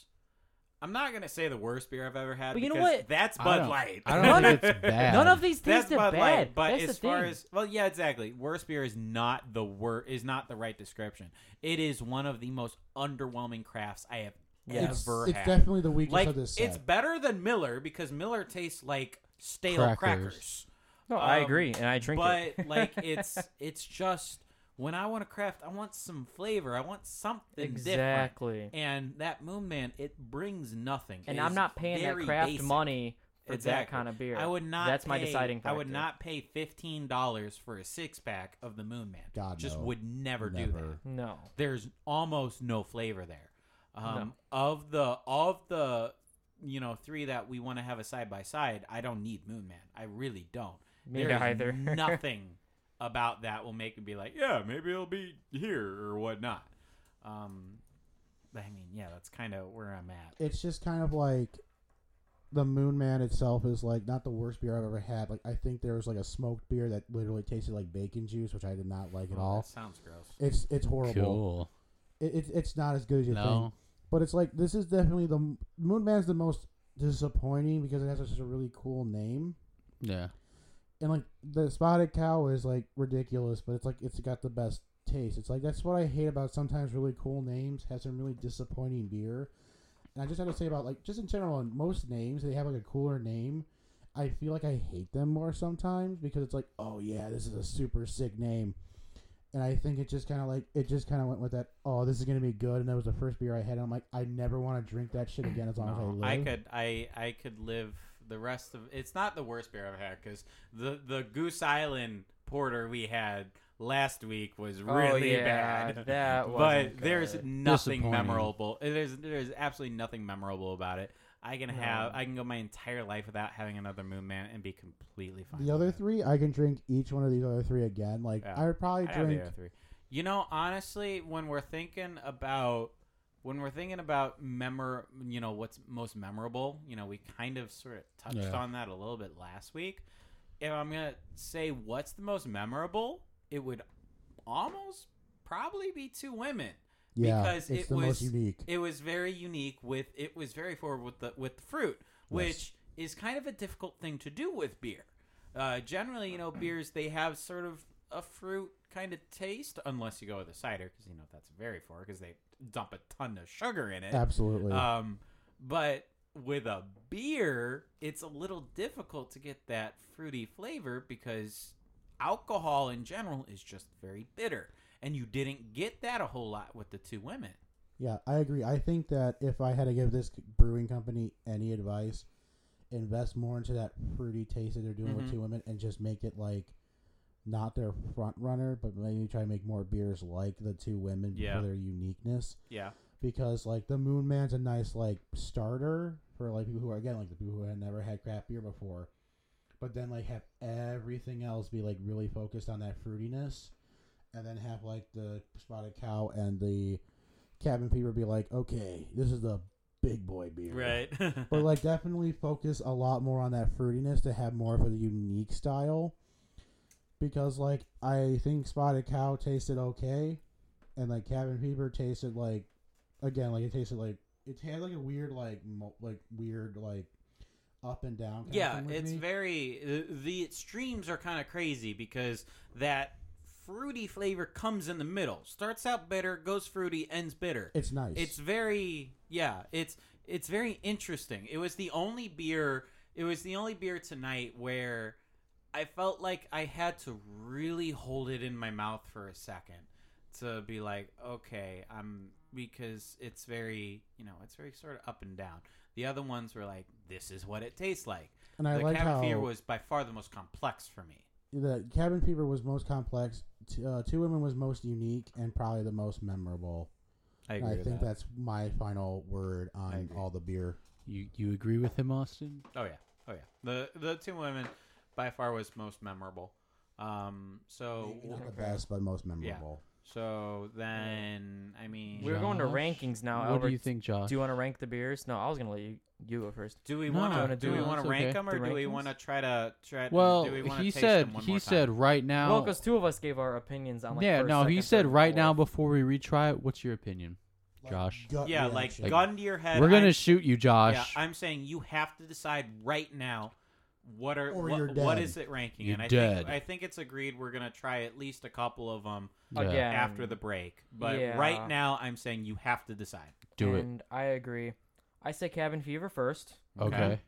I'm not gonna say the worst beer I've ever had. But you know because what? That's I Bud don't- Light. I None don't think it's bad. None of these That's tasted Bud bad. Light, but That's as the far thing. as well, yeah, exactly. Worst beer is not the word is not the right description. It is one of the most underwhelming crafts I have It's, ever it's had. definitely the weakest like of this set. it's better than Miller because Miller tastes like stale Crackers. crackers. no, I um, agree, and I drink but it. like it's it's just when I want to craft, I want some flavor. I want something different. exactly. And that Moon Man, it brings nothing. and It I'm is not paying that very craft basic. money for that Exactly. kind of beer. I would not. That's my pay- deciding factor. I would not pay fifteen dollars for a six pack of the Moon Man. God, just no. would never, do that. Never. No. There's almost no flavor there. Um, Of the of the you know three that we want to have a side by side, I don't need Moon Man. I really don't. Me There is neither. nothing about that will make me be like, yeah, maybe it'll be here or whatnot. Um, but I mean, yeah, that's kind of where I'm at. it's just kind of like the Moon Man itself is like not the worst beer I've ever had. Like I think there was like a smoked beer that literally tasted like bacon juice, which I did not like at Oh, all. that sounds gross. It's it's horrible. Cool. It, it's it's not as good as you think. No. But it's like this is definitely the Moon Man's the most disappointing because it has such a really cool name. Yeah. and like the spotted cow is like ridiculous, but it's like it's got the best taste. It's like that's what I hate about sometimes really cool names have some really disappointing beer. And I just have to say about like just in general, on most names they have like a cooler name. I feel like I hate them more sometimes because it's like, oh yeah, this is a super sick name. And I think it just kind of like it just kind of went with that. Oh, this is gonna be good, and that was the first beer I had. And I'm like, I never want to drink that shit again as long as I No, live. I could I I could live the rest of it's not the worst beer I've had because the the Goose Island porter we had last week was really oh, yeah, bad. That But wasn't there's good. nothing Disappointing. memorable. There's there's absolutely nothing memorable about it. I can have I can go my entire life without having another Moon Man and be completely fine. The other with it. three, I can drink each one of these other three again. Like Yeah. I would probably I'd have the drink other three. You know, honestly, when we're thinking about when we're thinking about memor, you know, what's most memorable, you know, we kind of sort of touched Yeah. on that a little bit last week. If I'm gonna say what's the most memorable, it would almost probably be two women. Yeah, because it's it the most was unique. It was very unique with it was very forward with the with the fruit, which is kind of a difficult thing to do with beer. Uh, generally, you know, beers they have sort of a fruit kind of taste, unless you go with a cider, because you know that's very forward because they dump a ton of sugar in it. Absolutely. Um, but with a beer, it's a little difficult to get that fruity flavor because alcohol in general is just very bitter. And you didn't get that a whole lot with the two women. yeah, I agree. I think that if I had to give this brewing company any advice, invest more into that fruity taste that they're doing with Mhm. Two Women and just make it like not their front runner, but maybe try to make more beers like the Two Women Yeah. for their uniqueness. Yeah. Because like the Moon Man's a nice like starter for like people who are again like the people who had never had craft beer before, but then like have everything else be like really focused on that fruitiness. and then have like the spotted cow and the cabin fever be like, okay, this is the big boy beer, But like, definitely focus a lot more on that fruitiness to have more of a unique style, because like I think spotted cow tasted okay, and like cabin fever tasted like, again, like it tasted like it had like a weird like mo- like weird like up and down. Kind of yeah, thing with it's me. very the, the extremes are kind of crazy because that fruity flavor comes in the middle. Starts out bitter, goes fruity, ends bitter. it's nice. It's very yeah, it's it's very interesting. It was the only beer it was the only beer tonight where I felt like I had to really hold it in my mouth for a second to be like, okay, I'm because it's very, you know, it's very sort of up and down. The other ones were like, this is what it tastes like. and I the like Cabin how Fever was by far the most complex for me. the cabin fever was most complex T- uh, two women was most unique and probably the most memorable I And agree. with think that. that's my final word on all the beer You you agree with him, Austin? Oh yeah, oh yeah. The the two women by far was most memorable. Um, so Maybe not the best but most memorable So then, I mean, We're going to Josh, rankings now. what Albert. do you think, Josh? Do you want to rank the beers? No, I was gonna let you you go first. do we No, want no, to do no, we want it's to rank okay. them or The do we rankings? want to try to try? well, do we wanna he taste said them one he more said time? right now. Well, because two of us gave our opinions on like yeah, first, no, he second, said third, right now fourth. before we retry it. What's your opinion? Josh. gut Yeah, like reaction. gun to your head. We're gonna I'm- shoot you, Yeah, Josh. I'm saying you have to decide right now what are Or what- you're what dead. is it ranking? You're and I dead. think I think it's agreed we're gonna try at least a couple of them Yeah. Again. after the break. But Um, Yeah. right now, I'm saying you have to decide. Do it. and I agree. I say cabin fever first. Okay. Okay.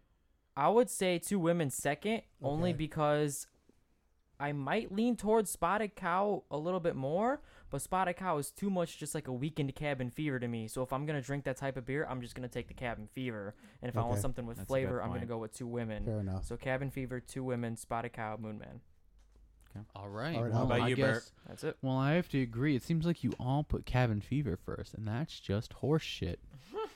I would say two women second, only Okay. because I might lean towards Spotted Cow a little bit more, but Spotted Cow is too much just like a weekend cabin fever to me. So if I'm gonna drink that type of beer, I'm just gonna take the cabin fever. And if I want Okay. something with That's a good flavor, I'm gonna point. go with two women. Fair enough. So cabin fever, two women, Spotted Cow, Moon Man. All right. All right, how well, about I you, guess, Bert? That's it. Well, I have to agree. It seems like you all put cabin fever first, and that's just horse shit.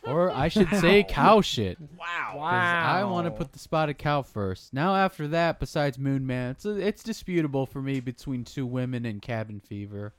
or I should say cow shit. 'cause Wow. I want to put the spotted cow first. Now, after that, besides Moon Man, it's, uh, it's disputable for me between two women and cabin fever.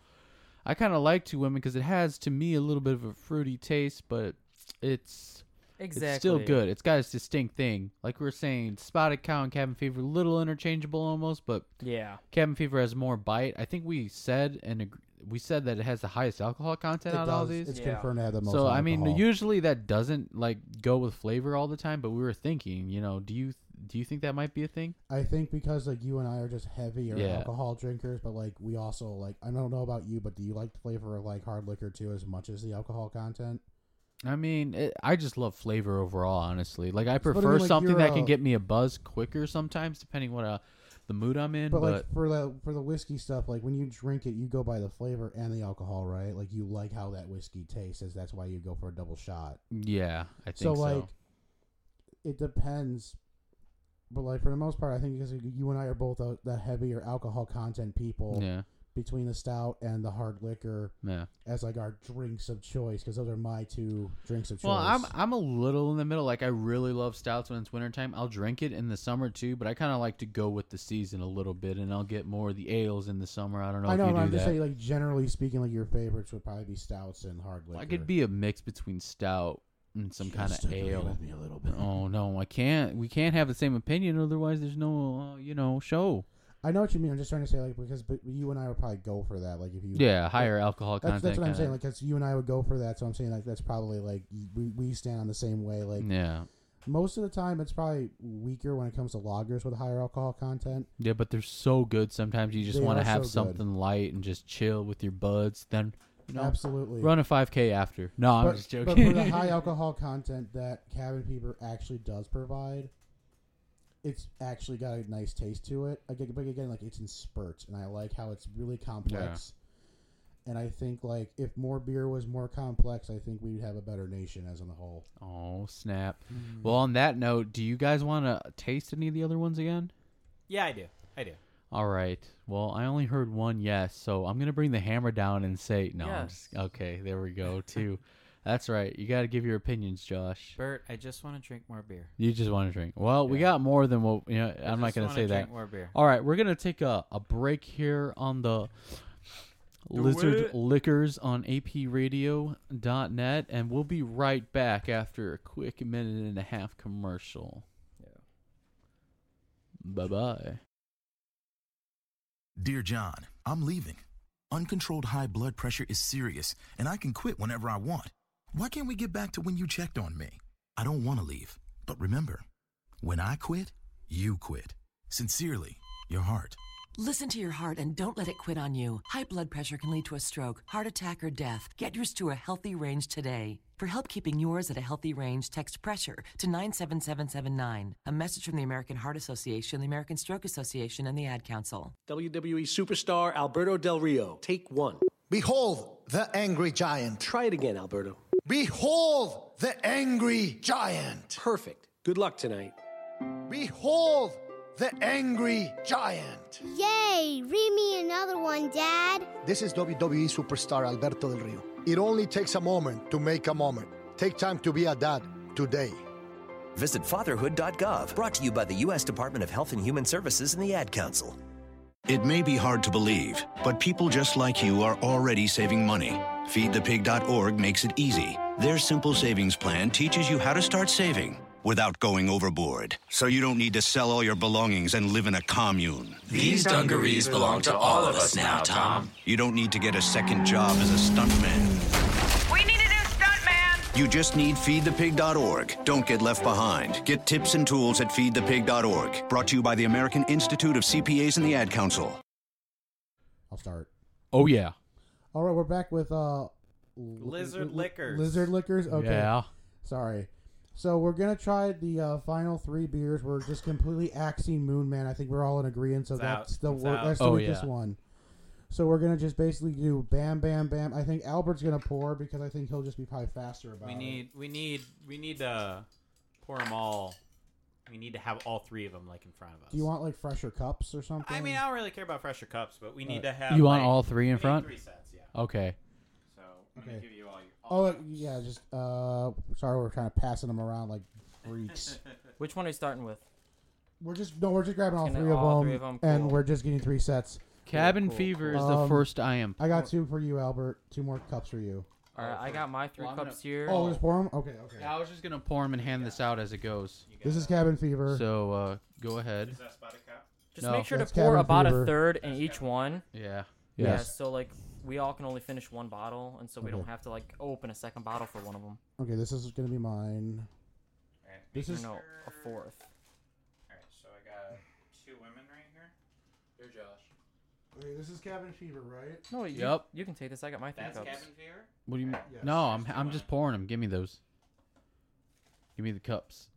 I kind of like two women because it has, to me, a little bit of a fruity taste, but it's exactly. it's still good. It's got its distinct thing. Like we were saying, spotted cow and cabin fever, little interchangeable almost, but Yeah. cabin fever has more bite. I think we said and ag- we said that it has the highest alcohol It content out does. of all these. It's Yeah. confirmed to have the most. so I mean, alcohol. usually that doesn't like go with flavor all the time. But we were thinking, you know, do you do you think that might be a thing? I think because like you and I are just heavier Yeah. alcohol drinkers, but like we also like I don't know about you, but do you like the flavor of like hard liquor too as much as the alcohol content? I mean, it, I just love flavor overall, honestly. Like I what I prefer mean, like, something you're that a- can get me a buzz quicker sometimes, depending what uh, the mood I'm in. But, But, like for the for the whiskey stuff, like when you drink it, you go by the flavor and the alcohol, right? Like you like how that whiskey tastes, as that's why you go for a double shot. yeah, I think So so. like, it depends. But like for the most part, I think because you and I are both uh the heavier alcohol content people yeah, between the stout and the hard liquor. yeah. as like our drinks of choice because those are my two drinks of choice. Well, I'm I'm a little in the middle. Like I really love stouts when it's wintertime. I'll drink it in the summer too, but I kind of like to go with the season a little bit, and I'll get more of the ales in the summer. I don't know I if know, you but do I'm that. just saying, like generally speaking, like your favorites would probably be stouts and hard liquor. I could be a mix between stout and some kind uh, Just of agree ale. With me a little bit. Oh no, I can't. We can't have the same opinion, otherwise there's no, uh, you know, show. I know what you mean. I'm just trying to say like because but you and I would probably go for that. Like if you Yeah, higher alcohol That's, content. that's what I'm kinda. saying. Like, that's you and I would go for that. So I'm saying, like, that's probably like we, we stand on the same way. Like, yeah, most of the time, it's probably weaker when it comes to lagers with higher alcohol content. yeah, but they're so good. Sometimes you just They want to are have so good. something light and just chill with your buds. Then you know, Absolutely. run a 5K after. No, I'm but, just but joking. for the high alcohol content that cabin fever actually does provide, it's actually got a nice taste to it. Again, but again, like it's in spurts, and I like how it's really complex. And I think like if more beer was more complex, I think we'd have a better nation as on the whole. Oh snap! Mm-hmm. Well, on that note, do you guys want to taste any of the other ones again? Yeah, I do. I do. All right. Well, I only heard one yes, so I'm gonna bring the hammer down and say no. I'm just- okay, there we go. Two. That's right. You got to give your opinions, Josh. Bert, I just want to drink more beer. You just want to drink. Well, we got more than what you know. I I'm not just gonna wanna say drink that. More beer. All right, we're gonna take a, a break here on the Lizard Liquors on APRadio.net, and we'll be right back after a quick minute and a half commercial. Bye bye. Dear John, I'm leaving. Uncontrolled high blood pressure is serious, and I can quit whenever I want. Why can't we get back to when you checked on me? I don't want to leave, but remember, when I quit, you quit. Sincerely, your heart. Listen to your heart and don't let it quit on you. High blood pressure can lead to a stroke, heart attack, or death. Get yours to a healthy range today. For help keeping yours at a healthy range, text pressure to 97779. A message from the American Heart Association, the American Stroke Association, and the Ad Council. WWE E superstar Alberto Del Rio. Take one. Behold the angry giant. Try it again, Alberto. Behold the angry giant. Perfect. Good luck tonight. Behold the angry giant. Yay! Read me another one, Dad. This is WWE superstar Alberto Del Rio. It only takes a moment to make a moment. Take time to be a dad today. Visit fatherhood.gov, brought to you by the U.S. Department of Health and Human Services and the Ad Council. It may be hard to believe, but people just like you are already saving money. FeedThePig.org makes it easy. Their simple savings plan teaches you how to start saving without going overboard, so you don't need to sell all your belongings and live in a commune. These dungarees belong to all of us now, Tom. You don't need to get a second job as a stuntman. We need a new stunt You just need feedthepig.org. Don't get left behind. Get tips and tools at feedthepig.org. Brought to you by the American Institute of CPAs and the Ad Council. I'll start. Oh yeah. All right, we're back with uh, Lizard Liquors. Lizard liquors. Okay. Yeah. Sorry. So we're gonna try the uh, final three beers. We're just completely axing Moon Man. I think we're all in agreement. So It's out. that's the It's wor- out. that's the Oh, weakest yeah. one. So we're gonna just basically do bam, bam, bam. I think Albert's gonna pour because I think he'll just be probably faster about We it. need, we need, we need to pour them all. We need to have all three of them like in front of us. Do you want like fresher cups or something? I mean, I don't really care about fresher cups, but we Uh, need to have. You want like- all three we in need front? Three sets, yeah. Okay. So I'm gonna give you all your. Oh uh, yeah, just uh, sorry, we're kind of passing them around like freaks. Which one are you starting with? we're just no, we're just grabbing all Gonna- three of all them, three of 'em? and Cool. we're just getting three sets. Cabin Fever is the Um, first I am. I got two for you, Albert. Two more cups for you. All right, Uh, I got my three Well, I'm cups gonna- here. Oh, just pour them. Okay, okay. Yeah, I was just gonna pour them and hand this out as it goes. This is cabin fever. So uh, go ahead. Is that spotted cap? Just No. make sure to That's pour cabin about fever. a third in each one. Yeah. Yeah. Yes. So like we all can only finish one bottle, and so we don't Okay. have to like open a second bottle for one of them. Okay, this is gonna be mine. Alright, This is no, a fourth. Alright, so I got two women right here. Here, Josh. Okay, this is cabin fever, right? No, you, Yep. You can take this. I got my three That's cups. cabin fever. What do you mean? Yes. No, I'm I'm just pouring them. Give me those. Give me the cups.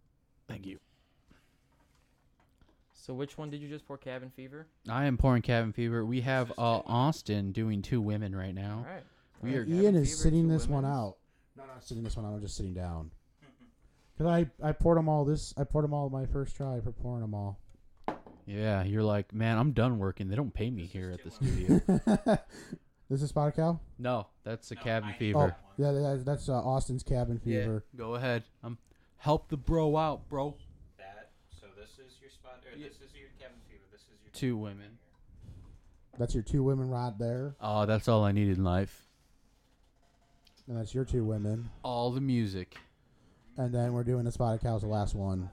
Thank you. So which one did you just pour? Cabin fever. I am pouring Cabin Fever. We have uh, Austin doing two women right now. All right. We are Ian Cabin is fever, sitting two this one women's. out. No, not sitting this one out. I'm just sitting down. Cause I I poured them all. This I poured them all my first try for pouring them all. Yeah, you're like, man, I'm done working. They don't pay me here at the studio. this is Spotted Cow. no, that's the Cabin Oh, Fever. yeah, that, that's uh, Austin's cabin fever. Go ahead. Um, help the bro out, bro. That. So this is your spot. Or this is your cabin fever. This is your. Two women. That's your two women right there, Oh, that's all I need in life. and that's your two women. All the music. And then we're doing the Spotted Cow's the last one.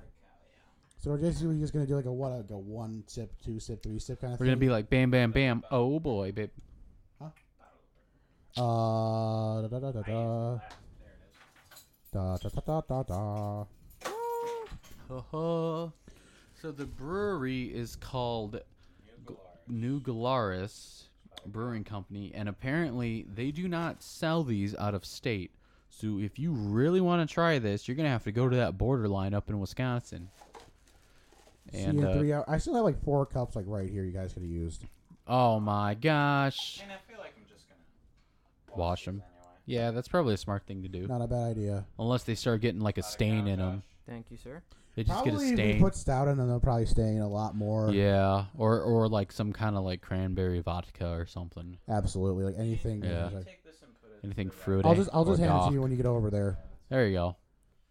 So we're basically just gonna do like a what like a one sip, two sip, three sip kind of We're thing. gonna be like, bam, bam, bam. Oh boy, babe. Uh, da, da, da, da, da. Da, da, da, da, da, da. Haha. Uh-huh. so the brewery is called G- New Galaris Brewing Company, and apparently they do not sell these out of state. So if you really want to try this, you're gonna have to go to that border line up in Wisconsin. See And you in uh, three hours. I still have like four cups like right here. You guys could have used. oh my gosh, And I feel like I'm just gonna. wash them. Yeah, that's probably a smart thing to do. Not a bad idea. Unless they start getting like a stain in them, Thank you, sir. they just probably get a if stain. you put stout in them, they'll probably stain a lot more. Yeah, or or like some kind of like cranberry vodka or something. Absolutely. Like anything. Yeah. Take this and put it. Anything fruity. I'll just I'll or just hand it dark. to you when you get over there. There you go.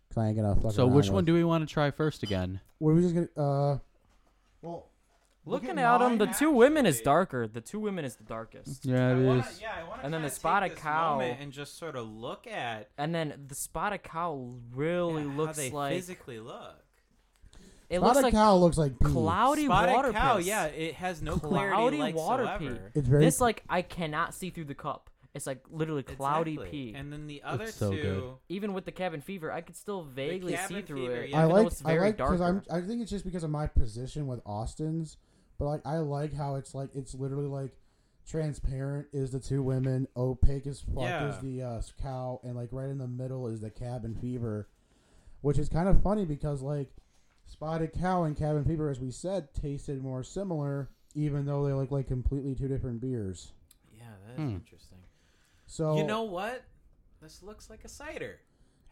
'Cause I ain't gonna fuck So which one do we want to try first again? We're we just gonna uh. Well, Looking at them, the two women is darker. The two women is the darkest. Yeah, I it wanna, is. yeah, I wanna And then kinda the spotted take this cow- moment and just sort of look at And then the spotted cow really yeah, looks how they like physically look. it looks Spotted like cow looks like pee. cloudy Spotted water cow, piss. yeah, it has no cloudy clarity whatsoever. water pee. It's very- This like I cannot see through the cup. It's like literally cloudy Exactly. pee. And then the other so two. good. Even with the cabin fever, I could still vaguely see cabin through fever, it. yeah. I even though like it's I very like because darker. I'm I think it's just because of my position with Austin's, but like I like how it's like it's literally like transparent is the two women, opaque as fuck Yeah. is the uh, cow, and like right in the middle is the cabin fever, which is kind of funny because like spotted cow and cabin fever, as we said, tasted more similar, even though they look like completely two different beers. Yeah, that is Hmm. interesting. So You know what? This looks like a cider.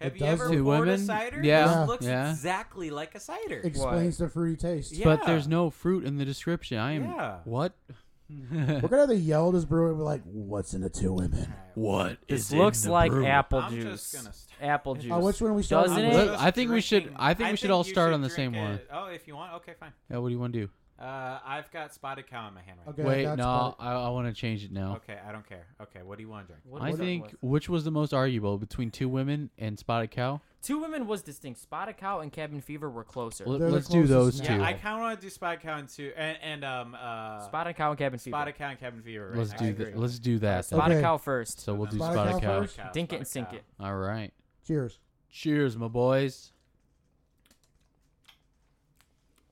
Have It you does ever look- Two poured a women? cider? Yeah. Yeah. This looks Yeah. exactly like a cider. explains the fruity taste. Yeah. But there's no fruit in the description. I am Yeah. what? We're gonna have to yell at this brewer and be like, "What's in the two women?" What this looks like apple I'm juice. just gonna st- Apple juice. Uh, which one are we starting Doesn't with? it? I'm Look, just I think we should- drinking- I think we should all you start on the same drink one. it. Oh, if you want, okay, fine. Yeah, what do you want to do? Uh, I've got spotted cow in my hand right Okay, Wait, that's no, I, I want to change it now. now. Okay, I don't care. Okay, what do you want to drink? What I was that think with? which was the most arguable between two women and spotted cow? two women was distinct. Spotted cow and cabin fever were closer. Let- They're the let's do closest those now. two. Yeah, I kind of want to do spotted cow and two and, and um uh spotted cow and cabin fever. spotted cow and cabin fever. Right let's I do agree. that. Let's do that. then. Spotted Okay. cow first. So we'll do Spotted spotted cow cow. first? Dink it and Spotted sink cow. it. All right. Cheers. Cheers, my boys.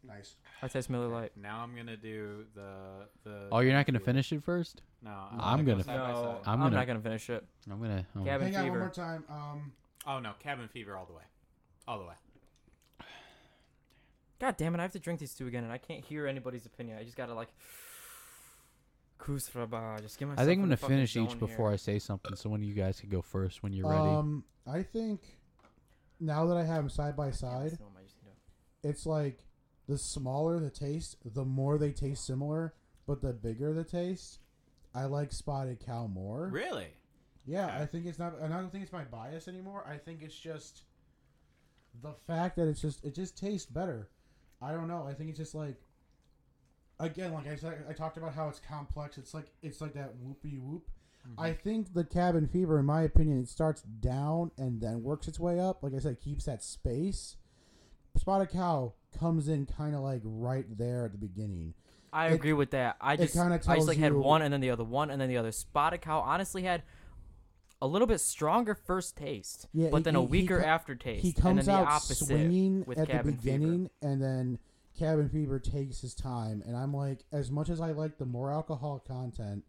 Nice. I taste Miller Lite. Now I'm gonna do the the. Oh, you're not gonna finish it first? Oh, No, I'm, gonna gonna. go side by No, side. I'm I'm, gonna- not gonna finish it. I'm gonna. um, I'm Cabin Hang on one fever. more time. Um, Oh no, cabin fever all the way, all the way. God damn it! I have to drink these two again, and I can't hear anybody's opinion. I just gotta like. Cruise for a bar. Just give myself. I think I'm in gonna the fucking finish each zone before here. I say something, so one of you guys can go first when you're ready. um, I think now that I have them side by side, No, I just need to- it's like the smaller the taste, the more they taste similar, but the bigger the taste. I like Spotted Cow more. Really? Yeah, Okay. I think it's not. and I don't think it's my bias anymore. I think it's just the fact that it's just it just tastes better. I don't know. I think it's just like again, like I said, I talked about how it's complex. It's like it's like that whoopy whoop. I think the cabin fever, in my opinion, it starts down and then works its way up. Like I said, keeps that space. Spotted cow comes in kind of like right there at the beginning. I It- agree with that. I it just kinda I just like had tells you- one and then the other, one and then the other. Spotted cow honestly had a little bit stronger first taste, Yeah, but he- then a he- he weaker co- aftertaste. He and comes then the out opposite swinging with at cabin the beginning, and then Cabin Fever takes his time. And I'm like, as much as I like the more alcohol content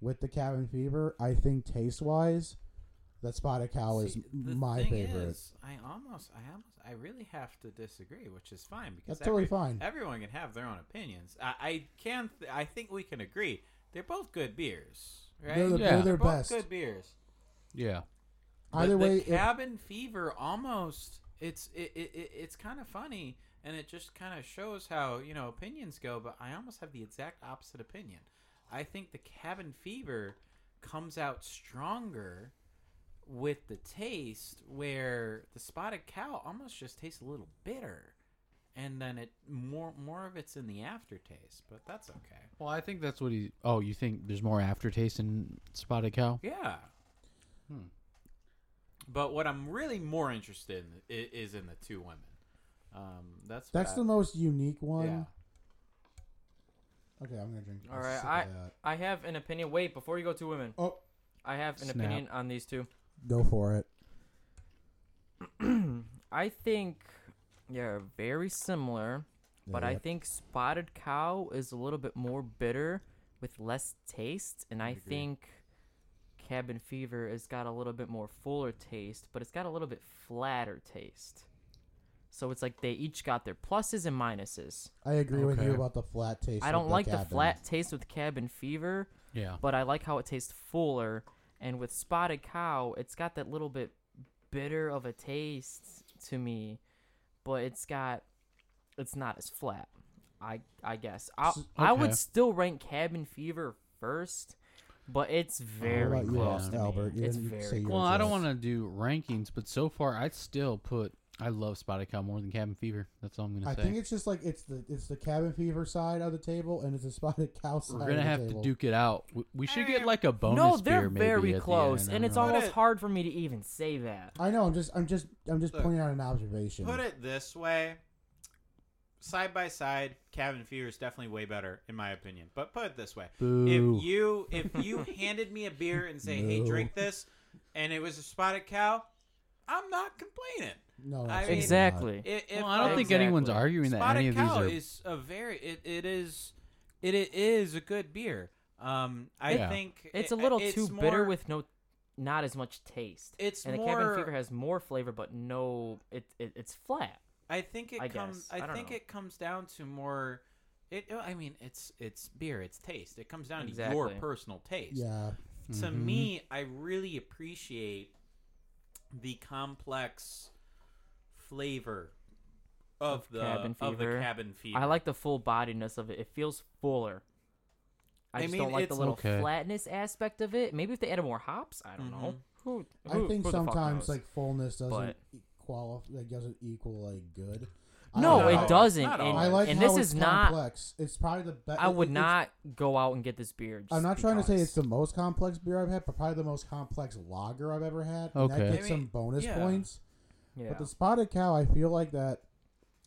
with the Cabin Fever, I think taste wise, that Spotted Cow is See, the my thing favorite. is, I almost, I almost, I really have to disagree, which is fine because That's totally fine. Everyone can have their own opinions. I, I can, th- I think we can agree. They're both good beers, right? They're the- Yeah. they're their both best. good beers. yeah. But Either the way, if- cabin fever almost. It's it, it, it it's kind of funny, and it just kind of shows how you know opinions go. But I almost have the exact opposite opinion. I think the cabin fever comes out stronger with the taste, where the spotted cow almost just tastes a little bitter, and then it more more of it's in the aftertaste. But that's okay. Well, I think that's what he. Oh, you think there's more aftertaste in Spotted Cow? Yeah. Hmm. But what I'm really more interested in i- is in the two women. Um, that's what that's I- uh, the most unique one. Yeah. Okay, I'm gonna drink. fever. I'm All right, sick of I that. I have an opinion. Wait, before you go to women, Oh. I have an Snap. opinion on these two. go for it. I think they're very similar, but I Yep. think Spotted Cow is a little bit more bitter with less taste, and I think Cabin Fever has got a little bit more fuller taste, but it's got a little bit flatter taste. So it's like they each got their pluses and minuses. I agree with you Okay. about the flat taste. I with don't like cabin. the flat taste with Cabin Fever, Yeah. but I like how it tastes fuller. And with Spotted Cow, it's got that little bit bitter of a taste to me, but it's got it's not as flat. I I guess I S- I would okay. still rank Cabin Fever first, but it's very How about you, close to me. Albert? You It's didn't very say yours Well, I don't yet. want to do rankings, but so far I still put. I love Spotted Cow more than Cabin Fever. That's all I'm gonna I say. think it's just like it's the it's the cabin fever side of the table and it's the spotted cow side. We're gonna of the have to table. duke it out. We, we should get like a bonus. Eh, no, they're beer maybe very at the close, end. I and don't it's know. almost hard for me to even say that. I know. I'm just. I'm just. I'm just Look, pointing out an observation. Put it this way. Side by side, Cabin Fever is definitely way better, in my opinion. But put it this way: Boo. if you if you handed me a beer and say, "Hey, drink this," and it was a Spotted Cow, I'm not complaining. I No, absolutely mean- not. Exactly. I- if Well, I don't think Exactly. anyone's arguing that Spotted any of these Cow are. is a very it, it is it, it is a good beer. Um, I Yeah. think It's a it- little it's too bitter more- with no, not as much taste. It's and the more- cabin fever has more flavor, but no, it, it it's flat. I think it I comes. guess. I, I don't think know. it comes down to more. It. I mean, it's it's beer. It's taste. It comes down to your Exactly. personal taste. Yeah. Mm-hmm. To me, I really appreciate the complex flavor of, Of the cabin of the fever. cabin fever. I like the full bodiness of it. It feels fuller. I, I just mean, don't like the it's- little Okay. flatness aspect of it. Maybe if they added more hops, I don't Mm-hmm. know. Who, I who- think who the fuck knows? sometimes like fullness doesn't But- qualify. Like doesn't equal like good. I no, don't No, it know. doesn't. not And, always. I like and how this it's is not. complex. It's probably the best. I would not go out and get this beer. I'm just not trying to say because. it's the most complex beer I've had, but probably the most complex lager I've ever had. and Okay. That gets I some mean, bonus yeah. points. Yeah. But the spotted cow, I feel like that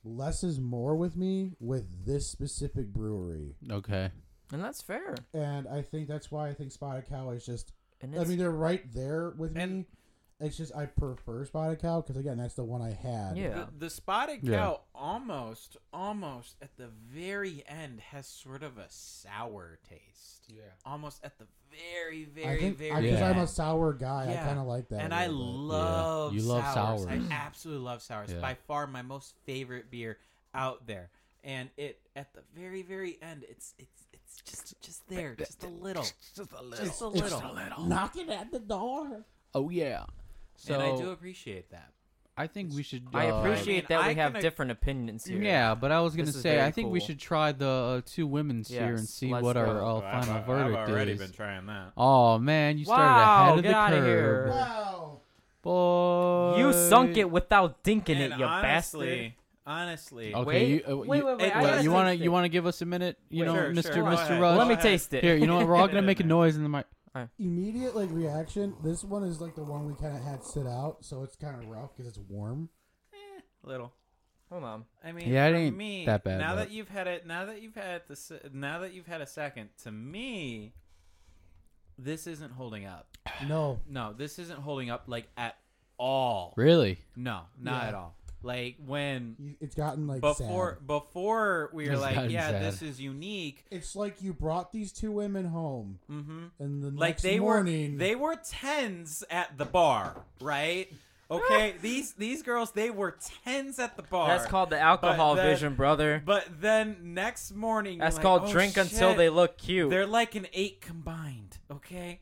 less is more with me with this specific brewery. okay. and that's fair. And I think that's why I think Spotted Cow is just. And I it's mean, they're right there with And- me, It's just I prefer spotted cow because again, that's the one I had. The, the spotted Yeah. cow almost, almost at the very end has sort of a sour taste. Yeah. Almost at the very, very, I think very. because I'm end. a sour guy, I Yeah. kind of like that. And a I little bit. love You love sours. sours. I absolutely love sours. Yeah. By far my most favorite beer out there. And it at the very very end it's it's it's just just there, just a little. Just a little. Just a uh, Just a little. little. Knock it at the door. Oh yeah. So and I do appreciate that. I think we should. I uh, appreciate that we I have can ag- different opinions here. Yeah, but I was This gonna is say very I think we cool. should try the uh, two women's here and Yes, see let's what do our it. uh, Well, I've- final I've verdict already is. been trying that. Oh man, you started Wow, ahead of get the outta curve. here. Wow. Boy. You sunk it without dinking And it, you honestly, bastard. honestly. Okay, Wait, you, uh, wait, you, wait, wait, uh, I gotta you wanna taste it. you wanna give us a minute? You Wait, know, sure, Mr. sure, go Mr. ahead. Rush. Let me taste it. Here, you know what? We're all Get gonna in make a there. noise in the mic. Immediate like reaction. This one is like the one we kind of had sit out, so it's kind of rough because it's warm. little. Hold on. I mean, Yeah, it for ain't me, that bad, Now but- that you've had it, now that you've had the, se- now that you've had a second, to me, this isn't holding up. No. No, this isn't holding up like at all. Really? No, not at all. Like when You- It's gotten like before before we were It's like, gotten yeah, sad. this is unique. sad. It's like you brought these two women home, mm-hmm. and the like next they morning, were they were tens at the bar, right? Okay, these these girls they were tens at the bar. That's called the But alcohol then- vision, brother. But then next morning, you're That's like, called "Oh, drink until shit, they look cute. They're like an eight combined, okay?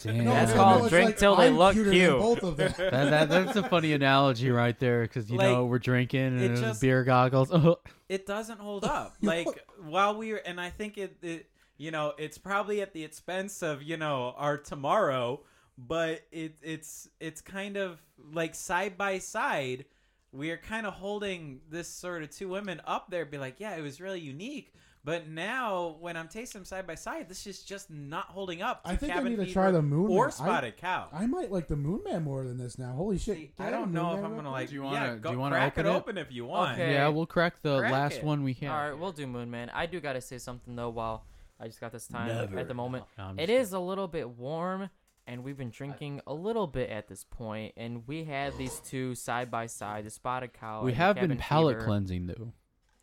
Damn. No, That's no, called no, it's drink like, till they I'm look cuter than cute. both of them. That, that, that's a funny analogy right there because you know Like, we're drinking it and uh, just- beer goggles. it doesn't hold up. Like while we were, and I think it, it, you know, it's probably at the expense of you know our tomorrow, but it, it's, it's kind of like side by side, we are kind of holding this sort of two women up there, be like, yeah, it was really unique. But now, when I'm tasting them side by side, this is just not holding up. I think I Cabin need to Fever try the moon or Man. I- Spotted Cow. I might like the Moon Man more than this now. Holy shit! Can I have don't a know Moon if Man I'm real gonna quick? like. Do you wanna- want yeah, do go you wanna crack open it it? open if you want. Okay. Yeah, we'll crack the Crack last it. one we have. All right, we'll do Moon Man. I do gotta say something though. While I just got this time Never. at the moment, No, I'm it just is a little bit warm, and we've been drinking a little bit at this point, and we had these two side by side, the Spotted Cow. We Oh, and have been Cabin palate Fever. cleansing though.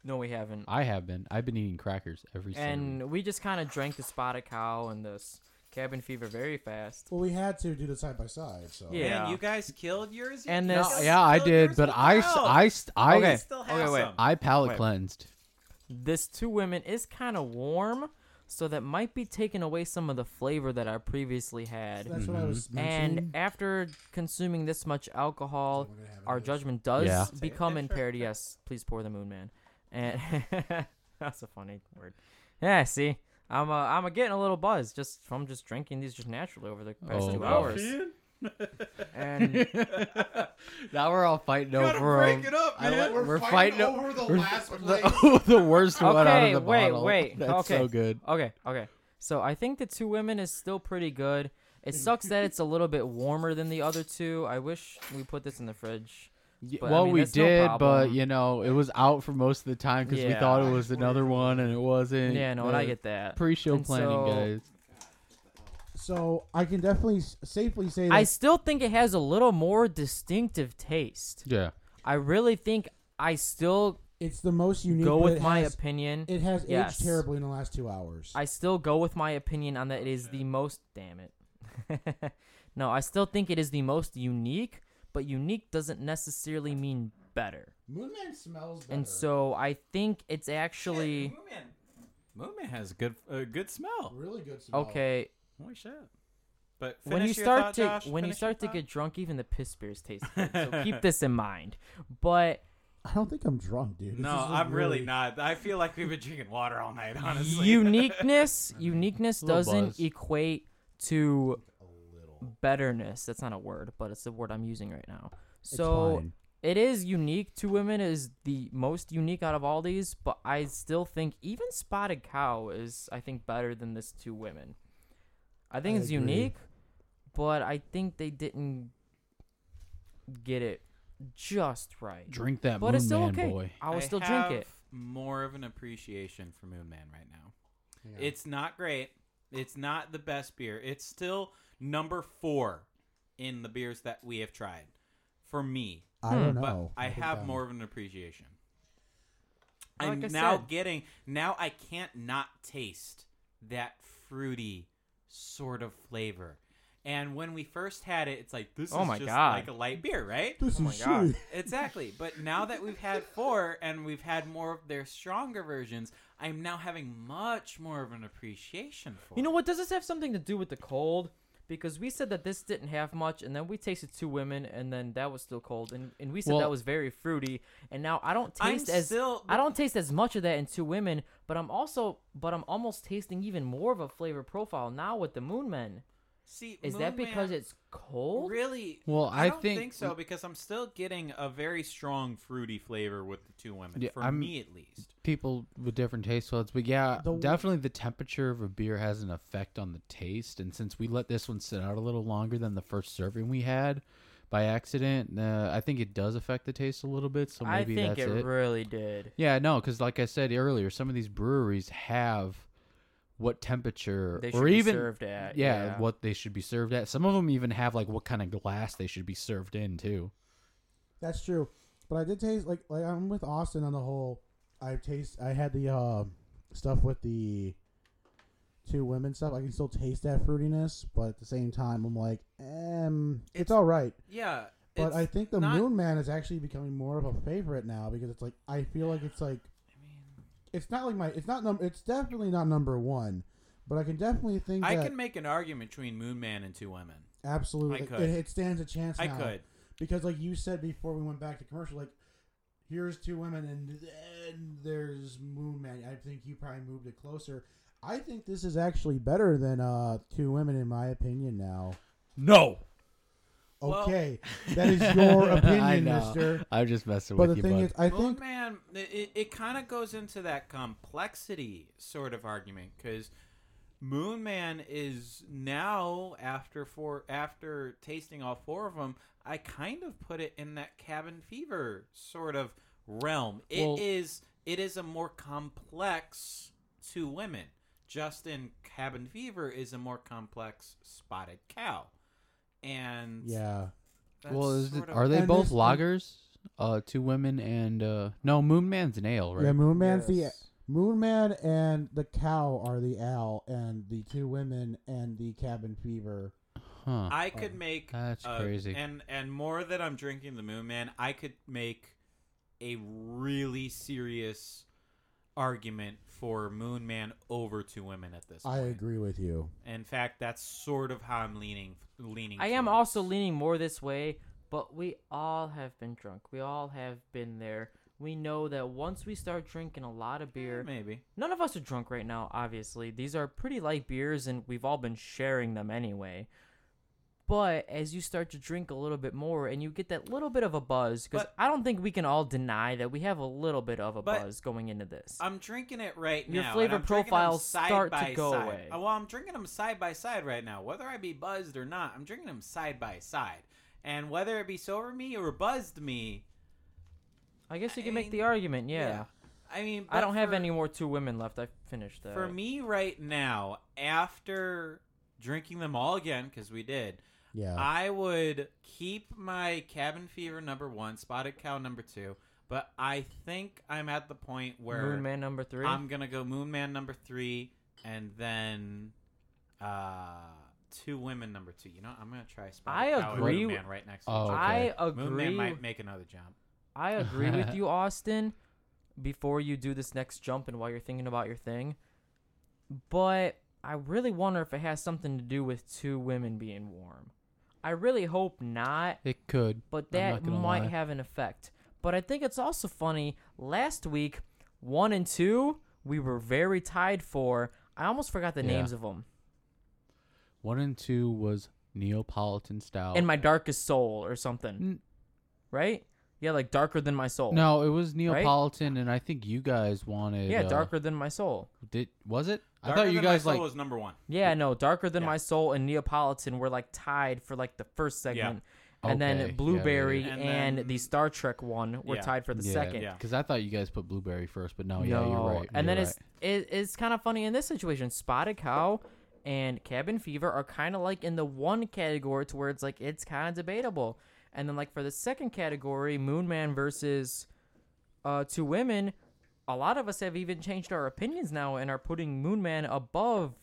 No, we haven't. I have been. I've been eating crackers every single. and we just kind of drank the Spotted Cow and this Cabin Fever very fast. Well, we had to do the side by side. Oh, So Yeah. Man, you guys killed yours. You And No, this, yeah, I did, but I, s- well. I, s- I, Okay. Still have Okay, wait. some. I palate Wait. cleansed. this two women is kind of warm, so that might be taking away some of the flavor that I previously had. that's what I was mentioning. And after consuming this much alcohol, our judgment does Yeah. become impaired. Yes, please pour the moon man. And that's a funny word. Yeah, see, I'm uh, I'm uh, getting a little buzz just from just drinking these just naturally over the past Oh, two wow. hours. And Now we're all fighting gotta over. break um, it up, I man. like- We're fighting o- over the we're- last the, the worst one out of okay, the wait, bottle. wait. That's okay. so good. Okay, okay. So I think the two women is still pretty good. It Mm. sucks that it's a little bit warmer than the other two. I wish we put this in the fridge. Y- But, I well, mean, we that's no did, but problem. you know, it was out for most of the time because we Yeah. thought it was another one, and it wasn't. Yeah, no, and I Uh, get that. Pre-show And planning, so- guys. So I can definitely s- safely say that I still think it has a little more distinctive taste. Yeah. I really think I still it's the most unique. go but with it my has- opinion. It has Yes. aged terribly in the last two hours. I still go with my opinion on that it is the most damn it. no, I still think it is the most unique, but unique doesn't necessarily mean better. Moonman smells better. And so I think it's actually Movement has good a good smell. really good smell. okay Holy shit! But when you finish your start thought, to Josh. when Finish you your start to thought. get drunk, even the piss beers taste good. So keep this in mind. But I don't think I'm drunk, dude. This no, is a I'm really not. I feel like we've been drinking water all night. Honestly, uniqueness uniqueness Little doesn't buzz. equate to betterness that's not a word but it's the word i'm using right now so fine. it is unique two women is the most unique out of all these but i still think even spotted cow is i think better than this two women i think I it's agree. unique but i think they didn't get it just right Drink that but Moon it's still Man, okay boy. i will still have drink it More of an appreciation for Moon Man right now. It's not great. It's not the best beer. It's still number four in the beers that we have tried. For me, I don't hmm. But know. I I think have I'm- more of an appreciation. Like I'm I now said- getting now I can't not taste that fruity sort of flavor. And when we first had it, it's like this Oh is my just God. like a light beer, right? This Oh my is God. shitty. Exactly. But now that we've had four and we've had more of their stronger versions, I'm now having much more of an appreciation for You know what? Does this have something to do with the cold? Because we said that this didn't have much, and then we tasted two women, and then that was still cold, and, and we said Well- that was very fruity. And now I don't I'm taste as still- I don't taste as much of that in two women, but I'm also but I'm almost tasting even more of a flavor profile now with the Moon Men. See, is that Moon because Man- it's cold? Really? Well, I don't think- think, so because I'm still getting a very strong fruity flavor with the two women Yeah, for I'm- me at least. People with different taste buds, but yeah, The- definitely the temperature of a beer has an effect on the taste. And since we let this one sit out a little longer than the first serving we had by accident, uh, I think it does affect the taste a little bit. So I maybe think that's it it. really did. Yeah, no, because like I said earlier, some of these breweries have what temperature They should or be even served at, Yeah, yeah. what they should be served at. Some of them even have like what kind of glass they should be served in too. That's true. But I did taste like like I'm with Austin on the whole. I taste. I had the uh, stuff with the two women stuff. I can still taste that fruitiness, but at the same time, I'm like, um, it's, all right. Yeah. But it's I think the not- Moon Man is actually becoming more of a favorite now because it's like I feel like it's like it's not like my it's not num it's definitely not number one, but I can definitely think I that can make an argument between Moon Man and Two Women. absolutely I like, could. It, it stands a chance. I now. could. because like you said before we went back to commercial, like here's two women and then there's Moon Man. I think you probably moved it closer. I think this is actually better than uh two women in my opinion now. No. Well- Okay, that is your I opinion, know. Mister. I'm just messing But with the you, thing bud. is, I Moon think Oh, Man, it, it kind of goes into that complexity sort of argument because Moon Man is now after four after tasting all four of them, I kind of put it in that cabin fever sort of realm. It is Well- it is a more complex two women. Justin Cabin Fever is a more complex spotted cow, and yeah. that's well, is it, sort of- are they And both this- lagers? Uh, two women and uh, no, Moon Man's an ale, right? Yeah, Moon Man's Yes. the Moon Man and the cow are the owl, and the two women and the cabin fever. Huh. I could Oh. make That's a- crazy. and and more that I'm drinking the Moon Man, I could make a really serious argument for Moon Man over two women at this. I point. agree with you. In fact, that's sort of how I'm leaning leaning. I am towards. also leaning more this way, but we all have been drunk. We all have been there. We know that once we start drinking a lot of beer, maybe. none of us are drunk right now, obviously. These are pretty light beers, and we've all been sharing them anyway. But as you start to drink a little bit more and you get that little bit of a buzz, because But- I don't think we can all deny that we have a little bit of a But- buzz going into this. I'm drinking it right Your now. and flavor I'm drinking them profiles side start to by go side. away. Uh, Well, I'm drinking them side by side right now. Whether I be buzzed or not, I'm drinking them side by side. And whether it be sober me or buzzed me, I guess you can I make mean, the argument, yeah. I mean, I but don't have for- any more two women left. I finished that. For me right now, after drinking them all again, because we did, Yeah. I would keep my cabin fever number one, spotted cow number two, but I think I'm at the point where Moon Man number 3 I'm gonna go Moon Man number three, and then uh two women number two. You know, I'm gonna try spotted I cow and agree Moon w- Man right next. Oh, to each I other. agree. Moon Man might make another jump. I agree with you, Austin, before you do this next jump and while you're thinking about your thing. But I really wonder if it has something to do with two women being warm. I really hope not, it could, but I'm that not gonna might lie. have an effect. But I think it's also funny. Last week, one and two, we were very tied for. I almost forgot the Yeah. names of them. one and two was Neapolitan style. In my darkest soul or something, N- right? Yeah, like darker than my soul. Mm. no, it was Neapolitan, and I think you guys wanted. Yeah, uh, darker than my soul. Did was it? I Darker thought you Than My guys Soul like was number one. Yeah, no, Darker Than Yeah. My Soul and Neapolitan were like tied for like the first segment. And Okay, yeah, then yeah, Blueberry yeah. and, And then- the Star Trek one were Yeah. tied for the yeah, second. Yeah. Because I thought you guys put blueberry first, but no, yeah, you're right. And you're then right. it's it, it's kind of funny in this situation. Spotted Cow and cabin fever are kind of like in the one category to where it's like it's kind of debatable. And then like for the second category, Moon Man versus uh, two women. A lot of us have even changed our opinions now and are putting Moon Man above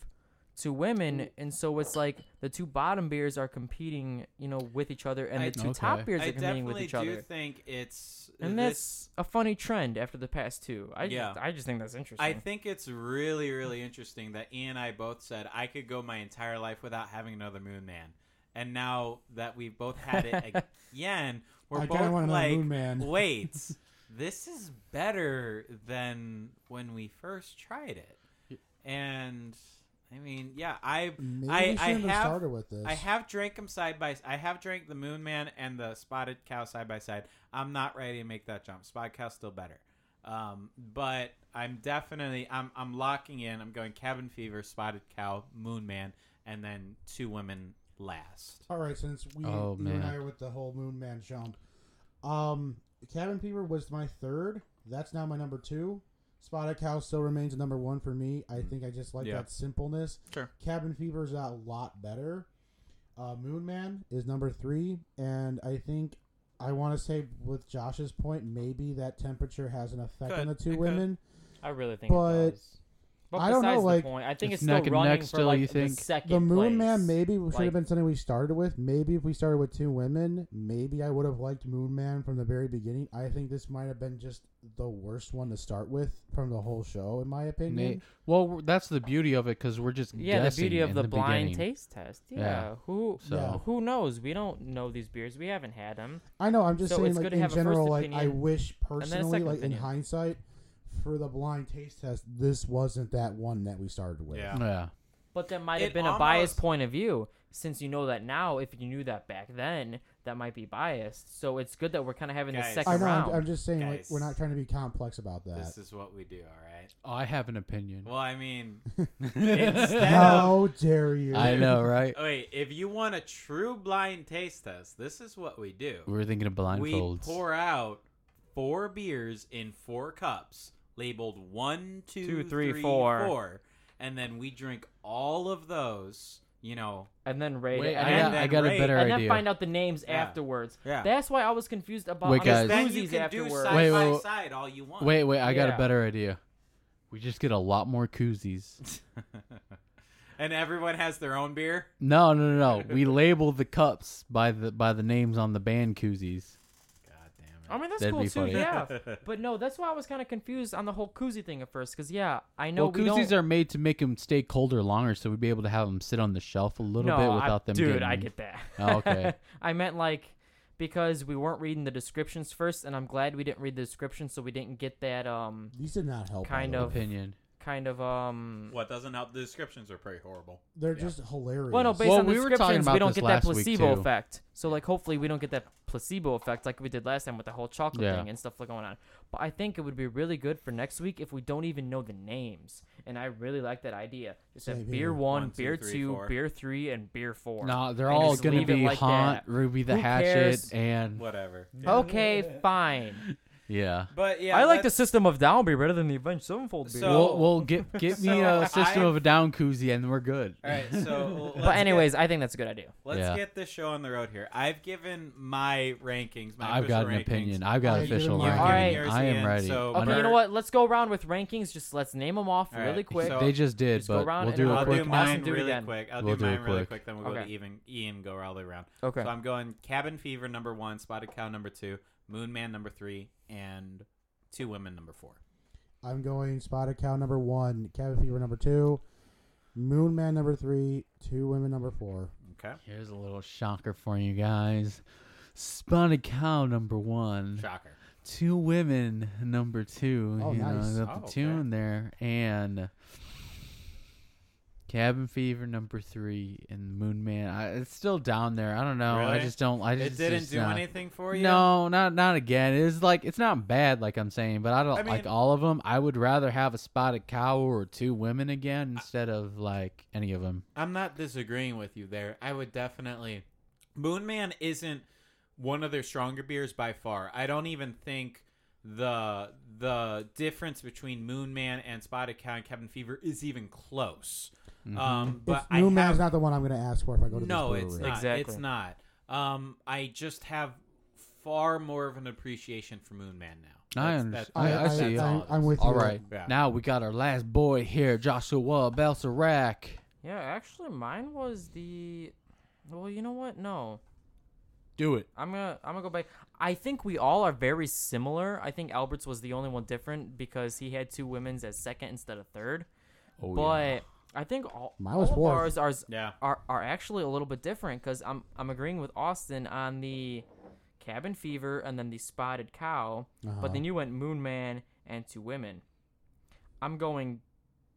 two women, and so it's like the two bottom beers are competing, you know, with each other, and the two top beers I are competing with definitely each do other. think it's and this, that's a funny trend after the past two. I Yeah. I just think that's interesting. I think it's really, really interesting that Ian and I both said I could go my entire life without having another Moon Man, and now that we've both had it again, we're I kinda both want another like, Moon Man. wait, this is better than when we first tried it, and. I mean, yeah, I Maybe I, we I shouldn't have have started with this. I have drank them side by. I have drank the Moon Man and the Spotted Cow side by side. I'm not ready to make that jump. Spotted Cow's still better, um, but I'm definitely I'm I'm locking in. I'm going Cabin Fever, Spotted Cow, Moon Man, and then two women last. All right, since we Oh, you and I man. are with the whole Moon Man jump, um, Cabin Fever was my third. That's now my number two. Spotted Cow still remains number one for me. I think I just like Yeah. that simpleness. Sure. Cabin Fever is a lot better. Uh, Moon Man is number three, and I think I want to say with Josh's point, maybe that temperature has an effect on Could. the two It could. women. I really think But it does. But I don't know, besides the like, point, I think It's it's, still neck and running neck for still, like you think? the second The Moon place. Man maybe should Like, have been something we started with. Maybe if we started with two women, maybe I would have liked Moon Man from the very beginning. I think this might have been just the worst one to start with from the whole show, in my opinion. Nate. Well, we're- that's the beauty of it because we're just Yeah, the guessing beauty of in the, blind beginning. taste test. Yeah. Yeah, who So- who knows? We don't know these beers. We haven't had them. I know. I'm just So saying, it's like good to in have a first general, like I opinion wish and then a personally, second like in opinion. hindsight, for the blind taste test, this wasn't that one that we started with. Yeah. Yeah. But that might It have been a biased almost- point of view. Since you know that now, if you knew that back then, that might be biased. So it's good that we're kind of having Guys. the second I know. round. I'm, I'm just saying, like we're Guys. not trying to be complex about that. This is what we do. All right. I have an opinion. Well, I mean, instead of How dare you? I know, right? wait, if you want a true blind taste test, this is what we do. We're thinking of blindfolds. We pour out four beers in four cups, labeled one, two, three, four, Two, three, four. and then we drink all of those. You know, and then rate Wait, it. I and got, then, I got a rate- better and then idea. find out the names Yeah. afterwards. Yeah. That's why I was confused about Wait, I guys. was then you koozies can do afterwards. side Wait, by wait, side all you want. Wait, wait, I got a Yeah. better idea. We just get a lot more koozies. and everyone has their own beer. No, no, no, no. We label the cups by the by the names on the band koozies. God I damn it! mean that's That'd cool be too, funny. yeah. But no, that's why I was kind of confused on the whole koozie thing at first, because yeah, I know well, we don't. koozies are made to make them stay colder longer, so we'd be able to have them sit on the shelf a little no, bit I- without them. Dude, getting... I get that. Oh, okay. I meant like because we weren't reading the descriptions first, and I'm glad we didn't read the description, so we didn't get that um These did not help. by Kind the way. of. opinion. kind of um. What doesn't help? The descriptions are pretty horrible. They're just hilarious. Well, no, based Well, on the we were talking descriptions, about we don't this get that last week, placebo too. effect. So, like, hopefully, we don't get that placebo effect like we did last time with the whole chocolate Yeah. thing and stuff like going on. But I think it would be really good for next week if we don't even know the names. And I really like that idea. Just Same have here. beer one, One, two, beer three, two, four. beer three, and beer four. No, they're And all just gonna leave it be like Haunt, that. Ruby the Who Hatchet, cares? and Whatever. Oh, Okay, fine. yeah. But yeah, I like the let's- system of down beer better than the Avenged Sevenfold beer. So- we'll, we'll get get me So a system I- of a down koozie, and we're good. All right, so let's but get- anyways, I think that's a good idea. let's Yeah. get this show on the road here. I've given my rankings. My I've got an official rankings. opinion. I've got I an give official mine. ranking. All right. Yours, I am Ian, ready. so- I'm Okay, Under- you know what? Let's go around with rankings. Just let's name them off All right, really quick. so- They just did, Just go but around we'll and do then a I'll I'll quick. do do mine it really again. quick. I'll We'll do do it mine really quick. quick. Then we'll go to Okay. even Ian go all the way around. Okay. So I'm going Cabin Fever number one, Spotted Cow number two, Moon Man number three, and Two Women number four. I'm going Spotted Cow number one, Cabin Fever number two, Moon Man number three, Two Women number four. Okay. Here's a little shocker for you guys. Spotted cow number one, Shocker. two women number two. Oh, you know, nice. I got Oh, the okay. tune there, and cabin fever number three, and Moon Man. I, it's still down there. I don't know. I Really? just don't. I just it didn't just do not- anything for you. No, not not again. It's like it's not bad, like I'm saying, but I don't I mean- like all of them. I would rather have a spotted cow or two women again instead of like any of them. I'm not disagreeing with you there. I would definitely. Moon Man isn't one of their stronger beers by far. I don't even think the the difference between Moon Man and Spotted Cow and Cabin Fever is even close. Mm-hmm. Um, but if I Moon Man's have- not the one I'm going to ask for if I go to no, this it's brewery. not. It's not. Um, I just have far more of an appreciation for Moon Man now. I That's- understand. that's- I, I that's see. all it is. All right. Yeah. Now we got our last boy here, Joshua Balsarak. Yeah, actually, mine was the. Well, you know what? No, Do it. I'm gonna I'm gonna go by. I think we all are very similar. I think Albert's was the only one different because he had two women's as second instead of third. Oh, but yeah. I think all, Mine was all of ours fourth. are, Yeah. are are actually a little bit different because I'm I'm agreeing with Austin on the cabin fever and then the spotted cow, Uh-huh. but then you went Moon Man and two women. I'm going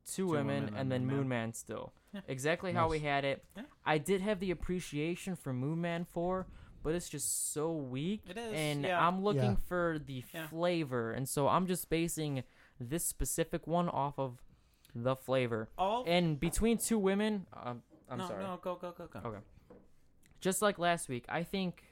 two, women, women and and then Moon Man. Moon Man still. Exactly how we Nice. had it. I did have the appreciation for Moon Man 4, but it's just so weak. It is, And yeah. I'm looking Yeah. for the Yeah. flavor. And so I'm just basing this specific one off of the flavor. All- and between two women, um, I'm no, sorry. No, go, go, go, go. Okay. Just like last week, I think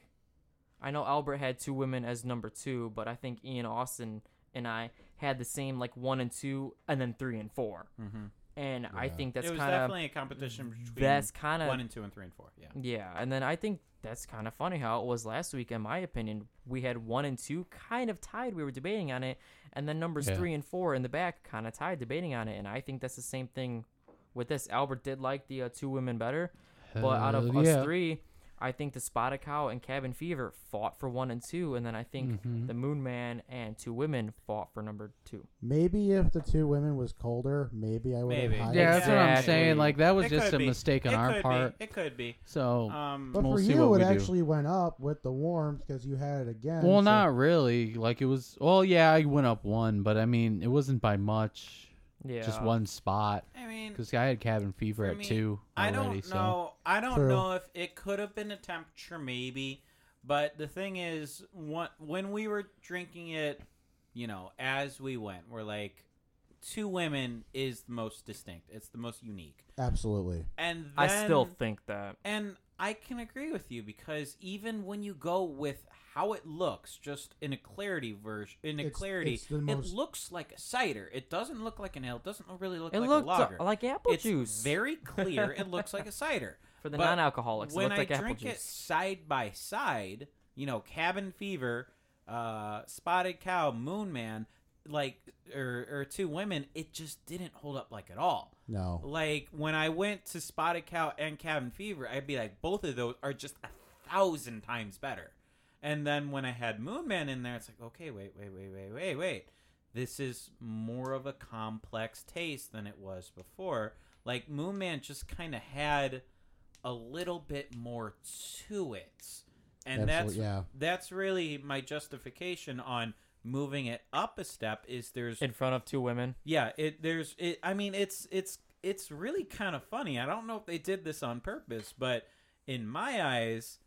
I know Albert had two women as number two, but I think Ian Austin and I had the same like one and two, and then three and 4 Mhm. And I think that's it kind was of definitely a competition between that's kind of one and two and three and four. Yeah. yeah, and then I think that's kind of funny how it was last week. In my opinion, we had one and two kind of tied. We were debating on it, and then numbers Yeah. three and four in the back kind of tied, debating on it. And I think that's the same thing with this. Albert did like the uh, two women better, but out of Hell yeah. us three, I think the Spotted Cow and Cabin Fever fought for one and two, and then I think Mhm. Mm-hmm. the Moon Man and two women fought for number two. Maybe if the two women was colder, maybe I would have Maybe. hired Yeah, that's what I'm Exactly. saying. Like that was It just could a be. mistake on It our could be. part. It could be. So Um, But we'll for see you, what it we do. actually went up with the warmth because you had it again. Well, so- not really. Like it was. Well, yeah, I went up one, but I mean, it wasn't by much. Yeah. Just one spot. I mean, because I had cabin fever for at me, two I already. don't so know. I don't True. know if it could have been a temperature, maybe. But the thing is, what, when we were drinking it, you know, as we went, we're like, two women is the most distinct. It's the most unique. Absolutely. And then, I still think that. And I can agree with you because even when you go with how it looks, just in a clarity version, in a It's- clarity, it's the it most- looks like a cider. It doesn't look like an ale. It doesn't really look It like looked a lager. like apple it's juice. Very clear. It looks like a cider. For the But non-alcoholics, it when looked like I apple drink it juice. side by side, you know, Cabin Fever, uh, Spotted Cow, Moon Man, like or or two women, it just didn't hold up like at all. No. Like when I went to Spotted Cow and Cabin Fever, I'd be like, both of those are just a thousand times better. And then when I had Moon Man in there, it's like, okay, wait, wait, wait, wait, wait, wait. This is more of a complex taste than it was before. Like Moon Man just kind of had a little bit more to it. And Absolute- that's yeah. that's really my justification on moving it up a step is there's In front of two women. yeah, it there's it I mean it's it's it's really kind of funny. I don't know if they did this on purpose, but in my eyes,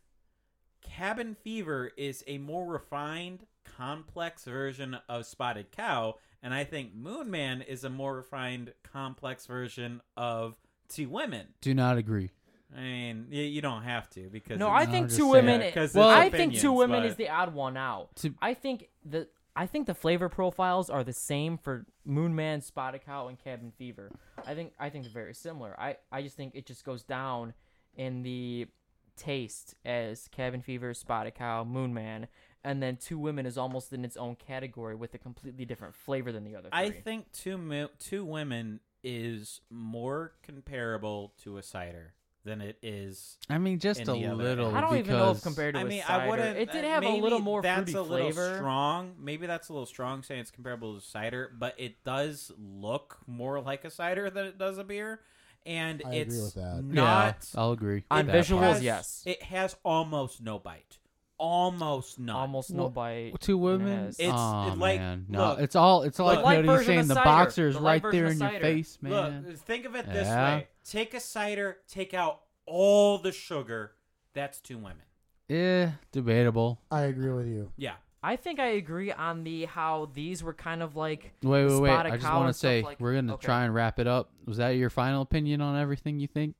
Cabin Fever is a more refined, complex version of Spotted Cow, and I think Moon Man is a more refined, complex version of Two Women. do not agree. I mean, you, you don't have to because No, it's- I think two women. Yeah, 'cause well, it's I think two opinions, women but- is the odd one out. I think the I think the flavor profiles are the same for Moon Man, Spotted Cow, and Cabin Fever. I think I think they're very similar. I I just think it just goes down in the taste as Cabin Fever, Spotted Cow, Moon Man, and then Two Women is almost in its own category with a completely different flavor than the other. Three. I think two mi- two women is more comparable to a cider than it is. I mean, just in a the other little. end. I don't even know if because- compared to I a mean, cider, I wouldn't. it did uh, have a little maybe more that's fruity a little flavor. Strong. Maybe that's a little strong saying it's comparable to cider, but it does look more like a cider than it does a beer, and I agree it's with that. Yeah, not I'll agree. On with that visuals, part. has- yes. It has um, almost no bite. Almost none. almost no Well, bite. Two women. Yes. It's- Aw, it, like, man. no, look, it's all. It's all look. like Light Cody's version saying. of The cider. boxer is The right light version there of in your cider. face, man. Look, think of it this Yeah. way: take a cider, take out all the sugar. That's two women. Eh, debatable. I agree with you. Yeah. I think I agree on the how these were kind of like Wait, wait, the wait. spotted I just cow want to and stuff say like- we're gonna okay. try and wrap it up. Was that your final opinion on everything? You think?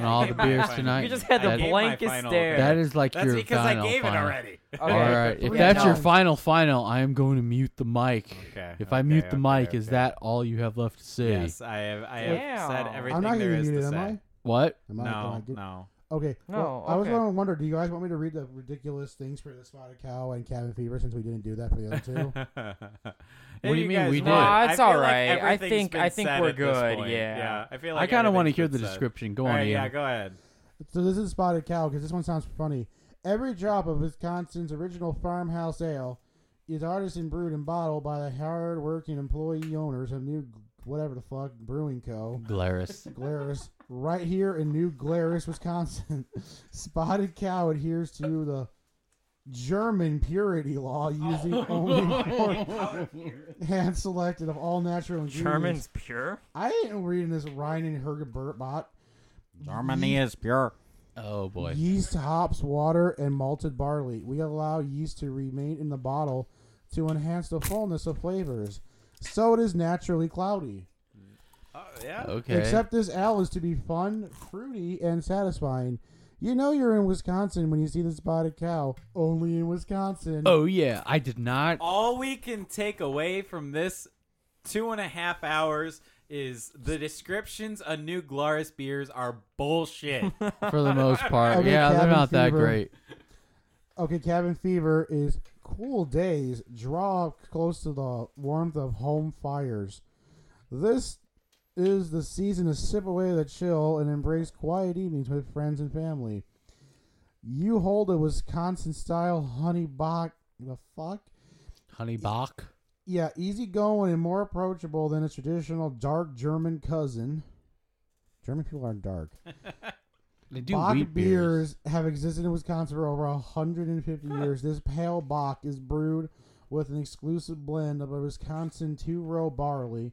on all the beers tonight. You just had the That- blankest stare. That is like your final final. All right. If that's your final final, I am going to mute the mic. Okay, If I mute okay, the mic, is that all you have left to say? Yes, I have. I have said everything I'm not there gonna is mute to it, am say. I? What? Am I- am I No, good? no. Okay. No, well, I was okay. going to wonder, do you guys want me to read the ridiculous things for the spotted cow and cabin fever since we didn't do that for the other two? what What do you mean we did? Nah, it's I feel all right. I everything's think- been I think said we're at this good, point. yeah. Yeah. I feel I like kinda wanna everything's hear been the said. description. Go All on, right, Yeah, Ian. go ahead. so this is spotted cow because this one sounds funny. Every drop of Wisconsin's original farmhouse ale is artisan brewed and bottled by the hard-working employee owners of New whatever the fuck Brewing Co. Glarus. Glarus, right here in New Glarus, Wisconsin. Spotted Cow adheres to the German purity law using only hand selected of all natural ingredients. German's pure. I ain't reading this Ryan and Herger bot. Germany is pure. Oh boy. Yeast, hops, water, and malted barley. We allow yeast to remain in the bottle to enhance the fullness of flavors. So it is naturally cloudy. Okay. Except this ale is to be fun, fruity, and satisfying. You know you're in Wisconsin when you see the spotted cow. Only in Wisconsin. oh yeah, I did not. All we can take away from this two and a half hours is the descriptions of new Glarus beers are bullshit. For the most part, Okay, yeah, they're cabin not that fever. great. Okay, cabin fever is cool days. Draw close to the warmth of home fires. This is the season to sip away the chill and embrace quiet evenings with friends and family. You hold a Wisconsin style honey bock. The fuck? Honey Bach. Yeah, easygoing and more approachable than its traditional dark German cousin. German people aren't dark. They do Bock wheat beers. beers have existed in Wisconsin for over 150 years. This pale Bock is brewed with an exclusive blend of a Wisconsin two row barley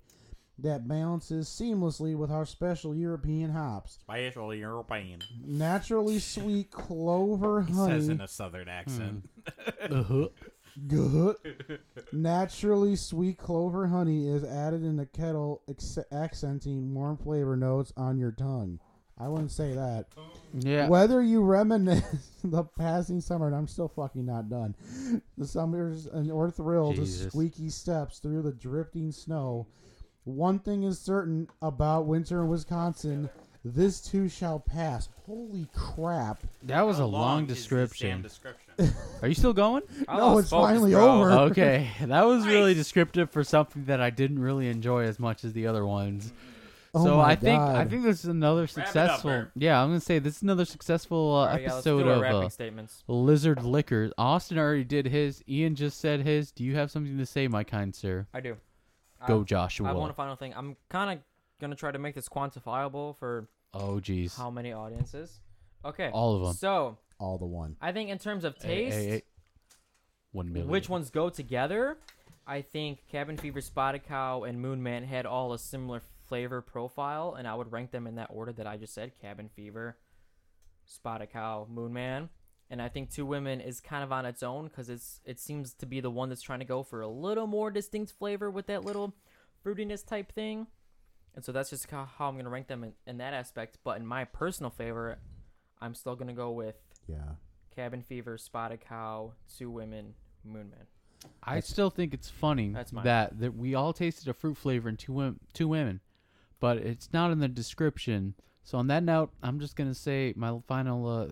that balances seamlessly with our special European hops. Special European. Naturally sweet clover He says honey. in a southern accent. Good. Naturally sweet clover honey is added in the kettle, ex- accenting warm flavor notes on your tongue. I wouldn't say that. Yeah. Whether you reminisce the passing summer, and I'm still fucking not done, the summers and or thrill to Jesus. squeaky steps through the drifting snow, one thing is certain about winter in Wisconsin: this too shall pass. Holy crap! That was a long, is this description. damn description. Are you still going? I No, lost it's focus, finally bro. Uh, over. okay, that was really descriptive for something that I didn't really enjoy as much as the other ones. Oh so my I think I God. think this is another successful. Bert. yeah, I'm gonna say this is another successful uh, Alright, yeah, let's do episode our of wrapping uh, statements. Lizard Liquor. Austin already did his. Ian just said his. Do you have something to say, my kind sir? I do. Go, I- Joshua. I want a final thing. I'm kind of gonna try to make this quantifiable for oh, jeez. how many audiences. Okay. All of 'em. So All the one. I think in terms of Hey, taste, hey, hey. One million. which ones go together? I think Cabin Fever, Spotted Cow, and Moon Man had all a similar flavor profile, and I would rank them in that order that I just said: Cabin Fever, Spotted Cow, Moon Man. And I think Two Women is kind of on its own because it's it seems to be the one that's trying to go for a little more distinct flavor with that little fruitiness type thing. And so that's just how, how I'm going to rank them in, in that aspect. But in my personal favor, I'm still going to go with Yeah. Cabin Fever, Spotted Cow, Two Women, Moon Man. I still think it's funny That's mine. that that we all tasted a fruit flavor in two women, two women, but it's not in the description. So on that note, I'm just gonna say my final uh,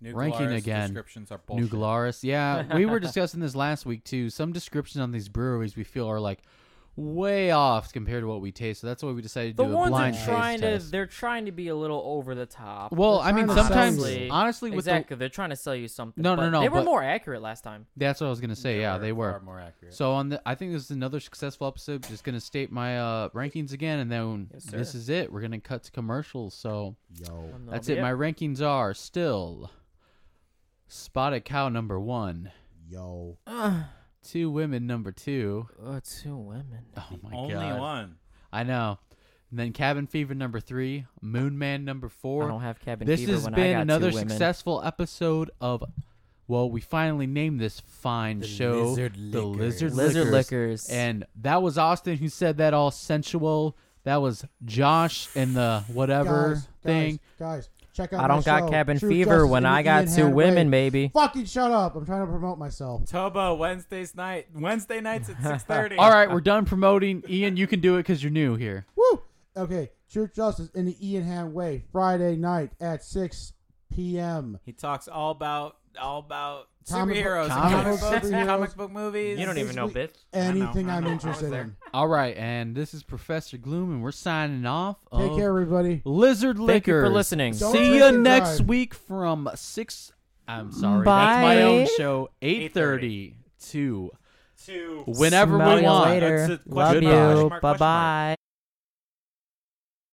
New ranking Glarus again. Descriptions are New bullshit. Glarus. Yeah, we were discussing this last week too. Some descriptions on these breweries we feel are like way off compared to what we taste. So that's why we decided to The do a ones blind that trying taste to test. they're trying to be a little over the top. Well, They're I mean, trying to sell sometimes you. honestly, with the, exactly they're trying to sell you something. No, no, but no, They were but- more accurate last time. that's what I was gonna say. Yeah, they were. Far more accurate. So on the, I think this is another successful episode. Just gonna state my uh, rankings again, and then Yes, sir. this is it. We're gonna cut to commercials. So Yo. And that's it. that'll My be rankings are still Spotted Cow number one, Yo. Two Women number two. Uh, two women. Oh my Only god! one. I know. And then Cabin Fever number three, Moon Man number four. I don't have Cabin this Fever has when I been got another two women. successful episode of. Well, we finally named this fine show Lizard the Lizard Lizard Liquors. Liquors. and that was Austin who said that all sensual, That was Josh and the whatever Guys, thing. Guys, check out. I don't got my show, cabin True fever Justice when with I got Ian two Hadaway. women, baby. Fucking shut up! I'm trying to promote myself. Tobo Wednesdays night. Wednesday nights at six thirty. All right, we're done promoting. Ian, you can do it because you're new here. Woo! Okay, True Justice in the Ian Ham Way Friday night at six p.m. He talks all about all about Comic book- superheroes, and comic comic, book books, and superheroes. comic book movies. You don't even know, bitch. Anything I know, I I'm know. I interested was there. in. All right, and this is Professor Gloom, and we're signing off. Take of care, everybody. Lizard Thank you Liquor. for listening. Don't See drink you and next drive. week from six. I'm sorry, that's my Bye. own show. Eight thirty to Two. whenever we want. Later. That's a Love question mark, question you. mark, Bye question mark. bye.